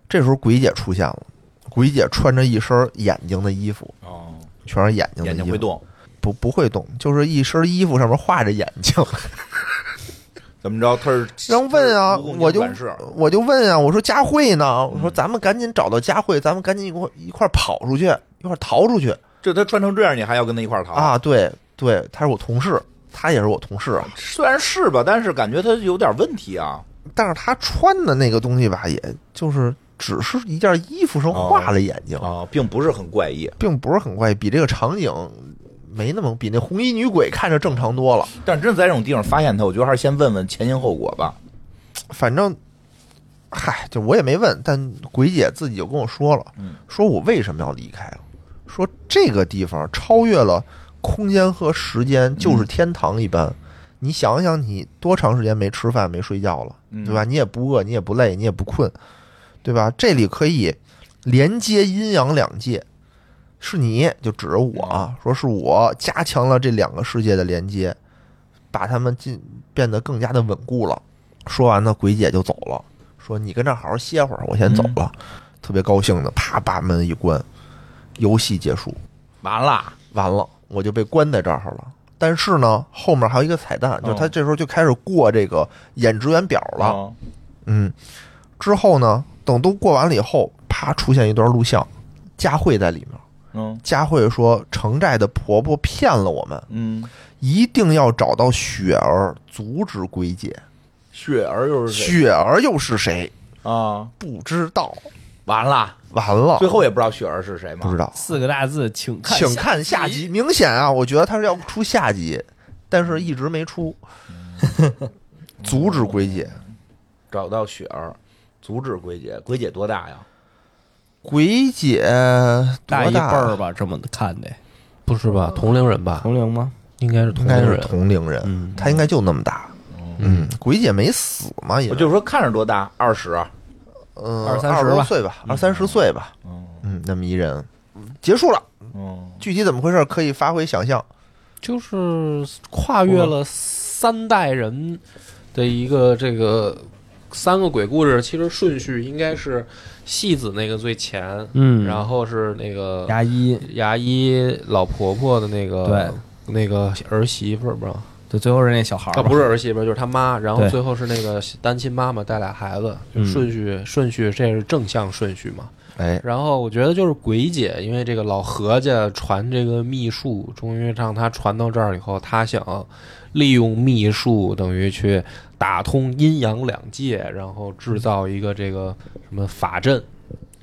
A: 这时候鬼姐出现了，鬼姐穿着一身眼睛的衣服，
D: 哦，
A: 全是眼睛的
D: 眼
A: 衣
D: 睛
A: 服
D: 会，动，
A: 不不会动，就是一身衣服上面画着眼睛。
D: 怎么着？他是
A: 然后问啊，
D: 他是蜈蚣精
A: 我就
D: 转世
A: 我就问啊，我说佳慧呢？我说咱们赶紧找到佳慧，咱们赶紧一块一块跑出去，一块逃出去
D: 这他穿成这样，你还要跟他一块儿逃？
A: 啊！对对，他是我同事，他也是我同事啊，
D: 虽然是吧，但是感觉他有点问题啊。
A: 但是他穿的那个东西吧，也就是只是一件衣服上画了眼睛，
D: 啊，并不是很怪异，
A: 并不是很怪，比这个场景没那么比那红衣女鬼看着正常多了。
D: 但是真的在这种地方发现他，我觉得还是先问问前因后果吧。
A: 反正，嗨，就我也没问，但鬼姐自己就跟我说了，
D: 嗯
A: 说我为什么要离开了，说这个地方超越了空间和时间，就是天堂一
D: 嗯
A: 般。你想想，你多长时间没吃饭、没睡觉了，
D: 嗯
A: 对吧？你也不饿，你也不累，你也不困，对吧？这里可以连接阴阳两界，是你就指着我
D: 嗯
A: 啊，说是我加强了这两个世界的连接，把它们进变得更加的稳固了。说完呢，鬼姐就走了，说你跟这儿好好歇会儿，我先走
D: 嗯
A: 了。特别高兴的，啪把门一关，游戏结束，
D: 完了，
A: 完了，我就被关在这儿了。但是呢，后面还有一个彩蛋，就是
D: 嗯
A: 他这时候就开始过这个演职员表了。
D: 了，
A: 嗯，之后呢，等都过完了以后，啪出现一段录像，佳慧在里面。
D: 嗯
A: 佳慧说：“城寨的婆婆骗了我们，
D: 嗯，
A: 一定要找到雪儿，阻止鬼姐。
D: 雪儿又是谁
A: 雪儿又是谁？
D: 啊？
A: 不知道。
D: 完了，
A: 完了，
D: 最后也不知道雪儿是谁
A: 不
D: 吗
A: 知？道。
E: 四个大字，请看
A: 请看下集。明显啊，我觉得他是要出下集，但是一直没出。阻止鬼姐，
D: 找到雪儿，阻止鬼姐。鬼姐多大呀？
A: 鬼姐
E: 大
A: 多
E: 一辈
A: 大
E: 儿，吧，这么看的
B: 不是吧？同龄人吧，
E: 同龄吗？
B: 应该是
A: 应
B: 同龄
A: 该是
B: 人。
A: 同龄人，
E: 嗯
A: 她应该就那么大。嗯，鬼姐没死嘛，也
D: 我就说看着多大，二十，啊
A: 呃
E: 二三
A: 二
E: 十
A: 十多
E: 吧
A: 岁吧，二三十岁吧，
D: 嗯
A: 嗯，那么一人。结束了，
D: 嗯，
A: 具体怎么回事可以发挥想象。
B: 就是跨越了三代人的一个这个三个鬼故事，其实顺序应该是戏子那个最前，
E: 嗯
B: 然后是那个
E: 牙医，
B: 牙医老婆婆的那个那个儿媳妇儿吧，
E: 就最后是那小孩儿
B: 啊
E: 吧，
B: 不是儿媳妇儿就是她妈，然后
E: 对
B: 最后是那个单亲妈妈带俩孩子，就
E: 嗯
B: 顺序顺序这是正向顺序嘛，
A: 哎，
B: 然后我觉得就是鬼姐，因为这个老何家传这个秘术，终于让她传到这儿以后，她想利用秘术，等于去打通阴阳两界，然后制造一个这个什么法阵。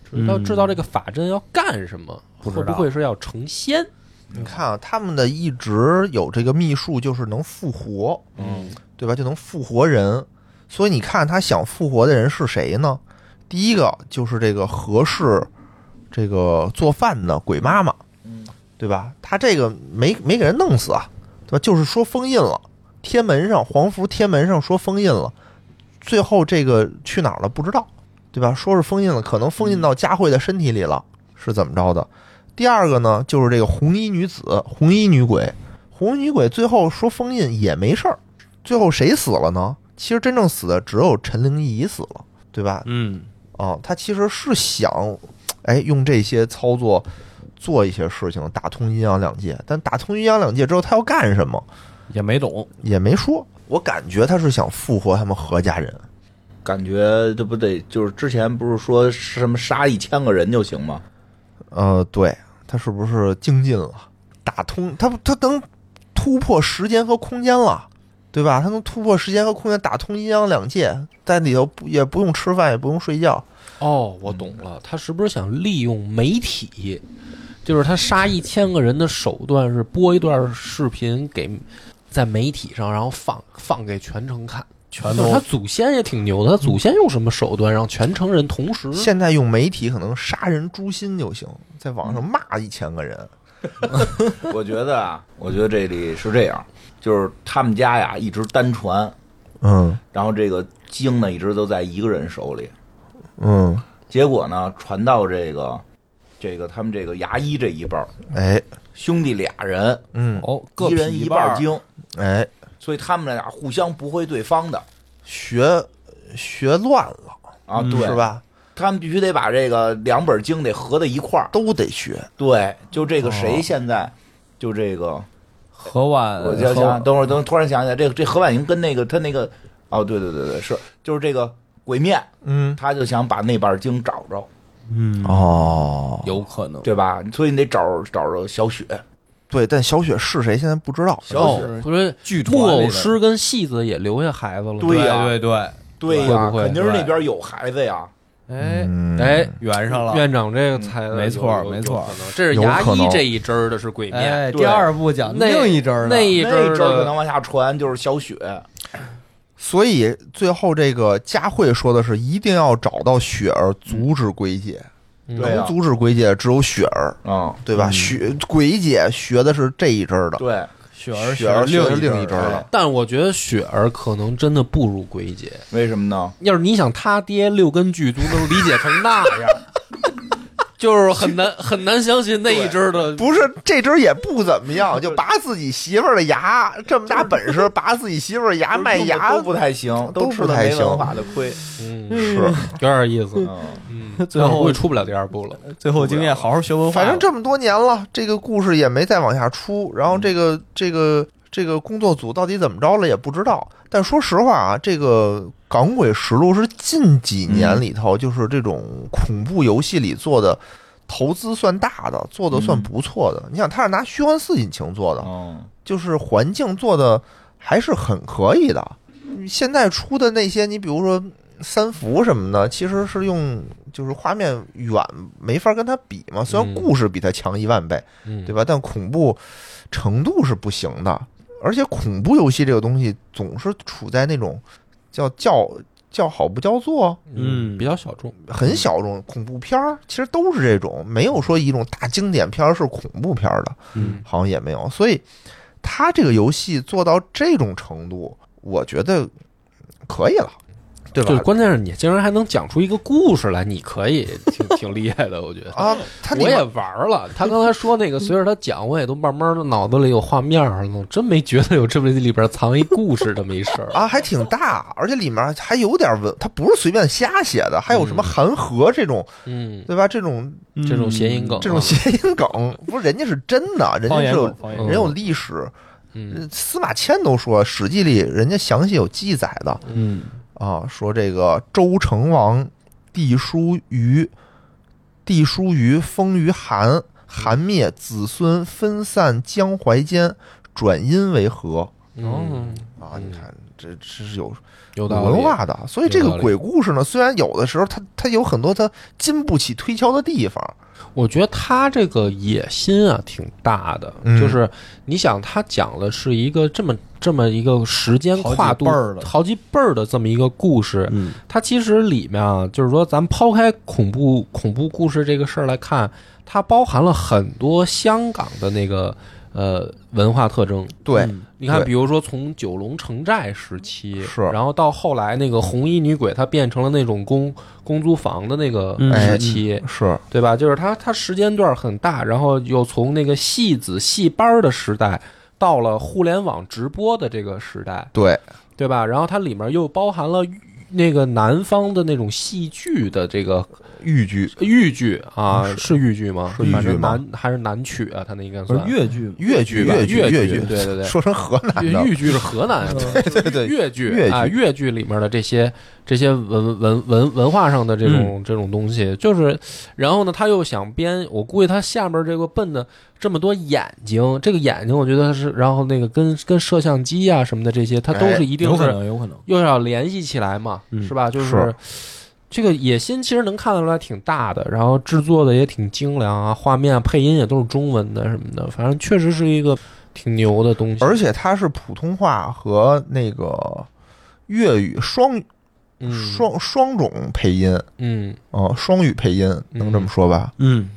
B: 制造
E: 嗯
B: 制造这个法阵要干什么？
E: 不知
B: 会不
E: 道
B: 会是要成仙？
A: 你看啊，他们的一直有这个秘术，就是能复活。
D: 嗯，
A: 对吧？就能复活人。所以你看，他想复活的人是谁呢？第一个就是这个何氏，这个做饭的鬼妈妈，
D: 嗯，
A: 对吧？他这个没没给人弄死啊，对吧？就是说封印了，贴门上黄符贴门上说封印了，最后这个去哪儿了不知道，对吧？说是封印了，可能封印到佳慧的身体里了，是怎么着的？第二个呢，就是这个红衣女子、红衣女鬼，红衣女鬼最后说封印也没事儿，最后谁死了呢？其实真正死的只有陈灵仪死了，对吧？
E: 嗯，
A: 啊，他其实是想，哎，用这些操作做一些事情，打通阴阳两界。但打通阴阳两界之后，他要干什么
E: 也没懂，
A: 也没说。我感觉他是想复活他们何家人。
D: 感觉这不得就是之前不是说什么杀一千个人就行吗？
A: 呃，对，他是不是精进了，打通他他能突破时间和空间了，对吧？他能突破时间和空间，打通阴阳两界，在里头不也不用吃饭，也不用睡觉。
B: 哦，我懂了，他是不是想利用媒体？就是他杀一千个人的手段是播一段视频给在媒体上，然后放放给全城看。
E: 全
B: 就是他
E: 都
B: 祖先也挺牛的，他祖先用什么手段让全城人同时？
A: 现在用媒体可能杀人诛心就行，在网上骂一千个人，
D: 我觉得啊，我觉得这里是这样，就是他们家呀一直单传，
A: 嗯
D: 然后这个经呢一直都在一个人手里，
A: 嗯，
D: 结果呢传到这个这个他们这个牙医这一辈儿，
A: 哎
D: 兄弟俩人，
A: 嗯
E: 哦，各
D: 一人
E: 劈
D: 一
E: 半
D: 半
E: 儿，
D: 经，
A: 哎，
D: 所以他们俩互相不会对方的
A: 学学乱了
D: 啊，
E: 嗯
D: 对
A: 是？吧？
D: 他们必须得把这个两本经得合在一块儿，
A: 都得学，
D: 对，就这个
A: 哦
D: 谁现在。就这个，
E: 何婉，
D: 我想
E: 何
D: 想，等会儿，等会儿突然想起来，这个这何婉莹跟那个他那个，哦，对对对对，是就是这个鬼面，
A: 嗯
D: 他就想把那半经找着，
E: 嗯，
A: 哦，
E: 有可能。
D: 对吧？所以你得找找着小雪，
A: 对，但小雪是谁现在不知道，
D: 小
E: 雪
B: 哦不是
E: 剧团
B: 木
E: 里
B: 偶
E: 的
B: 师跟戏子也留下孩子了。
D: 对呀
E: 对对，
D: 对
B: 会
D: 呀、
B: 不会
D: 肯定是那
E: 对
D: 边有孩子呀，
E: 哎，
A: 嗯
B: 哎，
E: 圆上了。
B: 院长这个才
E: 没错
B: 有
E: 没错，
B: 有可能这是
A: 有
B: 牙
A: 可
B: 医
A: 能
B: 这一支儿的是鬼面，
E: 哎，
D: 对
E: 第二部讲
B: 那
E: 另一针儿呢
B: 那一支
D: 那
B: 儿
D: 阵儿可能
B: 的
D: 往下传就是小雪，
A: 所以最后这个佳慧说的是，一定要找到雪儿，阻止鬼姐。
B: 嗯
D: 对啊
A: 能阻止鬼姐只有雪儿，
D: 嗯，
A: 对吧？雪鬼姐学的是这一支儿的，
D: 对，
E: 雪儿
A: 雪儿
E: 另
A: 学的另
E: 一
A: 一
E: 针
A: 支
E: 儿
A: 儿
E: 了
A: 了。
B: 但我觉得雪儿可能真的不如鬼姐。
D: 为什么呢？
B: 要是你想他爹六根巨足能理解成那 *laughs* 样，就是很难很难相信那一支儿的。
A: 不是这支儿也不怎么样，就拔自己媳妇儿的牙，这么大本事，拔自己媳妇儿牙卖
D: 都
A: 牙
D: 都不太行，
A: 都
D: 吃了
A: 不太
D: 没文
A: 行
D: 化的亏，
B: 嗯，
A: 是。
B: 有点意思。
D: 嗯，
B: 嗯，
E: 最后
B: 但我估计出不了第二部了。
E: 最后经验，好好学文化。
A: 反正这么多年了，这个故事也没再往下出，然后
E: 嗯
A: 这个这个这个工作组到底怎么着了也不知道。但说实话啊，这个《港鬼实录》是近几年里
E: 嗯
A: 头就是这种恐怖游戏里做的。投资算大的，做的
E: 嗯
A: 算不错的。你想，他是拿虚幻四引擎做的，
D: 嗯，
A: 就是环境做的还是很可以的。现在出的那些，你比如说三伏什么的，其实是用就是画面远没法跟它比嘛。虽然
B: 嗯
A: 故事比它强一万倍，
B: 嗯，
A: 对吧？但恐怖程度是不行的。而且恐怖游戏这个东西总是处在那种叫叫叫好不叫座，
B: 嗯，比较小众。
A: 很小众。恐怖片儿其实都是这种，没有说一种大经典片儿是恐怖片儿的。
B: 嗯，
A: 好像也没有。所以他这个游戏做到这种程度，我觉得可以了，对
B: 就是
A: 吧？
B: 关键是你竟然还能讲出一个故事来，你可以挺 *laughs* 挺厉害的，我觉得。
A: 啊，他里
B: 嗯我也
A: 面
B: 玩儿了，他刚才说那个，随着他讲，我也都慢慢的脑子里有画面了，我真没觉得有这么里边藏一故事这么一事儿。
A: 啊还挺大，而且里面还有点文，它不是随便瞎写的，还有什么韩和这种，
B: 嗯，
A: 对吧？这种
B: 这种谐音梗，
A: 这种谐音梗，不是人家是真的，人
E: 方
A: 家
E: 言
A: 是有
E: 梗，方言
B: 梗
A: 人有历史。
B: 嗯
A: 呃司马迁都说，《史记》里人家详细有记载的
B: 嗯
A: 啊，说这个周成王帝叔虞，帝叔虞封于韩，韩灭，子孙分散江淮间，转阴为河
B: 嗯，
A: 啊！你看，这这是有
B: 有道理
A: 文化的，所以这
B: 有
A: 个
B: 道理
A: 鬼故事呢，虽然有的时候它它有很多它经不起推敲的地方，
B: 我觉得他这个野心啊挺大的，
A: 嗯
B: 就是你想，他讲的是一个这么这么一个时间跨度
E: 好几辈儿的
B: 好几辈儿的这么一个故事。
E: 嗯
B: 它其实里面啊，就是说，咱抛开恐怖恐怖故事这个事儿来看，它包含了很多香港的那个呃文化特征。
A: 对，
E: 嗯
B: 你看，
A: 对
B: 比如说从九龙城寨时期，
A: 是
B: 然后到后来那个红衣女鬼，她变成了那种公公租房的那个
E: 嗯
B: 时期，
A: 是
B: 对吧？就是它它时间段很大，然后又从那个戏子戏班儿的时代到了互联网直播的这个时代，
A: 对，
B: 对吧？然后它里面又包含了。那个南方的那种戏剧的这个
A: 豫剧、嗯
B: 豫剧啊，是豫剧吗？
A: 是豫剧
B: 反正
A: 吗
B: 南还是南曲啊？他那应该
E: 不是
B: 算
E: 越剧吗
A: 越剧、
B: 吧
A: 越
B: 越
A: 越
B: 剧，
A: 剧，
B: 对对对。
A: 说成河南的，
B: 豫剧是河南人，
A: 对对对，
B: 越剧
A: 越剧
B: 啊，越剧里面的这些这些文文文文化上的这种、
A: 嗯
B: 这种东西，就是，然后呢，他又想编，我估计他下边这个笨的这么多眼睛，这个眼睛我觉得是，然后那个跟跟摄像机啊什么的这些，它都
A: 哎
B: 是一定
E: 有可
B: 是
E: 能，有可能。
B: 又要联系起来嘛，
E: 嗯
B: 是吧？就是这个野心其实能看得出来挺大的，然后制作的也挺精良啊，画面、配音也都是中文的什么的，反正确实是一个挺牛的东西，
A: 而且它是普通话和那个粤语双
B: 嗯
A: 双双种配音，
B: 嗯。
A: 呃，双语配音能这么说吧？
E: 嗯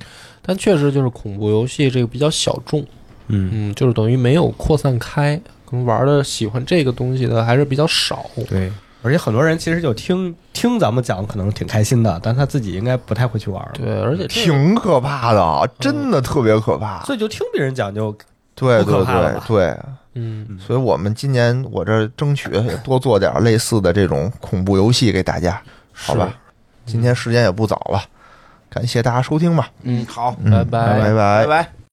B: 但确实就是恐怖游戏这个比较小众，
E: 嗯，
B: 嗯，就是等于没有扩散开，可能玩的喜欢这个东西的还是比较少。
E: 对。
C: 而且很多人其实就听听咱们讲，可能挺开心的，但他自己应该不太会去玩儿。
B: 对，而且这个
A: 挺可怕的啊，真的特别可
E: 嗯
A: 怕。
C: 所以就听别人讲就
A: 对
C: 不可
A: 对
C: 怕了
A: 对
C: 吧
A: 对，
B: 嗯，
A: 所以我们今年我这争取多做点类似的这种恐怖游戏给大家，好吧？今天时间也不早了，感谢大家收听吧，
B: 嗯
D: 好，
A: 嗯
B: 拜
A: 拜
B: 拜
A: 拜
D: 拜拜。